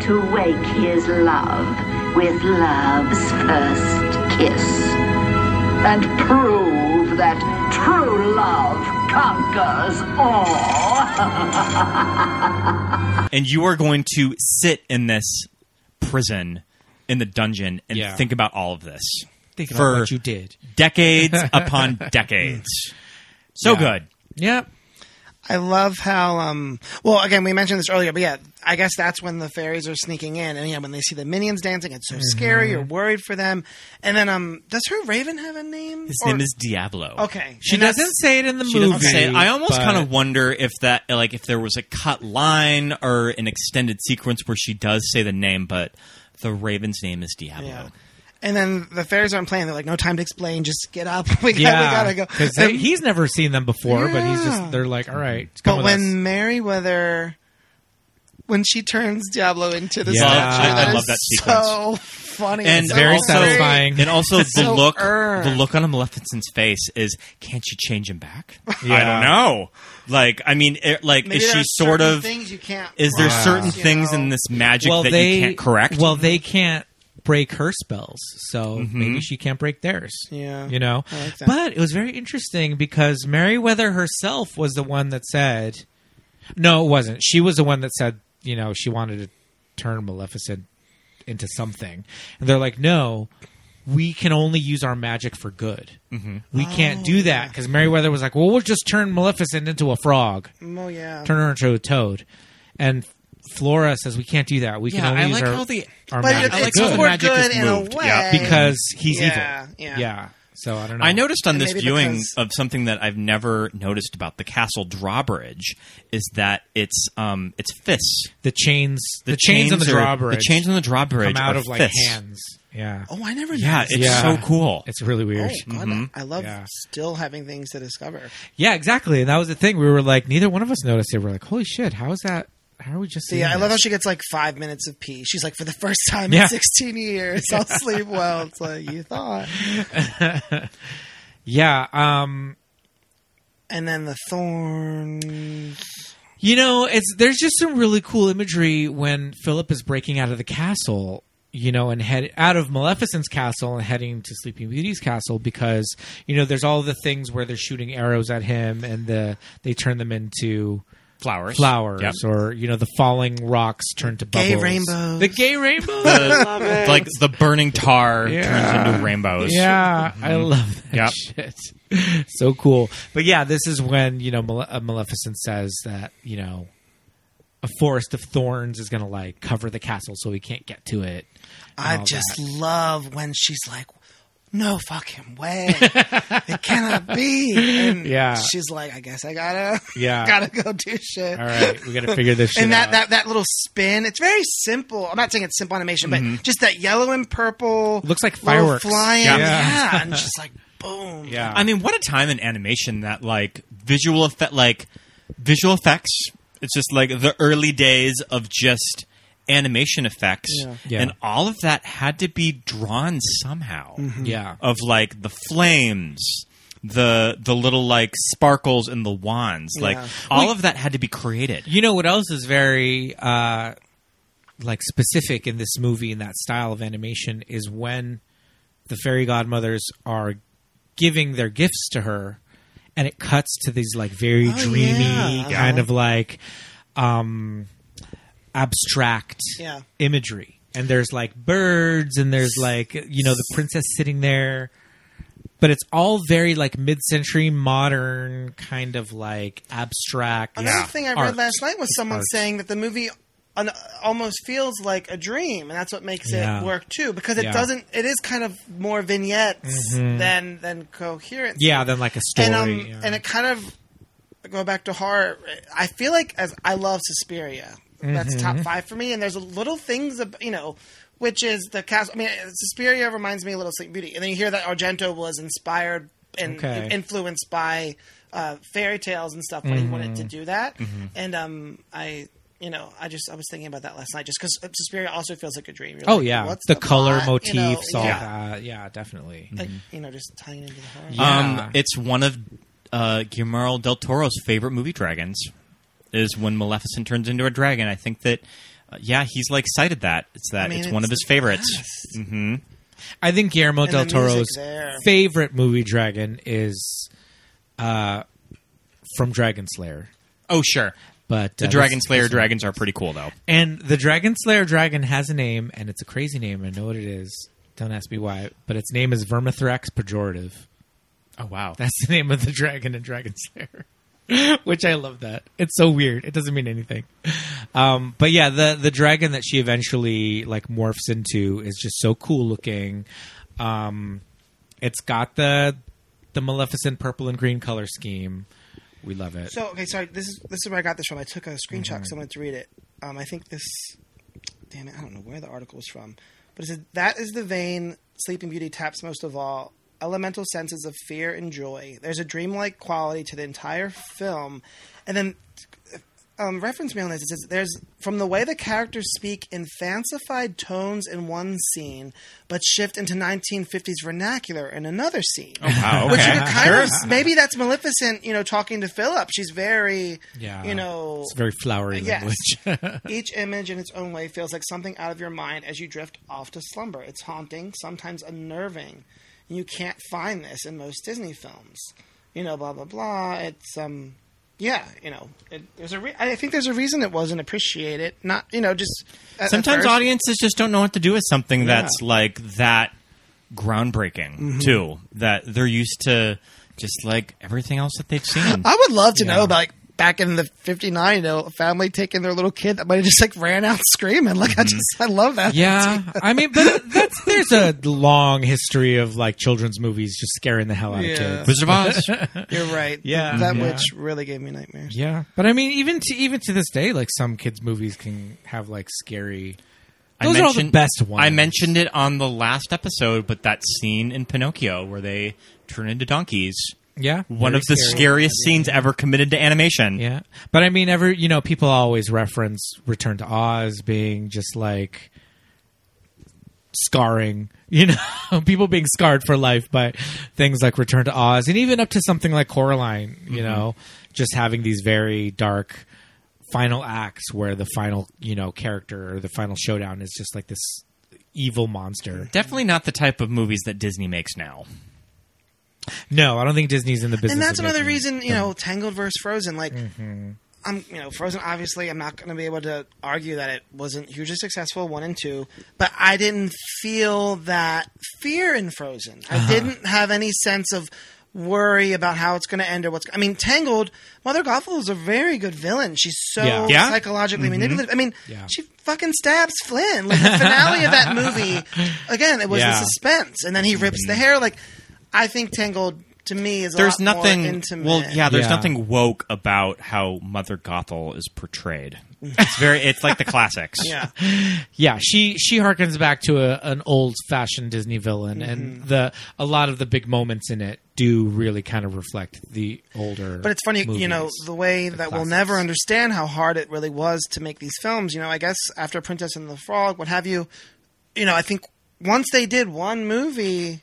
Speaker 1: to wake his love with love's first kiss and prove that true love conquers all. [LAUGHS]
Speaker 6: And you are going to sit in this prison, in the dungeon, and
Speaker 5: Yeah.
Speaker 6: think about all of this
Speaker 5: thinking
Speaker 6: for
Speaker 5: about what you did. [LAUGHS]
Speaker 6: decades upon decades. So
Speaker 5: Yeah.
Speaker 6: good.
Speaker 5: Yeah,
Speaker 7: I love how. um Well, again, we mentioned this earlier, but yeah, I guess that's when the fairies are sneaking in, and yeah, when they see the minions dancing, it's so
Speaker 5: Mm-hmm.
Speaker 7: scary. You're worried for them, and then um, does her raven have a name?
Speaker 6: His
Speaker 7: Or-
Speaker 6: name is Diablo.
Speaker 7: Okay,
Speaker 5: she
Speaker 7: And that's-
Speaker 5: doesn't say it in the
Speaker 6: She
Speaker 5: movie.
Speaker 6: doesn't say it. I almost
Speaker 5: but-
Speaker 6: kind of wonder if that, like, if there was a cut line or an extended sequence where she does say the name, but the Raven's name is Diablo.
Speaker 7: Yeah. And then the fairies aren't playing. They're like, no time to explain. Just get up. [LAUGHS] We,
Speaker 5: yeah,
Speaker 7: got, we gotta go.
Speaker 5: 'cause they-
Speaker 7: And-
Speaker 5: he's never seen them before, but he's
Speaker 7: Yeah.
Speaker 5: just they're like, all right, come
Speaker 7: but
Speaker 5: with
Speaker 7: when
Speaker 5: us.
Speaker 7: Merryweather, when she turns Diablo into the
Speaker 5: Yeah.
Speaker 7: statue,
Speaker 5: I- I
Speaker 7: is
Speaker 6: love that
Speaker 7: So funny
Speaker 6: And
Speaker 7: so
Speaker 5: very
Speaker 7: great.
Speaker 5: satisfying.
Speaker 6: And also the
Speaker 7: so
Speaker 6: look,
Speaker 7: earned.
Speaker 6: the look on Maleficent's face is, can't you change him back? I
Speaker 5: Yeah.
Speaker 6: don't know. Like, I mean, it, like, is
Speaker 7: Maybe there
Speaker 6: she
Speaker 7: are
Speaker 6: sort
Speaker 7: certain
Speaker 6: of?
Speaker 7: Things you can't
Speaker 6: Is there
Speaker 5: Wow.
Speaker 6: certain
Speaker 7: you
Speaker 6: things
Speaker 7: know?
Speaker 6: in this magic that you can't correct? Mm-hmm.
Speaker 5: Well, they can't break her spells, so maybe she can't break theirs.
Speaker 7: Yeah.
Speaker 5: you know.
Speaker 7: I like that.
Speaker 5: but it was very interesting because Meriwether herself was the one that said, "No, it wasn't." She was the one that said, you know, she wanted to turn Maleficent into something, and they're like, "No." We can only use our magic for good.
Speaker 6: Mm-hmm.
Speaker 5: We can't
Speaker 7: Oh,
Speaker 5: do that because Meriwether was like, "Well, we'll just turn Maleficent into a frog."
Speaker 7: Oh yeah.
Speaker 5: turn her into a toad. And Flora says we can't do that. We
Speaker 6: Yeah,
Speaker 5: can only
Speaker 6: I
Speaker 5: use
Speaker 6: like
Speaker 5: our,
Speaker 6: how the-
Speaker 5: our
Speaker 7: but
Speaker 5: magic
Speaker 7: it's,
Speaker 6: I like
Speaker 7: it's
Speaker 5: for
Speaker 6: how
Speaker 5: good
Speaker 6: the
Speaker 7: for
Speaker 6: magic
Speaker 7: good
Speaker 6: is
Speaker 7: in a
Speaker 6: moved.
Speaker 7: way
Speaker 6: Yeah,
Speaker 5: because he's
Speaker 7: Yeah,
Speaker 5: evil.
Speaker 7: yeah. Oh,
Speaker 5: So I don't know.
Speaker 6: I noticed on
Speaker 7: And
Speaker 6: this
Speaker 7: maybe
Speaker 6: viewing
Speaker 7: because-
Speaker 6: of something that I've never noticed about the castle drawbridge is that it's um it's fists.
Speaker 5: the chains. The, chains, on the
Speaker 6: are-
Speaker 5: drawbridge.
Speaker 6: The chains on the drawbridge
Speaker 5: come out
Speaker 6: are
Speaker 5: of like
Speaker 6: fists.
Speaker 5: hands. Yeah.
Speaker 7: Oh, I never.
Speaker 6: Yeah,
Speaker 7: noticed.
Speaker 6: it's
Speaker 5: Yeah.
Speaker 6: so cool.
Speaker 5: It's really
Speaker 7: Oh,
Speaker 5: weird.
Speaker 7: God,
Speaker 6: mm-hmm.
Speaker 7: I love
Speaker 5: Yeah.
Speaker 7: still having things to discover.
Speaker 5: Yeah, exactly. And that was the thing. We were like, neither one of us noticed it. We're like, holy shit, how is that? How are we just
Speaker 7: So
Speaker 5: seeing
Speaker 7: yeah, I love how
Speaker 5: this?
Speaker 7: she gets like five minutes of pee. She's like, for the first time
Speaker 5: Yeah.
Speaker 7: in 16 years,
Speaker 6: [LAUGHS]
Speaker 7: I'll sleep well. It's like you thought.
Speaker 5: Yeah. Um,
Speaker 7: And then the thorn.
Speaker 5: You know, it's there's just some really cool imagery when Philip is breaking out of the castle, you know, and head out of Maleficent's castle and heading to Sleeping Beauty's castle because you know there's all the things where they're shooting arrows at him and the they turn them into
Speaker 6: flowers.
Speaker 5: flowers
Speaker 6: Yep.
Speaker 5: or you know the falling rocks turn to bubbles.
Speaker 7: Gay rainbows.
Speaker 5: The gay rainbows.
Speaker 6: [LAUGHS] The, like the burning tar
Speaker 5: Yeah.
Speaker 6: turns into rainbows.
Speaker 5: Yeah, I love that
Speaker 6: Yep.
Speaker 5: shit. [LAUGHS] so cool. But yeah, this is when you know Male- uh, Maleficent says that you know a forest of thorns is going to like cover the castle, so we can't get to it. and
Speaker 7: I
Speaker 6: Oh,
Speaker 5: all
Speaker 7: just
Speaker 5: that.
Speaker 7: love when she's like, no fucking way.
Speaker 6: [LAUGHS]
Speaker 7: it cannot be. And
Speaker 5: Yeah.
Speaker 7: she's like, I guess I gotta,
Speaker 5: Yeah.
Speaker 7: [LAUGHS] gotta go do shit.
Speaker 5: all right, we got to figure this [LAUGHS] shit
Speaker 7: And that,
Speaker 5: out.
Speaker 7: that, that little spin, it's very simple. I'm not saying it's simple animation, but just that yellow and purple.
Speaker 5: Mm-hmm. Looks like
Speaker 7: little
Speaker 5: fireworks.
Speaker 7: Flying.
Speaker 5: Yeah.
Speaker 7: Yeah.
Speaker 5: Yeah.
Speaker 7: And she's like, boom.
Speaker 5: yeah,
Speaker 6: I mean, what a time in animation that like visual effect, like visual effects. It's just like the early days of just animation effects,
Speaker 7: Yeah.
Speaker 5: Yeah.
Speaker 6: and all of that had to be drawn somehow.
Speaker 5: [CLEARS THROAT] yeah,
Speaker 6: Of like the flames, the the little like sparkles in the wands, like
Speaker 7: Yeah.
Speaker 6: all of that had to be created.
Speaker 5: You know what else is very uh, like specific in this movie in that style of animation is when the fairy godmothers are giving their gifts to her, and it cuts to these like very
Speaker 7: Oh,
Speaker 5: dreamy
Speaker 7: yeah.
Speaker 5: kind of like um, abstract
Speaker 7: Yeah.
Speaker 5: imagery. And there's like birds, and there's like you know the princess sitting there, but it's all very like mid-century modern kind of like abstract.
Speaker 7: Another thing I read
Speaker 5: art.
Speaker 7: last night was someone
Speaker 5: art.
Speaker 7: saying that the movie an, almost feels like a dream, and that's what makes
Speaker 5: Yeah.
Speaker 7: it work too. Because it
Speaker 5: Yeah. Mm-hmm.
Speaker 7: doesn't. It is kind of more vignettes than than coherence.
Speaker 5: yeah, then like a story.
Speaker 7: and um
Speaker 5: yeah.
Speaker 7: and it kind of go back to horror. I feel like as I love Suspiria. That's top
Speaker 5: Mm-hmm.
Speaker 7: five for me. And there's a little things ab you know, which is the cast. I mean, Suspiria reminds me a little Sleep Beauty, and then you hear that Argento was inspired and
Speaker 5: Okay.
Speaker 7: influenced by uh, fairy tales and stuff when he wanted
Speaker 5: Mm-hmm.
Speaker 7: to do that. And um, I. You know, I just I was thinking about that last night, just because Suspiria also feels like a dream. You're
Speaker 5: oh
Speaker 7: like,
Speaker 5: yeah,
Speaker 7: what's
Speaker 5: the, color
Speaker 7: plot?
Speaker 5: motifs,
Speaker 7: You know,
Speaker 5: all
Speaker 7: yeah. Mm-hmm.
Speaker 5: that. Yeah, definitely.
Speaker 7: Like, you know, just tying into the horror.
Speaker 5: Yeah.
Speaker 6: Um, it's one of uh, Guillermo del Toro's favorite movie dragons. Is when Maleficent turns into a dragon. I think that, uh, yeah, he's like cited that. It's that
Speaker 7: I mean,
Speaker 6: it's, one of
Speaker 7: it's
Speaker 6: his favorites.
Speaker 7: best.
Speaker 6: hmm
Speaker 5: I think Guillermo
Speaker 7: the
Speaker 5: del
Speaker 7: music
Speaker 5: Toro's
Speaker 7: there.
Speaker 5: favorite movie dragon is uh, from Dragon Slayer.
Speaker 6: Oh sure,
Speaker 5: But
Speaker 6: the
Speaker 5: uh,
Speaker 6: Dragon
Speaker 5: this-
Speaker 6: Slayer
Speaker 5: this one-
Speaker 6: dragons are pretty cool though.
Speaker 5: And the Dragon Slayer dragon has a name, and it's a crazy name. I know what it is. Don't ask me why, but its name is Vermithrax Pejorative.
Speaker 6: Oh wow,
Speaker 5: That's the name of the dragon in Dragon Slayer, [LAUGHS] which I love. That it's so weird. It doesn't mean anything. Um, but yeah, the the dragon that she eventually like morphs into is just so cool looking. Um, it's got the the Maleficent purple and green color scheme. We love it.
Speaker 7: So okay, sorry. This is this is where I got this from. I took a screenshot because I wanted to read it. Um, I think this. Damn it! I don't know where the article is from, but it said that is the vein Sleeping Beauty taps most of all. Elemental senses of fear and joy. There's a dreamlike quality to the entire film, and then um, reference me on this. It says there's from the way the characters speak in fancified tones in one scene, but shift into 1950s vernacular in another scene.
Speaker 6: wow,
Speaker 7: [LAUGHS] Which
Speaker 6: okay.
Speaker 7: you could kind of maybe that's Maleficent, you know, talking to Philip. She's very,
Speaker 5: yeah,
Speaker 7: you know,
Speaker 5: it's very flowery
Speaker 7: Yes.
Speaker 5: language. [LAUGHS]
Speaker 7: each image in its own way feels like something out of your mind as you drift off to slumber. It's haunting, sometimes unnerving. You can't find this in most Disney films. You know, blah blah blah. It's um, yeah, you know, it, there's a. Re- I think there's a reason it wasn't appreciated. Not you know, just at- at
Speaker 6: Sometimes
Speaker 7: first.
Speaker 6: audiences just don't know what to do with something that's like that groundbreaking
Speaker 7: Mm-hmm.
Speaker 6: too. That they're used to just like everything else that they've seen.
Speaker 7: [LAUGHS] I would love to
Speaker 5: Yeah.
Speaker 7: know about like back in the '59, you know, a family taking their little kid that might have just like ran out screaming. [LAUGHS] Like I just, I love that.
Speaker 5: Mm-hmm. yeah, I mean, but that's there's a long history of like children's movies just scaring the hell out
Speaker 7: Yeah.
Speaker 5: of kids.
Speaker 6: Wizard of
Speaker 7: [LAUGHS]
Speaker 6: Oz.
Speaker 7: You're right.
Speaker 5: Yeah.
Speaker 7: that
Speaker 5: Yeah.
Speaker 7: witch really gave me nightmares.
Speaker 5: Yeah, but I mean, even to even to this day, like some kids' movies can have like scary.
Speaker 6: I
Speaker 5: Those are all the
Speaker 6: mentioned-
Speaker 5: best ones.
Speaker 6: I mentioned it on the last episode, but that scene in Pinocchio where they turn into donkeys.
Speaker 5: Yeah,
Speaker 6: One
Speaker 5: very
Speaker 6: of the
Speaker 5: scary.
Speaker 6: scariest scenes ever committed to animation.
Speaker 5: Yeah, but I mean, ever you know, people always reference Return to Oz being just like scarring. [LAUGHS] You know, people being scarred for life by things like Return to Oz, and even up to something like Coraline. You
Speaker 7: Mm-hmm.
Speaker 5: know, just having these very dark final acts where the final you know character or the final showdown is just like this evil monster.
Speaker 7: Mm-hmm.
Speaker 6: Definitely not the type of movies that Disney makes now.
Speaker 5: No, I don't think Disney's in the business.
Speaker 7: and that's
Speaker 5: of
Speaker 7: another
Speaker 5: making- Mm-hmm.
Speaker 7: reason you know Tangled versus Frozen. Like, I'm you know Frozen. Obviously, I'm not going to be able to argue that it wasn't hugely successful one and two, but I didn't feel that fear in Frozen.
Speaker 5: Uh-huh.
Speaker 7: I didn't have any sense of worry about how it's going to end or what's. I mean, Tangled. Mother Gothel is a very good villain. She's so
Speaker 5: Yeah. Mm-hmm.
Speaker 6: Yeah.
Speaker 7: psychologically manipulative. I mean,
Speaker 5: Yeah.
Speaker 7: she fucking stabs Flynn. Like the finale of that
Speaker 5: [LAUGHS]
Speaker 7: movie. Again, it was
Speaker 5: Yeah. Mm-hmm.
Speaker 7: the suspense, and then he rips the hair. Like, I think Tangled. To me, is a
Speaker 6: There's
Speaker 7: lot more
Speaker 6: nothing.
Speaker 7: intimate.
Speaker 6: Well, yeah, there's
Speaker 5: Yeah.
Speaker 6: nothing woke about how Mother Gothel is portrayed. It's very. It's
Speaker 7: [LAUGHS]
Speaker 6: like the classics.
Speaker 7: Yeah.
Speaker 5: Yeah, she she harkens back to a, an old fashioned Disney villain,
Speaker 7: Mm-hmm.
Speaker 5: and the a lot of the big moments in it do really kind of reflect the older.
Speaker 7: But it's funny, you know,
Speaker 5: movies.
Speaker 7: the way that we'll
Speaker 5: classics.
Speaker 7: never understand how hard it really was to make these films. You know, I guess after Princess and the Frog, what have you, you know, I think once they did one movie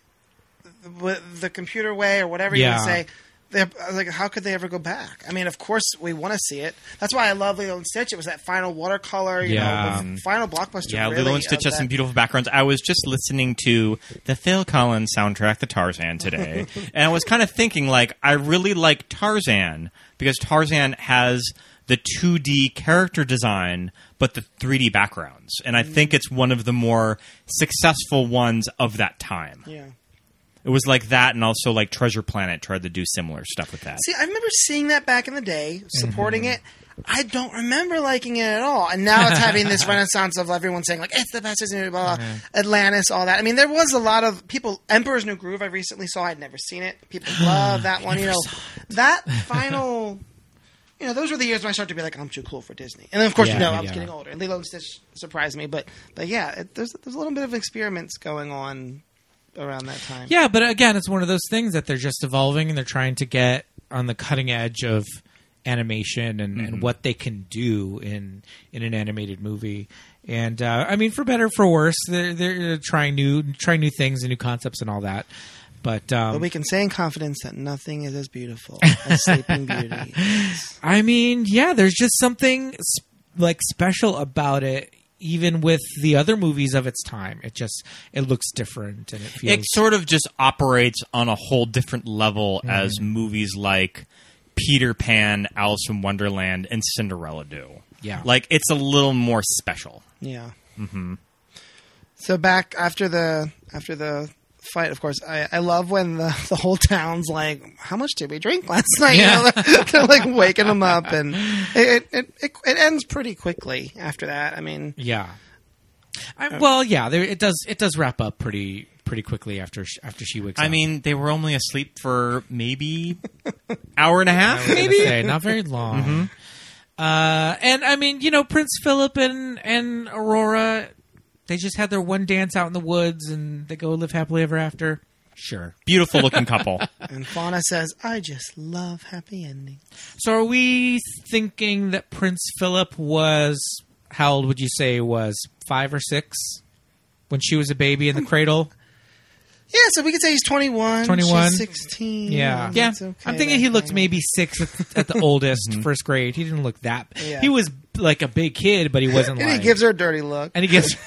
Speaker 7: with the computer way or whatever you want to
Speaker 5: Yeah.
Speaker 7: say, they're I was like, how could they ever go back? I mean, of course we want to see it. That's why I love Lilo and Stitch. It was that final watercolor, you
Speaker 5: Yeah.
Speaker 7: know, the final blockbuster.
Speaker 6: Yeah,
Speaker 7: really,
Speaker 6: Lilo and Stitch
Speaker 7: of
Speaker 6: has some
Speaker 7: that-
Speaker 6: beautiful backgrounds. I was just listening to the Phil Collins soundtrack, the Tarzan,
Speaker 7: [LAUGHS]
Speaker 6: today, and I was kind of thinking, like, I really like Tarzan because Tarzan has the 2D character design, but the 3D backgrounds, and I
Speaker 7: Mm.
Speaker 6: think it's one of the more successful ones of that time.
Speaker 7: Yeah.
Speaker 6: It was like that, and also like Treasure Planet tried to do similar stuff with that.
Speaker 5: Mm-hmm.
Speaker 7: See, I remember seeing that back in the day, supporting it. I don't remember liking it at all. And now it's having
Speaker 5: [LAUGHS]
Speaker 7: this renaissance of everyone saying like it's the best Disney movie, blah, blah, blah.
Speaker 5: Mm-hmm.
Speaker 7: Atlantis, all that. I mean, there was a lot of people. Emperor's New Groove. I recently saw. I'd never seen it.
Speaker 5: [GASPS]
Speaker 7: People love that one. You know,
Speaker 5: [LAUGHS]
Speaker 7: that final. You know, those were the years when I started to be like, I'm too cool for Disney. And then, of course,
Speaker 5: Yeah,
Speaker 7: you know, I was
Speaker 5: yeah.
Speaker 7: getting older, and Lilo and Stitch surprised me. But, but yeah, it, there's there's a little bit of experiments going on around that time.
Speaker 5: Yeah, but again, it's one of those things that they're just evolving and they're trying to get on the cutting edge of animation and,
Speaker 7: Mm-hmm.
Speaker 5: and what they can do in in an animated movie. And uh, I mean, for better or for worse, they're they're trying new trying new things and new concepts and all that. But, um,
Speaker 7: But we can say in confidence that nothing is
Speaker 5: [LAUGHS]
Speaker 7: as beautiful as Sleeping Beauty.
Speaker 5: I mean, yeah, there's just something s- like special about it. Even with the other movies of its time, it just it looks different and it feels
Speaker 6: It sort of just operates on a whole different level as movies like Peter Pan, Alice in Wonderland, and Cinderella do.
Speaker 5: Yeah.
Speaker 6: Like it's a little more special.
Speaker 7: Yeah. Mm-hmm. So back after the after the fight, of course, I, I love when the, [LAUGHS] the whole town's like, "How much did we drink last [LAUGHS] night?" You know, they're, they're, like [LAUGHS] waking them up, and it it, it it it ends pretty quickly after that. I mean,
Speaker 5: Yeah. I,
Speaker 6: Uh,
Speaker 5: well, yeah, there, it does. It does wrap up pretty pretty quickly after sh- after she wakes up.
Speaker 6: I mean, they were only asleep for maybe hour and a half,
Speaker 5: I was gonna
Speaker 6: maybe. Mm-hmm.
Speaker 5: say,
Speaker 6: [LAUGHS]
Speaker 5: not very long. Uh, and I mean, you know, Prince Philip and and Aurora, they just had their one dance out in the woods, and they go live happily ever after. Sure.
Speaker 6: Beautiful looking couple.
Speaker 7: and Fauna says, "I just love happy endings."
Speaker 5: So, are we thinking that Prince Philip was how old would you say was five or six when she was a baby
Speaker 7: Mm.
Speaker 5: in the cradle?
Speaker 7: Yeah, so we could say he's twenty one,
Speaker 5: 21.
Speaker 7: sixteen.
Speaker 5: Yeah, yeah.
Speaker 7: It's okay,
Speaker 5: I'm thinking he
Speaker 7: that
Speaker 5: looked
Speaker 7: kind of-
Speaker 5: maybe six at, at
Speaker 7: [LAUGHS]
Speaker 5: the oldest first grade. He didn't look that.
Speaker 7: Yeah.
Speaker 5: He was like a big kid,
Speaker 7: [LAUGHS]
Speaker 5: but he wasn't.
Speaker 7: And he
Speaker 5: like,
Speaker 7: gives her a dirty look.
Speaker 5: And he gives.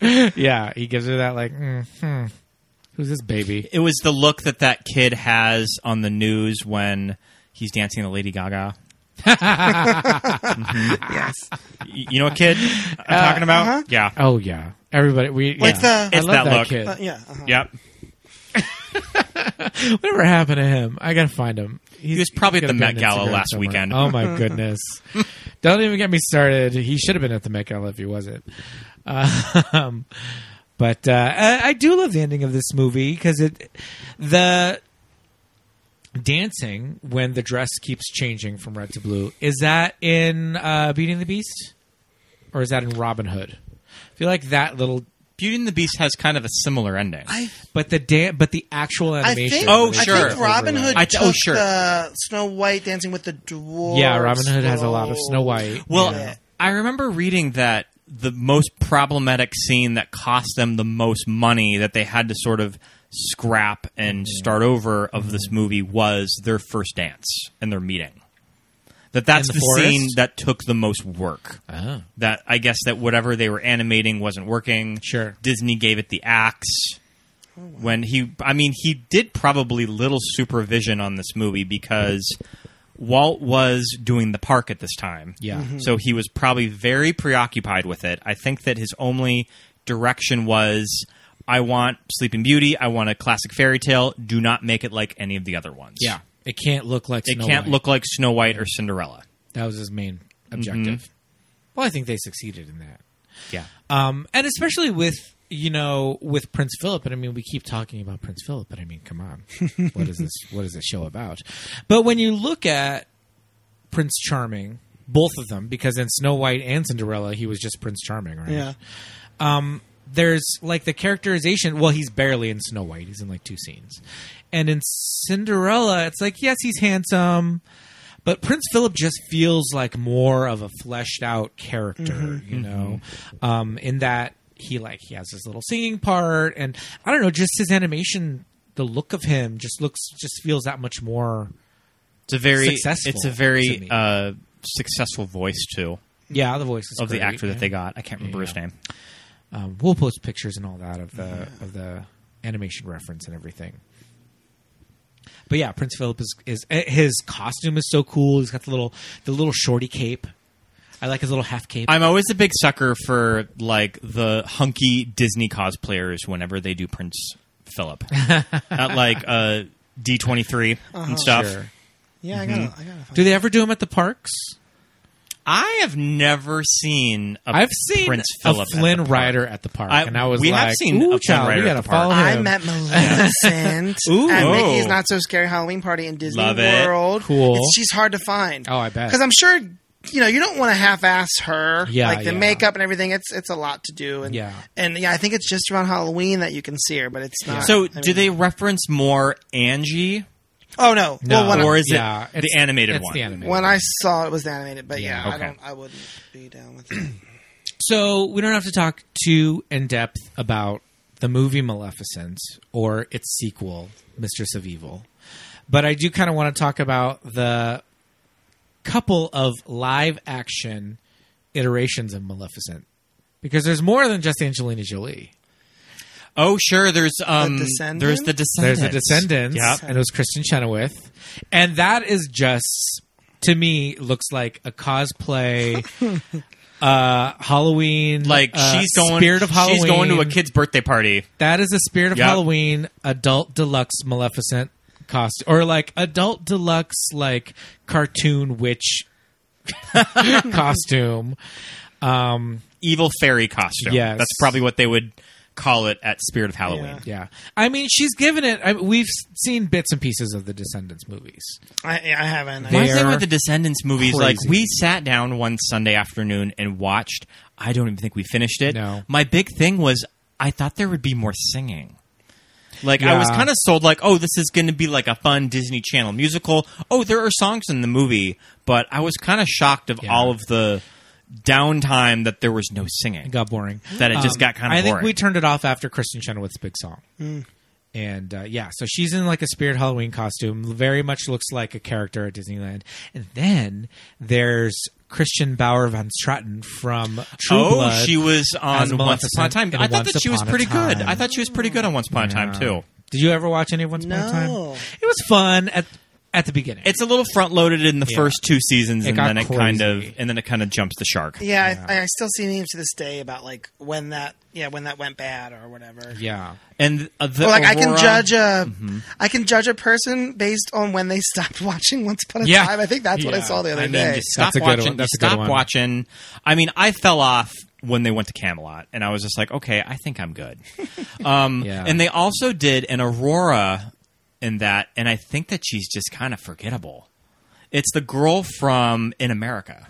Speaker 5: [LAUGHS] yeah, he gives her that like, mm, hmm, who's this baby?
Speaker 6: it was the look that that kid has on the news when he's dancing to Lady Gaga.
Speaker 7: yes,
Speaker 6: Y- You know what kid I'm talking about?
Speaker 7: uh-huh.
Speaker 6: Yeah.
Speaker 5: Oh yeah, everybody. We
Speaker 7: Like
Speaker 5: yeah.
Speaker 7: the-
Speaker 5: I
Speaker 6: It's that
Speaker 5: love that
Speaker 6: look.
Speaker 5: kid.
Speaker 7: Uh, yeah. uh-huh.
Speaker 6: Yep.
Speaker 5: Whatever happened to him? I gotta find him. He's-
Speaker 6: He was probably
Speaker 5: he's
Speaker 6: at the
Speaker 5: gonna be
Speaker 6: Met
Speaker 5: on
Speaker 6: Gala
Speaker 5: Instagram
Speaker 6: last
Speaker 5: somewhere.
Speaker 6: weekend.
Speaker 5: Oh
Speaker 6: [LAUGHS]
Speaker 5: my goodness! Don't even get me started. He should have been at the Met Gala if he wasn't. Um, but uh, I, I do love the ending of this movie because it the dancing when the dress keeps changing from red to blue is that in uh, Beauty and the Beast or is that in Robin Hood? I feel like that little.
Speaker 6: Beauty and the Beast has kind of a similar ending.
Speaker 7: I
Speaker 5: But the dan- but the actual
Speaker 7: I
Speaker 5: animation.
Speaker 7: think,
Speaker 6: Oh,
Speaker 5: really
Speaker 7: I
Speaker 6: sure.
Speaker 7: think Robin Hood
Speaker 6: I-
Speaker 7: took
Speaker 6: oh, sure.
Speaker 7: the Snow White dancing with the dwarves.
Speaker 5: Yeah, Robin Hood has a lot of Snow White.
Speaker 6: well,
Speaker 7: Yeah.
Speaker 6: I remember reading that the most problematic scene that cost them the most money that they had to sort of scrap and start over of this movie was their first dance and their meeting. That that's
Speaker 5: In
Speaker 6: the,
Speaker 5: the
Speaker 6: scene
Speaker 5: forest?
Speaker 6: that took the most work.
Speaker 5: Oh.
Speaker 6: That I guess that whatever they were animating wasn't working.
Speaker 5: Sure.
Speaker 6: Disney gave it the axe. when he i mean he did probably little supervision on this movie because walt was doing the park at this time
Speaker 5: Yeah. Mhm.
Speaker 6: so he was probably very preoccupied with it i think that his only direction was i want sleeping beauty i want a classic fairy tale do not make it like any of the other ones
Speaker 5: Yeah, it can't look like
Speaker 6: it
Speaker 5: Snow
Speaker 6: can't
Speaker 5: White.
Speaker 6: look like snow white or cinderella
Speaker 5: That was his main objective.
Speaker 6: Mm-hmm.
Speaker 5: Well, I think they succeeded in that,
Speaker 6: yeah
Speaker 5: um, and especially with you know with Prince Philip. And I mean, we keep talking about Prince Philip, but I mean,
Speaker 6: [LAUGHS]
Speaker 5: come on, what is this? What is this show about? But when you look at Prince Charming, both of them, because in Snow White and Cinderella, he was just Prince Charming, right?
Speaker 7: Yeah.
Speaker 5: there's like the characterization. Well, he's barely in Snow White. He's in like two scenes, and in Cinderella, it's like yes, he's handsome, but Prince Philip just feels like more of a fleshed out character.
Speaker 6: Mm-hmm.
Speaker 5: You know, um, in that he like he has his little singing part, and I don't know, just his animation, the look of him just looks just feels that much more.
Speaker 6: it's a very
Speaker 5: Successful
Speaker 6: it's a
Speaker 5: to
Speaker 6: very
Speaker 5: me.
Speaker 6: uh, successful voice too
Speaker 5: Yeah, the voice is
Speaker 6: of the
Speaker 5: great,
Speaker 6: actor that
Speaker 5: yeah.
Speaker 6: they got i can't remember his name
Speaker 5: Um, we'll post pictures and all that of the of the animation reference and everything. But yeah, Prince Philip is is eh, his costume is so cool. He's got the little the little shorty cape. I like his little half cape.
Speaker 6: I'm always a big sucker for like the hunky Disney cosplayers whenever they do Prince
Speaker 5: [LAUGHS]
Speaker 6: Philip at like uh, D23 and stuff.
Speaker 5: Uh-huh. Mm-hmm.
Speaker 7: Yeah, I gotta, I gotta find
Speaker 5: Do they ever do him at the parks?
Speaker 6: I have never seen a
Speaker 5: I've seen
Speaker 6: Prince
Speaker 5: a
Speaker 6: Philip at
Speaker 5: Flynn
Speaker 6: the park.
Speaker 5: Rider at the park,
Speaker 6: I-
Speaker 5: and I was
Speaker 6: we
Speaker 5: like,
Speaker 6: have seen a
Speaker 5: "Ooh,
Speaker 6: Flynn
Speaker 5: child,
Speaker 6: Rider
Speaker 5: we
Speaker 6: at
Speaker 5: gotta
Speaker 6: the park."
Speaker 5: follow
Speaker 7: I
Speaker 5: him."
Speaker 7: met Maleficent
Speaker 5: [LAUGHS] Ooh.
Speaker 7: at
Speaker 6: Oh.
Speaker 7: Mickey's Not So Scary Halloween Party in Disney
Speaker 6: Love it.
Speaker 7: World.
Speaker 5: Cool.
Speaker 7: It's- she's hard to find.
Speaker 5: Oh, I bet.
Speaker 7: Because I'm sure you know you don't want to half-ass her.
Speaker 5: Yeah,
Speaker 7: like the
Speaker 5: yeah.
Speaker 7: makeup and everything. It's it's a lot to do. And,
Speaker 5: Yeah.
Speaker 7: and yeah, I think it's just around Halloween that you can see her, but it's not.
Speaker 6: So,
Speaker 7: I
Speaker 6: do
Speaker 7: mean-
Speaker 6: they reference more Angie,
Speaker 7: Oh no.
Speaker 5: No. Oh.
Speaker 7: Well, when,
Speaker 6: or is it
Speaker 5: Yeah,
Speaker 6: the
Speaker 5: it's-
Speaker 6: animated
Speaker 5: it's
Speaker 6: one?
Speaker 5: the animated.
Speaker 7: when I saw it was animated, but yeah,
Speaker 6: okay.
Speaker 7: I don't. I wouldn't be down with it.
Speaker 5: So we don't have to talk too in depth about the movie Maleficent or its sequel, Mistress of Evil, but I do kind of want to talk about the couple of live action iterations of Maleficent because there's more than just Angelina Jolie.
Speaker 6: Oh, sure. There's um,
Speaker 7: Descendants?
Speaker 6: there's the
Speaker 5: There's
Speaker 6: descendants.
Speaker 5: the Descendants,
Speaker 6: Yep.
Speaker 5: and it was Christian Chenoweth, and that is just to me looks like
Speaker 6: [LAUGHS]
Speaker 5: a cosplay. Uh, Halloween,
Speaker 6: Like
Speaker 5: uh,
Speaker 6: she's going.
Speaker 5: Spirit of Halloween.
Speaker 6: She's going to a kid's birthday party.
Speaker 5: That is the spirit of
Speaker 6: Yep.
Speaker 5: Halloween adult deluxe Maleficent costume, or like adult deluxe like cartoon witch [LAUGHS] costume.
Speaker 6: Evil fairy costume.
Speaker 5: Yes.
Speaker 6: that's probably what they would call it at Spirit of Halloween.
Speaker 5: Yeah, I mean she's given it. I, we've seen bits and pieces of the Descendants movies.
Speaker 7: I, I haven't.
Speaker 6: Why
Speaker 5: They-
Speaker 7: I,
Speaker 6: is
Speaker 5: They're
Speaker 6: that with the Descendants movies?
Speaker 5: crazy.
Speaker 6: Like we sat down one Sunday afternoon and watched. I don't even think we finished it.
Speaker 5: No.
Speaker 6: My big thing was I thought there would be more singing. Like I was
Speaker 5: Yeah.
Speaker 6: kind of sold. Like oh, this is going to be like a fun Disney Channel musical. Oh, there are songs in the movie, but I was kind of shocked of
Speaker 5: Yeah.
Speaker 6: all of the downtime that there was no singing.
Speaker 5: It got boring. Um,
Speaker 6: That it just got kinda
Speaker 5: I think
Speaker 6: boring.
Speaker 5: we turned it off after Kristen Chenoweth's big song. And uh, yeah, so she's in like a spirit Halloween costume, very much looks like a character at Disneyland. And then there's Christian Bauer von Straten from True
Speaker 6: oh,
Speaker 5: Blood.
Speaker 6: she was
Speaker 5: as
Speaker 6: on Once
Speaker 5: Maleficent
Speaker 6: Upon a Time.
Speaker 5: in
Speaker 6: I thought
Speaker 5: Once
Speaker 6: that she was
Speaker 5: Upon a
Speaker 6: pretty good.
Speaker 5: Time.
Speaker 6: I thought she was pretty good on Once Upon a Time too.
Speaker 5: Did you ever watch any of Once Upon a
Speaker 7: No.
Speaker 5: Time? It was fun at at the beginning.
Speaker 6: It's a little front loaded in the
Speaker 5: Yeah.
Speaker 6: first two seasons,
Speaker 5: It
Speaker 6: and
Speaker 5: got
Speaker 6: then it kind of
Speaker 5: crazy.
Speaker 6: and then it kind of jumps the shark.
Speaker 7: yeah, I, I still see memes to this day about like when that. Yeah, when that went bad or whatever.
Speaker 5: yeah.
Speaker 6: And uh, the
Speaker 7: Or like I can
Speaker 6: Aurora-
Speaker 7: judge a, I can judge a person based on when they [LAUGHS] stopped watching Once Upon a
Speaker 5: Yeah.
Speaker 7: Time. I think that's what I
Speaker 5: Yeah.
Speaker 7: saw the other
Speaker 6: I mean,
Speaker 7: day.
Speaker 6: you stop
Speaker 5: That's a good
Speaker 6: watching.
Speaker 5: one. That's
Speaker 6: you
Speaker 5: a good
Speaker 6: stop
Speaker 5: one.
Speaker 6: watching. I mean, I fell off when they went to Camelot, and I was just like, okay, I think I'm good. Um,
Speaker 5: Yeah.
Speaker 6: And they also did an Aurora in that, and I think that she's just kind of forgettable. It's the girl from In America.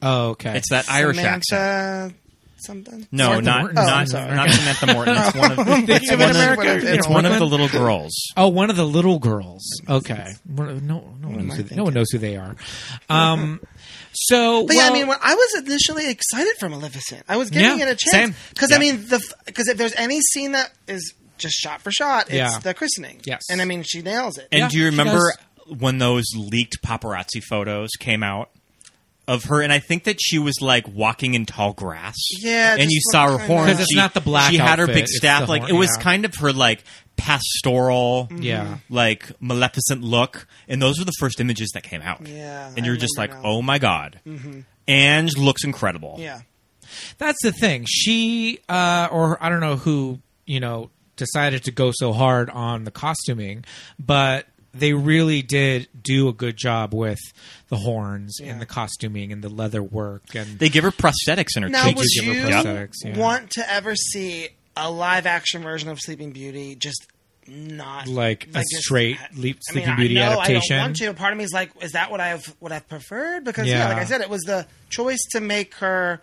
Speaker 5: Oh, okay.
Speaker 6: It's that Irish accent.
Speaker 7: Samantha something.
Speaker 6: No,
Speaker 5: Samantha
Speaker 6: not
Speaker 5: Morton.
Speaker 7: Oh,
Speaker 6: not,
Speaker 7: I'm sorry.
Speaker 6: not Samantha Morton. It's
Speaker 5: [LAUGHS]
Speaker 6: one of it's
Speaker 7: of
Speaker 6: one of,
Speaker 7: In America.
Speaker 6: it's one of the little girls.
Speaker 5: Oh, one of the little girls. Okay, no, no, no, one, knows who, no one knows who they are. Um, so,
Speaker 7: But yeah,
Speaker 5: well,
Speaker 7: I mean, when I was initially excited for Maleficent. I was giving
Speaker 5: Yeah,
Speaker 7: it a chance
Speaker 5: same.
Speaker 7: because
Speaker 6: Yeah.
Speaker 7: I mean, the because if there's any scene that is just shot for shot, it's
Speaker 5: Yeah.
Speaker 7: the christening.
Speaker 5: Yes.
Speaker 7: and I mean, she nails it.
Speaker 6: And
Speaker 5: Yeah,
Speaker 6: do you
Speaker 5: she
Speaker 6: remember when those leaked paparazzi photos came out of her? And I think that she was like walking in tall grass.
Speaker 7: Yeah,
Speaker 6: and
Speaker 7: just
Speaker 6: you saw her
Speaker 7: looked kinda-
Speaker 6: horn.
Speaker 5: 'Cause it's
Speaker 6: She-
Speaker 5: not the black
Speaker 6: She had her
Speaker 5: outfit,
Speaker 6: big
Speaker 5: it's
Speaker 6: staff.
Speaker 5: the
Speaker 6: Like
Speaker 5: horn,
Speaker 6: it was
Speaker 5: yeah. Mm-hmm.
Speaker 6: kind of her like pastoral.
Speaker 5: Yeah.
Speaker 6: Like Maleficent look, and those were the first images that came out.
Speaker 7: Yeah,
Speaker 6: and
Speaker 7: I
Speaker 6: you're just like,
Speaker 7: remember now.
Speaker 6: oh my god,
Speaker 5: Mm-hmm.
Speaker 6: Ange looks incredible.
Speaker 7: yeah,
Speaker 5: that's the thing. She uh, or I don't know who you know decided to go so hard on the costuming, but they really did do a good job with the horns and the costuming and the leather work and
Speaker 6: They give her prosthetics in her
Speaker 7: now
Speaker 5: They do
Speaker 6: cheeks.
Speaker 7: would
Speaker 5: give
Speaker 7: you
Speaker 5: her prosthetics, yeah.
Speaker 7: want to ever see a live action version of Sleeping Beauty? Just not
Speaker 5: Like a
Speaker 7: just-
Speaker 5: straight
Speaker 7: I-
Speaker 5: Leap-
Speaker 7: I mean,
Speaker 5: Sleeping Beauty
Speaker 7: I know I
Speaker 5: adaptation?
Speaker 7: don't want to. Part of me is like, is that what I've would have preferred? Because yeah.
Speaker 5: Yeah.
Speaker 7: like I said, it was the choice to make her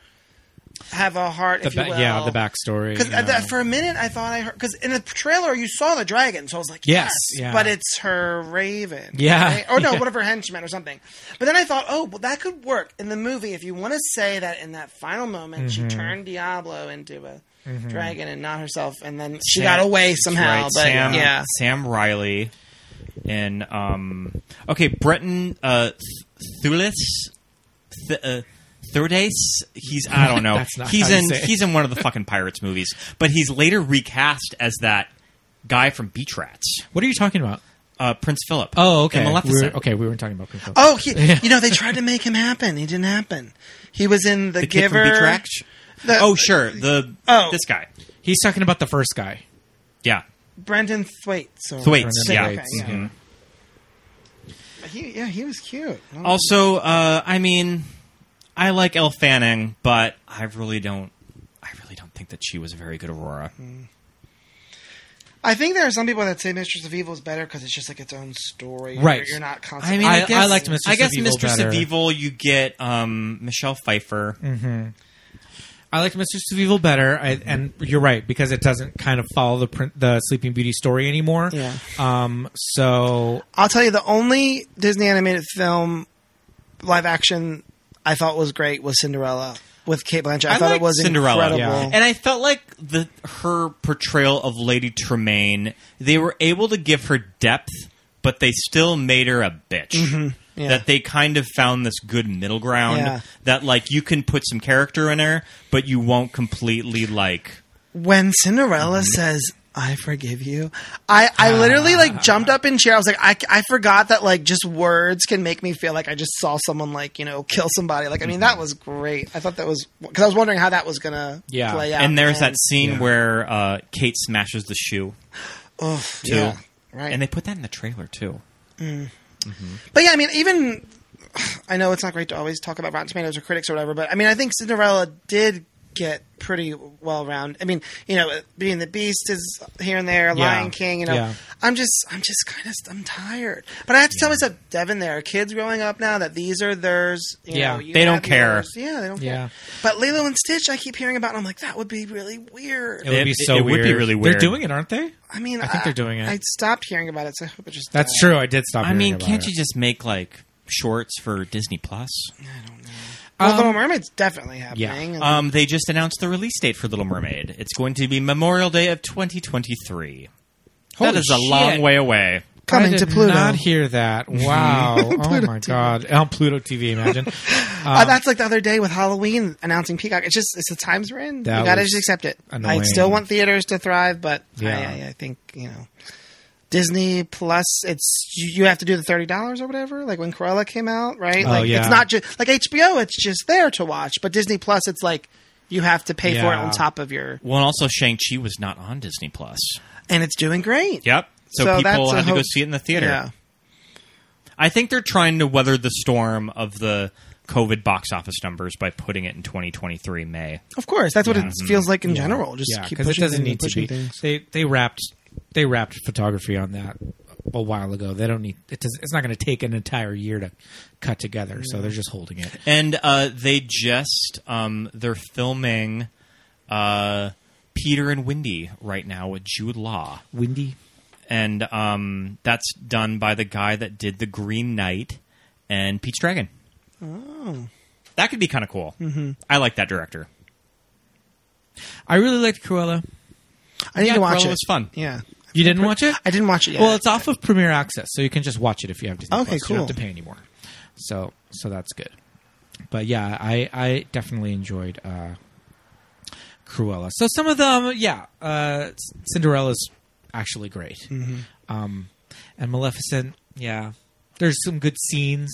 Speaker 7: have a heart.
Speaker 5: the
Speaker 7: if you
Speaker 5: ba-
Speaker 7: will.
Speaker 5: yeah the backstory.
Speaker 7: Because
Speaker 5: yeah.
Speaker 7: uh, for a minute I thought I heard because in the trailer you saw the dragon, so I was like, yes,
Speaker 5: Yes, yeah.
Speaker 7: but it's her raven,
Speaker 5: Yeah.
Speaker 7: right?
Speaker 6: [LAUGHS]
Speaker 7: or no,
Speaker 5: Yeah.
Speaker 7: one of her henchmen or something. But then I thought, oh, well, that could work in the movie if you want to say that in that final moment
Speaker 6: Mm-hmm.
Speaker 7: she turned Diablo into a dragon and not herself, and then she
Speaker 6: Sam-
Speaker 7: got away somehow.
Speaker 6: Right,
Speaker 7: but
Speaker 6: Sam,
Speaker 7: yeah,
Speaker 6: Sam Riley and um okay, Breton uh Th- Thulis Th- uh, Thurdes, he's I don't know.
Speaker 5: [LAUGHS] That's not
Speaker 6: he's
Speaker 5: how you
Speaker 6: in
Speaker 5: say it.
Speaker 6: he's in one of the fucking pirates movies, but he's later recast as that guy from Beach Rats,
Speaker 5: what are you talking about?
Speaker 6: uh, Prince Philip.
Speaker 5: Oh, okay.
Speaker 6: And
Speaker 5: We
Speaker 6: Maleficent.
Speaker 5: were, okay, we weren't talking about Prince Philip.
Speaker 6: [LAUGHS]
Speaker 7: oh, he, you know they tried to make him happen, he didn't happen. He was in the,
Speaker 6: The kid
Speaker 7: Giver.
Speaker 6: from Beach Rats.
Speaker 7: the-
Speaker 6: oh, sure. The
Speaker 7: Oh.
Speaker 6: this guy.
Speaker 5: He's talking about the first guy.
Speaker 6: Yeah.
Speaker 7: Brendan Thwaites. or-
Speaker 6: Thwaites,
Speaker 5: Brendan
Speaker 6: yeah. Mm-hmm.
Speaker 5: Thwaites,
Speaker 7: Okay,
Speaker 5: mhm.
Speaker 7: yeah.
Speaker 6: Oh,
Speaker 7: He, yeah, he was cute. I don't know.
Speaker 6: Also, uh, I mean, I like Elle Fanning, but I really don't. I really don't think that she was a very good Aurora.
Speaker 7: I think there are some people that say Mistress of Evil is better because it's just like its own story.
Speaker 5: Right.
Speaker 7: You're, you're not
Speaker 6: I
Speaker 7: constantly.
Speaker 6: mean,
Speaker 5: I-
Speaker 6: I,
Speaker 5: I
Speaker 6: guess,
Speaker 5: liked Mistress
Speaker 6: I guess
Speaker 5: of Evil
Speaker 6: Mistress of
Speaker 5: better.
Speaker 6: Evil, you get um, Michelle Pfeiffer.
Speaker 5: I liked Mistress of Evil better, I, and you're right because it doesn't kind of follow the print, the Sleeping Beauty story anymore.
Speaker 7: Yeah.
Speaker 5: Um. So
Speaker 7: I'll tell you the only Disney animated film live action I thought was great was Cinderella with Kate Blanchett. I,
Speaker 6: I
Speaker 7: thought it
Speaker 6: liked
Speaker 7: was
Speaker 6: Cinderella,
Speaker 7: incredible.
Speaker 5: yeah.
Speaker 6: And I felt like the her portrayal of Lady Tremaine, they were able to give her depth, but they still made her a bitch.
Speaker 7: yeah.
Speaker 6: That they kind of found this good middle ground
Speaker 7: Yeah.
Speaker 6: that like you can put some character in her, but you won't completely like
Speaker 7: when
Speaker 6: Mm-hmm.
Speaker 7: Cinderella says, I forgive you, I, I literally like jumped up in chair. I was like, I, I forgot that like just words can make me feel like I just saw someone like, you know, kill somebody. Like, I
Speaker 6: Mm-hmm.
Speaker 7: mean, that was great. I thought that was, because I was wondering how that was going to
Speaker 5: Yeah.
Speaker 7: play out.
Speaker 6: and there's that scene where uh, Kate smashes the shoe
Speaker 7: oh,
Speaker 6: too.
Speaker 7: yeah. Right.
Speaker 6: And they put that in the trailer too.
Speaker 7: But yeah, I mean, even I know it's not great to always talk about Rotten Tomatoes or critics or whatever, but I mean, I think Cinderella did get pretty well round. I mean, you know, Beauty and the Beast is here and there, Lion King. You know,
Speaker 5: Yeah.
Speaker 7: I'm just, I'm just kind of, I'm tired. But I have to tell myself, Devin, there are kids growing up now that these are theirs. You
Speaker 5: Yeah,
Speaker 7: know, you
Speaker 6: they don't
Speaker 7: have
Speaker 6: care.
Speaker 7: yours. Yeah, they don't
Speaker 5: Yeah.
Speaker 7: care. But Lilo and Stitch, I keep hearing about, and I'm like, that would be really weird.
Speaker 5: it would
Speaker 6: It-
Speaker 5: be so
Speaker 6: it would be
Speaker 5: weird.
Speaker 6: really
Speaker 5: They're
Speaker 6: weird.
Speaker 5: doing it, aren't they?
Speaker 7: I mean,
Speaker 5: I think they're doing it.
Speaker 7: I stopped hearing about it, so I hope it just.
Speaker 5: That's true. I did stop.
Speaker 6: I mean, can't you just make like shorts for Disney Plus?
Speaker 7: Well,
Speaker 5: Um, Uh,
Speaker 7: Little Mermaid's definitely happening. and-
Speaker 6: Um, they just announced the release date for Little Mermaid. It's going to be Memorial Day of 2023. that
Speaker 5: Holy
Speaker 6: is a long
Speaker 5: shit.
Speaker 6: way away.
Speaker 7: Coming
Speaker 5: I did
Speaker 7: to Pluto.
Speaker 5: Not hear that.
Speaker 7: [LAUGHS]
Speaker 5: Wow. oh my god. On Pluto TV. Imagine.
Speaker 7: Uh,
Speaker 5: Um,
Speaker 7: that's like the other day with Halloween announcing Peacock. It's just it's the times we're in.
Speaker 5: That
Speaker 7: you gotta
Speaker 5: was
Speaker 7: just accept it.
Speaker 5: annoying.
Speaker 7: I still want theaters to thrive, but
Speaker 5: Yeah.
Speaker 7: I, I, I think you know Disney Plus. It's you, you have to do the thirty dollars or whatever. Like when Cruella came out, right?
Speaker 5: Oh,
Speaker 7: like
Speaker 5: yeah.
Speaker 7: it's not just like HBO. It's just there to watch. But Disney Plus, it's like you have to pay for it
Speaker 5: Yeah.
Speaker 7: on top of your,
Speaker 6: Well, and also Shang Chi was not on Disney Plus.
Speaker 7: and it's doing great.
Speaker 6: Yep. So,
Speaker 7: So that's
Speaker 6: people
Speaker 7: a
Speaker 6: have to go
Speaker 7: hope-
Speaker 6: see it in the theater.
Speaker 7: Yeah.
Speaker 6: I think they're trying to weather the storm of the COVID box office numbers by putting it in 2023 May.
Speaker 7: Of course, that's what it feels like in general. Just
Speaker 5: yeah,
Speaker 7: keep
Speaker 5: because it
Speaker 7: pushing
Speaker 5: doesn't
Speaker 7: things and
Speaker 5: need to
Speaker 7: pushing
Speaker 5: be.
Speaker 7: things.
Speaker 5: They they wrapped they wrapped photography on that a while ago. They don't need it. Does, it's not going to take an entire year to cut together. So they're just holding it.
Speaker 6: And uh, they just um, they're filming uh, Peter and Wendy right now with Jude Law.
Speaker 5: Windy.
Speaker 6: and um, that's done by the guy that did the Green Knight and Peach Dragon. Oh, that could be kind of cool. Mm-hmm. I like that director.
Speaker 5: I really liked Cruella.
Speaker 7: I need
Speaker 6: Yeah,
Speaker 7: to watch
Speaker 6: Cruella
Speaker 7: it.
Speaker 6: was fun.
Speaker 7: Yeah,
Speaker 5: You didn't watch it?
Speaker 7: I didn't watch it yet.
Speaker 5: Well, it's off of Premier Access, so you can just watch it if you have Disney.
Speaker 7: Okay,
Speaker 5: Plus. You don't
Speaker 7: cool.
Speaker 5: have to pay anymore. So so that's good. But yeah, I I definitely enjoyed uh, Cruella. So some of them, yeah, uh, C- Cinderella's actually great.
Speaker 7: Mm-hmm.
Speaker 5: Um, and Maleficent, yeah, there's some good scenes.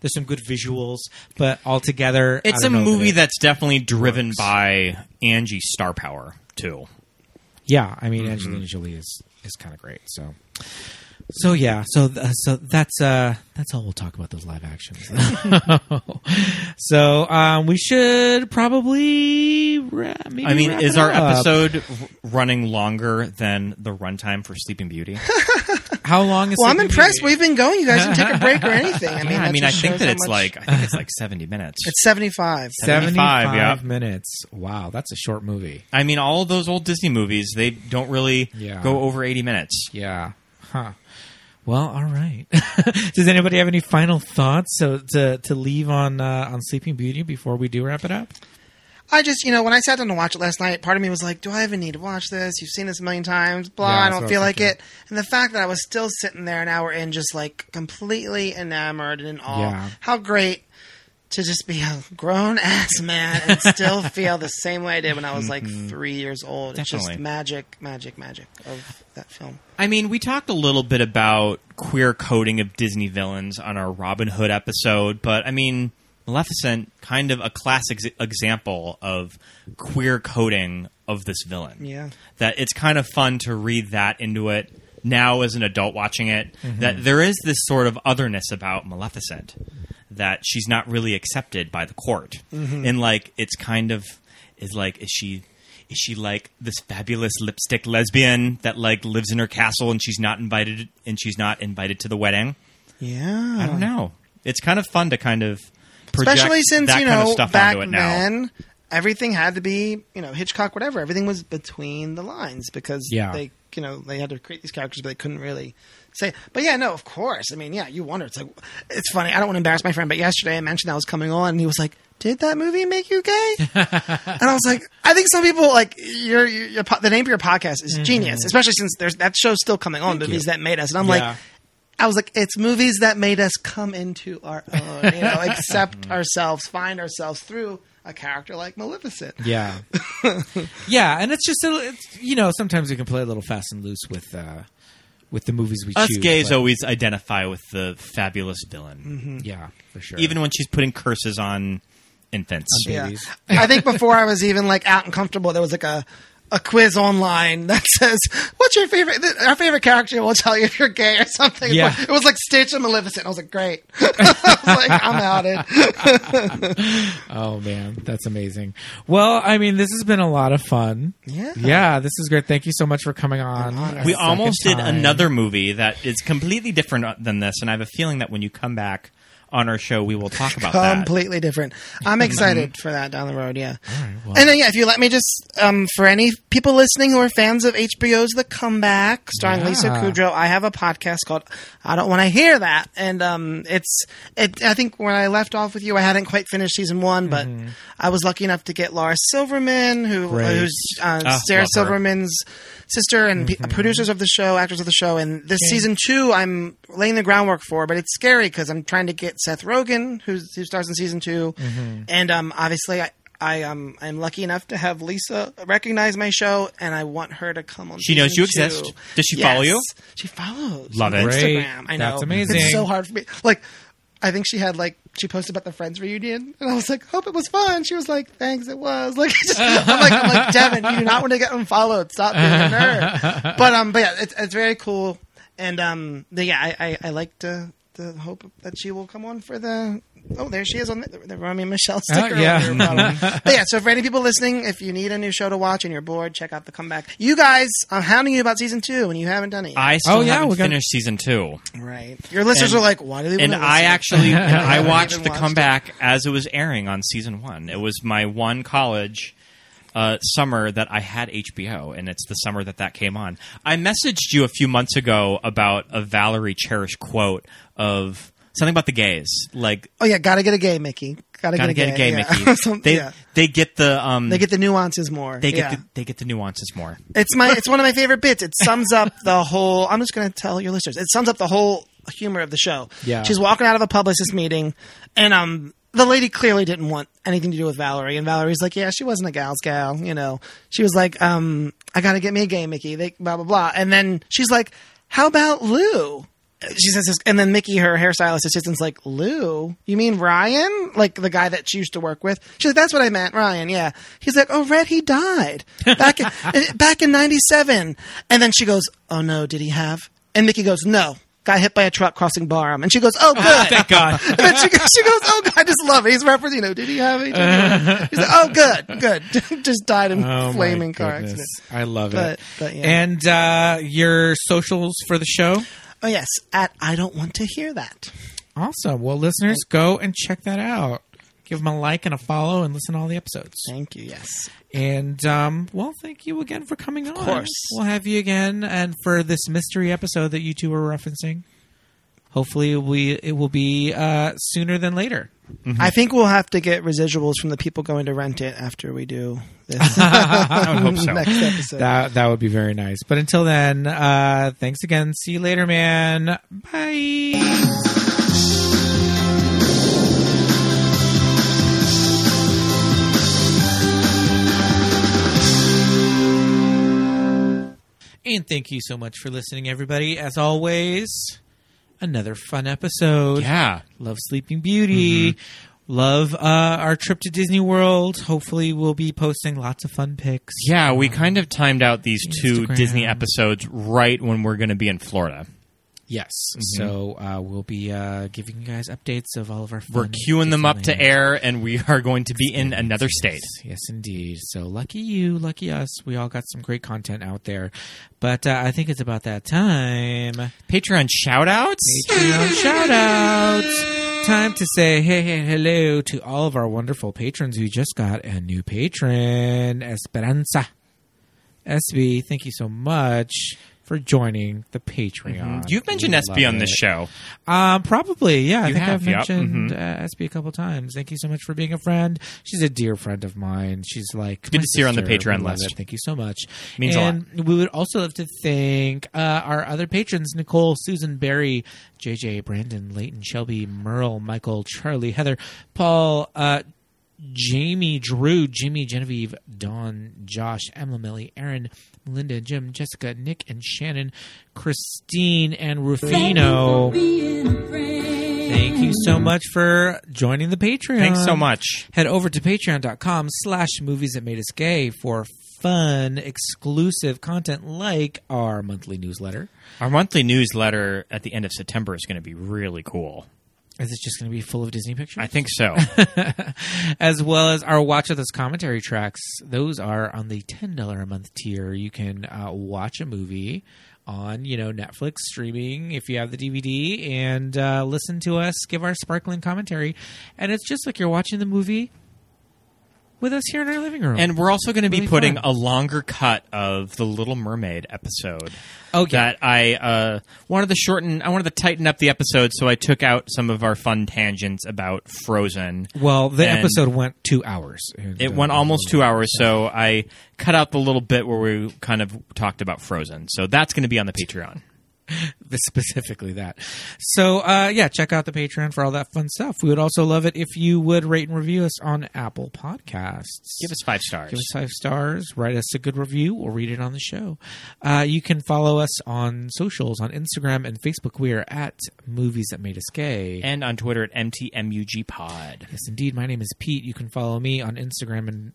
Speaker 5: There's some good visuals, but altogether, I
Speaker 6: It's a
Speaker 5: don't know
Speaker 6: movie
Speaker 5: it-
Speaker 6: that's definitely driven
Speaker 5: works.
Speaker 6: by Angie's star power too.
Speaker 5: Yeah, I
Speaker 6: Mm-hmm.
Speaker 5: mean Angelina Jolie is is kind of great. So, so yeah, so th- uh, so that's uh that's all we'll talk about those live actions. [LAUGHS] so um, we should probably. Ra- maybe
Speaker 6: I mean,
Speaker 5: wrap
Speaker 6: is
Speaker 5: it
Speaker 6: our
Speaker 5: up.
Speaker 6: episode r- running longer than the runtime for Sleeping Beauty?
Speaker 5: how long? Is
Speaker 7: Well, I'm
Speaker 5: Sleeping
Speaker 7: impressed.
Speaker 5: Beauty?
Speaker 7: We've been going. You guys didn't take
Speaker 6: [LAUGHS]
Speaker 7: a break or anything. I mean,
Speaker 6: yeah, I
Speaker 7: that
Speaker 6: mean, I
Speaker 7: just
Speaker 6: think
Speaker 7: shows
Speaker 6: that
Speaker 7: how
Speaker 6: it's
Speaker 7: much-
Speaker 6: like I think it's like 70 minutes.
Speaker 7: it's 75.
Speaker 5: 75
Speaker 6: 75, yeah.
Speaker 5: minutes. Wow, that's a short movie.
Speaker 6: I mean, all those old Disney movies they don't really
Speaker 5: Yeah.
Speaker 6: go over 80 minutes.
Speaker 5: Yeah. Huh. Well, all right. [LAUGHS] Does anybody have any final thoughts so to to leave on uh, on Sleeping Beauty before we do wrap it up?
Speaker 7: I just, you know, when I sat down to watch it last night, part of me was like, "Do I even need to watch this? You've seen this a million times." Blah.
Speaker 5: Yeah,
Speaker 7: I
Speaker 5: that's what
Speaker 7: don't
Speaker 5: I
Speaker 7: feel
Speaker 5: was
Speaker 7: like
Speaker 5: thinking.
Speaker 7: it. And the fact that I was still sitting there an hour in, just like completely enamored and in awe.
Speaker 5: Yeah.
Speaker 7: How great to just be a grown ass man
Speaker 6: [LAUGHS]
Speaker 7: and still feel the same way I did when I was like three years old. It's just
Speaker 6: Mm-hmm. Definitely.
Speaker 7: magic, magic, magic of that film.
Speaker 6: I mean, we talked a little bit about queer coding of Disney villains on our Robin Hood episode, but I mean, Maleficent kind of a classic ex- example of queer coding of this villain.
Speaker 7: Yeah.
Speaker 6: That it's kind of fun to read that into it
Speaker 7: Mm-hmm.
Speaker 6: now as an adult watching it that there is this sort of otherness about Maleficent that she's not really accepted by the court,
Speaker 7: Mm-hmm.
Speaker 6: and like it's kind of is like is she is she like this fabulous lipstick lesbian that like lives in her castle and she's not invited and she's not invited to the wedding?
Speaker 7: Yeah.
Speaker 6: I don't know. It's kind of fun to kind of project
Speaker 7: Hmm. Especially since,
Speaker 6: that
Speaker 7: you know,
Speaker 6: kind of stuff
Speaker 7: back
Speaker 6: onto it now.
Speaker 7: then, everything had to be, you know, Hitchcock, whatever. Everything was between the lines because
Speaker 5: Yeah.
Speaker 7: they, you know, they had to create these characters, but they couldn't really say. But yeah, no, of course. I mean, yeah, you wonder. It's like, it's funny. I don't want to embarrass my friend, but yesterday I mentioned I was coming on and he was like, did that movie make
Speaker 6: [LAUGHS]
Speaker 7: you gay? and I was like, I think some people like your, your, your po- the name of your podcast
Speaker 6: Mm-hmm.
Speaker 7: is genius, especially since there's that show's still coming on, movies that made us. And I'm
Speaker 5: Yeah.
Speaker 7: like, I was like, it's movies that made us come into our own, you know,
Speaker 5: [LAUGHS] Mm-hmm.
Speaker 7: accept ourselves, find ourselves through a character like Maleficent.
Speaker 5: Yeah, yeah, and it's just a, it's, you know sometimes we can play a little fast and loose with uh, with the movies we
Speaker 6: Us
Speaker 5: choose.
Speaker 6: gays
Speaker 5: but-
Speaker 6: always identify with the fabulous villain,
Speaker 5: yeah, for sure.
Speaker 6: even when she's putting curses on infants.
Speaker 5: On
Speaker 7: Yeah.
Speaker 5: Babies.
Speaker 7: I think before I was even like out and comfortable, there was like a a quiz online that [LAUGHS] says, "What's your favorite? th- Our favorite character will tell you if you're gay or something."
Speaker 5: Yeah.
Speaker 7: It was like Stitch and Maleficent. I was like, "Great!" [LAUGHS] I was like, "I'm outed."
Speaker 5: Oh man, that's amazing. Well, I mean, this has been a lot of fun.
Speaker 7: Yeah.
Speaker 5: yeah, this is great. Thank you so much for coming on. a
Speaker 6: we
Speaker 5: second
Speaker 6: almost did
Speaker 5: time.
Speaker 6: another movie that is completely different uh, than this, and I have a feeling that when you come back on our show, we will talk about that.
Speaker 7: completely different. I'm excited for that down the road. Yeah, and then yeah, if you let me just um, for any people listening who are fans of HBO's The Comeback, starring Lisa
Speaker 5: Yeah.
Speaker 7: Kudrow, I have a podcast called "I Don't Want to Hear That," and um, it's it. I think when I left off with you, I hadn't quite finished season one, but I was lucky enough to get Laura Silverman, who
Speaker 5: Great.
Speaker 7: who's uh,
Speaker 6: Ah,
Speaker 7: Sarah
Speaker 6: love her. Mm-hmm.
Speaker 7: Silverman's sister and p- producers of the show, actors of the show, and this season two, I'm laying the groundwork for, but it's scary because I'm trying to get Seth Rogen, who's, who stars in season 2
Speaker 6: Mm-hmm.
Speaker 7: and um, obviously I. I um I'm lucky enough to have Lisa recognize my show, and I want her to come on.
Speaker 6: She knows
Speaker 7: season
Speaker 6: you exist.
Speaker 7: two.
Speaker 6: Does she follow you?
Speaker 7: She follows.
Speaker 6: Love
Speaker 7: on
Speaker 6: it.
Speaker 5: Great.
Speaker 7: Instagram. I know.
Speaker 5: That's amazing.
Speaker 7: It's so hard for me. Like, I think she had like she posted about the Friends reunion, and I was like, hope it was fun. She was like, thanks, it was. [LAUGHS] Like, just, I'm like, I'm like, Devin, you do not want to get unfollowed. Stop being a
Speaker 5: [LAUGHS]
Speaker 7: nerd. But um, but yeah, it's, it's very cool, and um, the, yeah, I, I I like to to hope that she will come on for the. Oh, there she is on the, the Romy and Michelle sticker.
Speaker 5: Uh, yeah.
Speaker 7: on
Speaker 5: [LAUGHS]
Speaker 7: her bottom. but yeah, so for any people listening, if you need a new show to watch and you're bored, check out the comeback. You guys, I'm hounding you about season two, and you haven't done it. Yet.
Speaker 6: I still
Speaker 5: Oh, yeah,
Speaker 6: haven't
Speaker 5: we're gonna-
Speaker 6: finished season two,
Speaker 7: Right. Your listeners
Speaker 6: And-
Speaker 7: are like, why do they? wanna
Speaker 6: and
Speaker 7: listen?
Speaker 6: I
Speaker 5: [LAUGHS]
Speaker 6: actually and I
Speaker 7: haven't
Speaker 6: watched
Speaker 7: even
Speaker 6: the
Speaker 7: watched
Speaker 6: comeback as it was airing on season one. It was my one college. Uh, summer that I had HBO, and it's the summer that that came on. I messaged you a few months ago about a Valerie Cherish quote of something about the gays, like
Speaker 7: Oh yeah, gotta get a gay Mickey. Gotta,
Speaker 6: gotta get a gay,
Speaker 7: yeah. [LAUGHS]
Speaker 6: Mickey.
Speaker 7: Some-
Speaker 6: they
Speaker 7: yeah.
Speaker 6: they get the um
Speaker 7: They get the nuances more.
Speaker 6: they get
Speaker 7: yeah.
Speaker 6: the, they get the nuances more.
Speaker 7: It's my it's one of my favorite bits. It sums up the whole. I'm just going to tell your listeners. It sums up the whole humor of the show.
Speaker 5: Yeah.
Speaker 7: She's walking out of a publicist meeting, and um, the lady clearly didn't want anything to do with Valerie, and Valerie's like, "Yeah, she wasn't a gal's gal, you know." She was like, "Um, I got to get me a gay Mickey." They blah blah blah, and then she's like, "How about Lou?" She says this, and then Mickey, her hairstylist assistant's like, Lou, you mean Ryan? Like the guy that she used to work with? She's like, that's what I meant, Ryan, yeah. He's like, oh, Red, he died back in, back in 97. And then she goes, oh no, did he have? And Mickey goes, no, got hit by a truck crossing Barham. And she goes, oh, good.
Speaker 6: Thank God.
Speaker 7: [LAUGHS] And then she, goes- she goes, oh, God, I just love it. He's referencing, you know, did he have it? He's like, oh, good, good. [LAUGHS] just died in
Speaker 5: Oh, my
Speaker 7: flaming car
Speaker 5: goodness.
Speaker 7: accident.
Speaker 5: I love
Speaker 7: But-
Speaker 5: it.
Speaker 7: but, yeah.
Speaker 5: And uh, your socials for the show.
Speaker 7: Oh, yes, at I don't want to hear that.
Speaker 5: Awesome. Well, listeners, go and check that out. Give them a like and a follow, and listen to all the episodes.
Speaker 7: Thank you, yes.
Speaker 5: And um, well, thank you again for coming on. Of
Speaker 7: course.
Speaker 5: we'll have you again, and for this mystery episode that you two were referencing. Hopefully, we it will be uh, sooner than later.
Speaker 7: I think we'll have to get residuals from the people going to rent it after we do this
Speaker 6: I would hope so.
Speaker 7: [LAUGHS] next episode.
Speaker 5: That that would be very nice. But until then, uh, thanks again. See you later, man. Bye. And thank you so much for listening, everybody. As always, another fun episode.
Speaker 6: Yeah. Mm-hmm.
Speaker 5: Love Sleeping Beauty. Love uh, our trip to Disney World. Hopefully, we'll be posting lots of fun pics.
Speaker 6: Yeah, we kind of timed out these two
Speaker 5: Instagram.
Speaker 6: Disney episodes right when we're going to be in Florida.
Speaker 5: Yes.
Speaker 6: Mm-hmm.
Speaker 5: So uh, we'll be uh, giving you guys updates of all of our.
Speaker 6: We're
Speaker 5: fun
Speaker 6: queuing them up to
Speaker 5: Disneyland.
Speaker 6: air, and we are going to be in another state.
Speaker 5: Yes, indeed. So lucky you, lucky us. We all got some great content out there, but uh, I think it's about that time.
Speaker 6: Patreon shout outs.
Speaker 5: Patreon shout outs. Time to say hey, hey, hello to all of our wonderful patrons. We just got a new patron, Esperanza. SB, thank you so much for joining the Patreon.
Speaker 6: Mm-hmm. You've mentioned
Speaker 5: We
Speaker 6: SB
Speaker 5: love
Speaker 6: on this
Speaker 5: it.
Speaker 6: show.
Speaker 5: Um, probably, yeah. I
Speaker 6: You
Speaker 5: think
Speaker 6: have,
Speaker 5: I've
Speaker 6: yep. mm-hmm.
Speaker 5: mentioned uh, SB a couple times. Thank you so much for being a friend. She's a dear friend of mine. She's like
Speaker 6: Good
Speaker 5: my
Speaker 6: to see her on the
Speaker 5: sister.
Speaker 6: Patreon
Speaker 5: We love
Speaker 6: list.
Speaker 5: it. Thank you so much.
Speaker 6: Means a lot.
Speaker 5: and we would also love to thank uh, our other patrons: Nicole, Susan, Barry, JJ, Brandon, Leighton, Shelby, Merle, Michael, Charlie, Heather, Paul. Uh, Jamie, Drew, Jimmy, Genevieve, Dawn, Josh, Emma, Millie, Aaron, Melinda, Jim, Jessica, Nick, and Shannon, Christine, and Rufino. Thank you so much for joining the Patreon.
Speaker 6: Thanks so much.
Speaker 5: Head over to patreon.com slash movies that made us gay for fun, exclusive content like our monthly newsletter.
Speaker 6: Our monthly newsletter at the end of September is going to be really cool.
Speaker 5: Is it just going to be full of Disney pictures?
Speaker 6: I think [LAUGHS] so.
Speaker 5: [LAUGHS] as well as our watch of those commentary tracks. Those are on the ten dollar a month tier. You can uh, watch a movie on you know Netflix streaming if you have the DVD and uh, listen to us give our sparkling commentary, and it's just like you're watching the movie with us here in our living room.
Speaker 6: and we're also going to be
Speaker 5: Really
Speaker 6: putting
Speaker 5: fun.
Speaker 6: a longer cut of the Little Mermaid episode.
Speaker 5: oh yeah,
Speaker 6: That I uh, wanted to shorten, I wanted to tighten up the episode, so I took out some of our fun tangents about Frozen.
Speaker 5: well the
Speaker 6: and-
Speaker 5: episode went two hours. And,
Speaker 6: It
Speaker 5: uh,
Speaker 6: went
Speaker 5: was a
Speaker 6: almost
Speaker 5: little-
Speaker 6: two hours, so I cut out the little bit where we kind of talked about Frozen. So that's going to be on the Patreon.
Speaker 5: [LAUGHS] specifically that. So uh, yeah, check out the Patreon for all that fun stuff. We would also love it if you would rate and review us on Apple Podcasts.
Speaker 6: Give us five stars.
Speaker 5: Give us five stars. Write us a good review. We'll read it on the show. Uh, you can follow us on socials on Instagram and Facebook. We are at Movies That Made Us Gay.
Speaker 6: and on Twitter at MTMUG Pod.
Speaker 5: yes, indeed. My name is Pete. You can follow me on Instagram and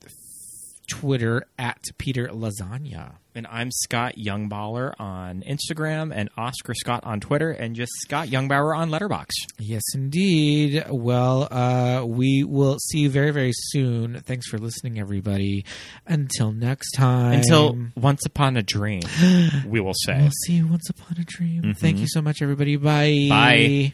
Speaker 5: Twitter at Peter Lasagna.
Speaker 6: And I'm Scott Youngballer on Instagram and Oscar Scott on Twitter and just Scott Youngbauer on Letterbox.
Speaker 5: Yes, indeed. Well, uh, we will see you very, very soon. Thanks for listening, everybody. Until next time.
Speaker 6: Until once upon a dream, we will say.
Speaker 5: [GASPS] we'll see you once upon a dream. Thank you so much, everybody. Bye.
Speaker 6: Bye.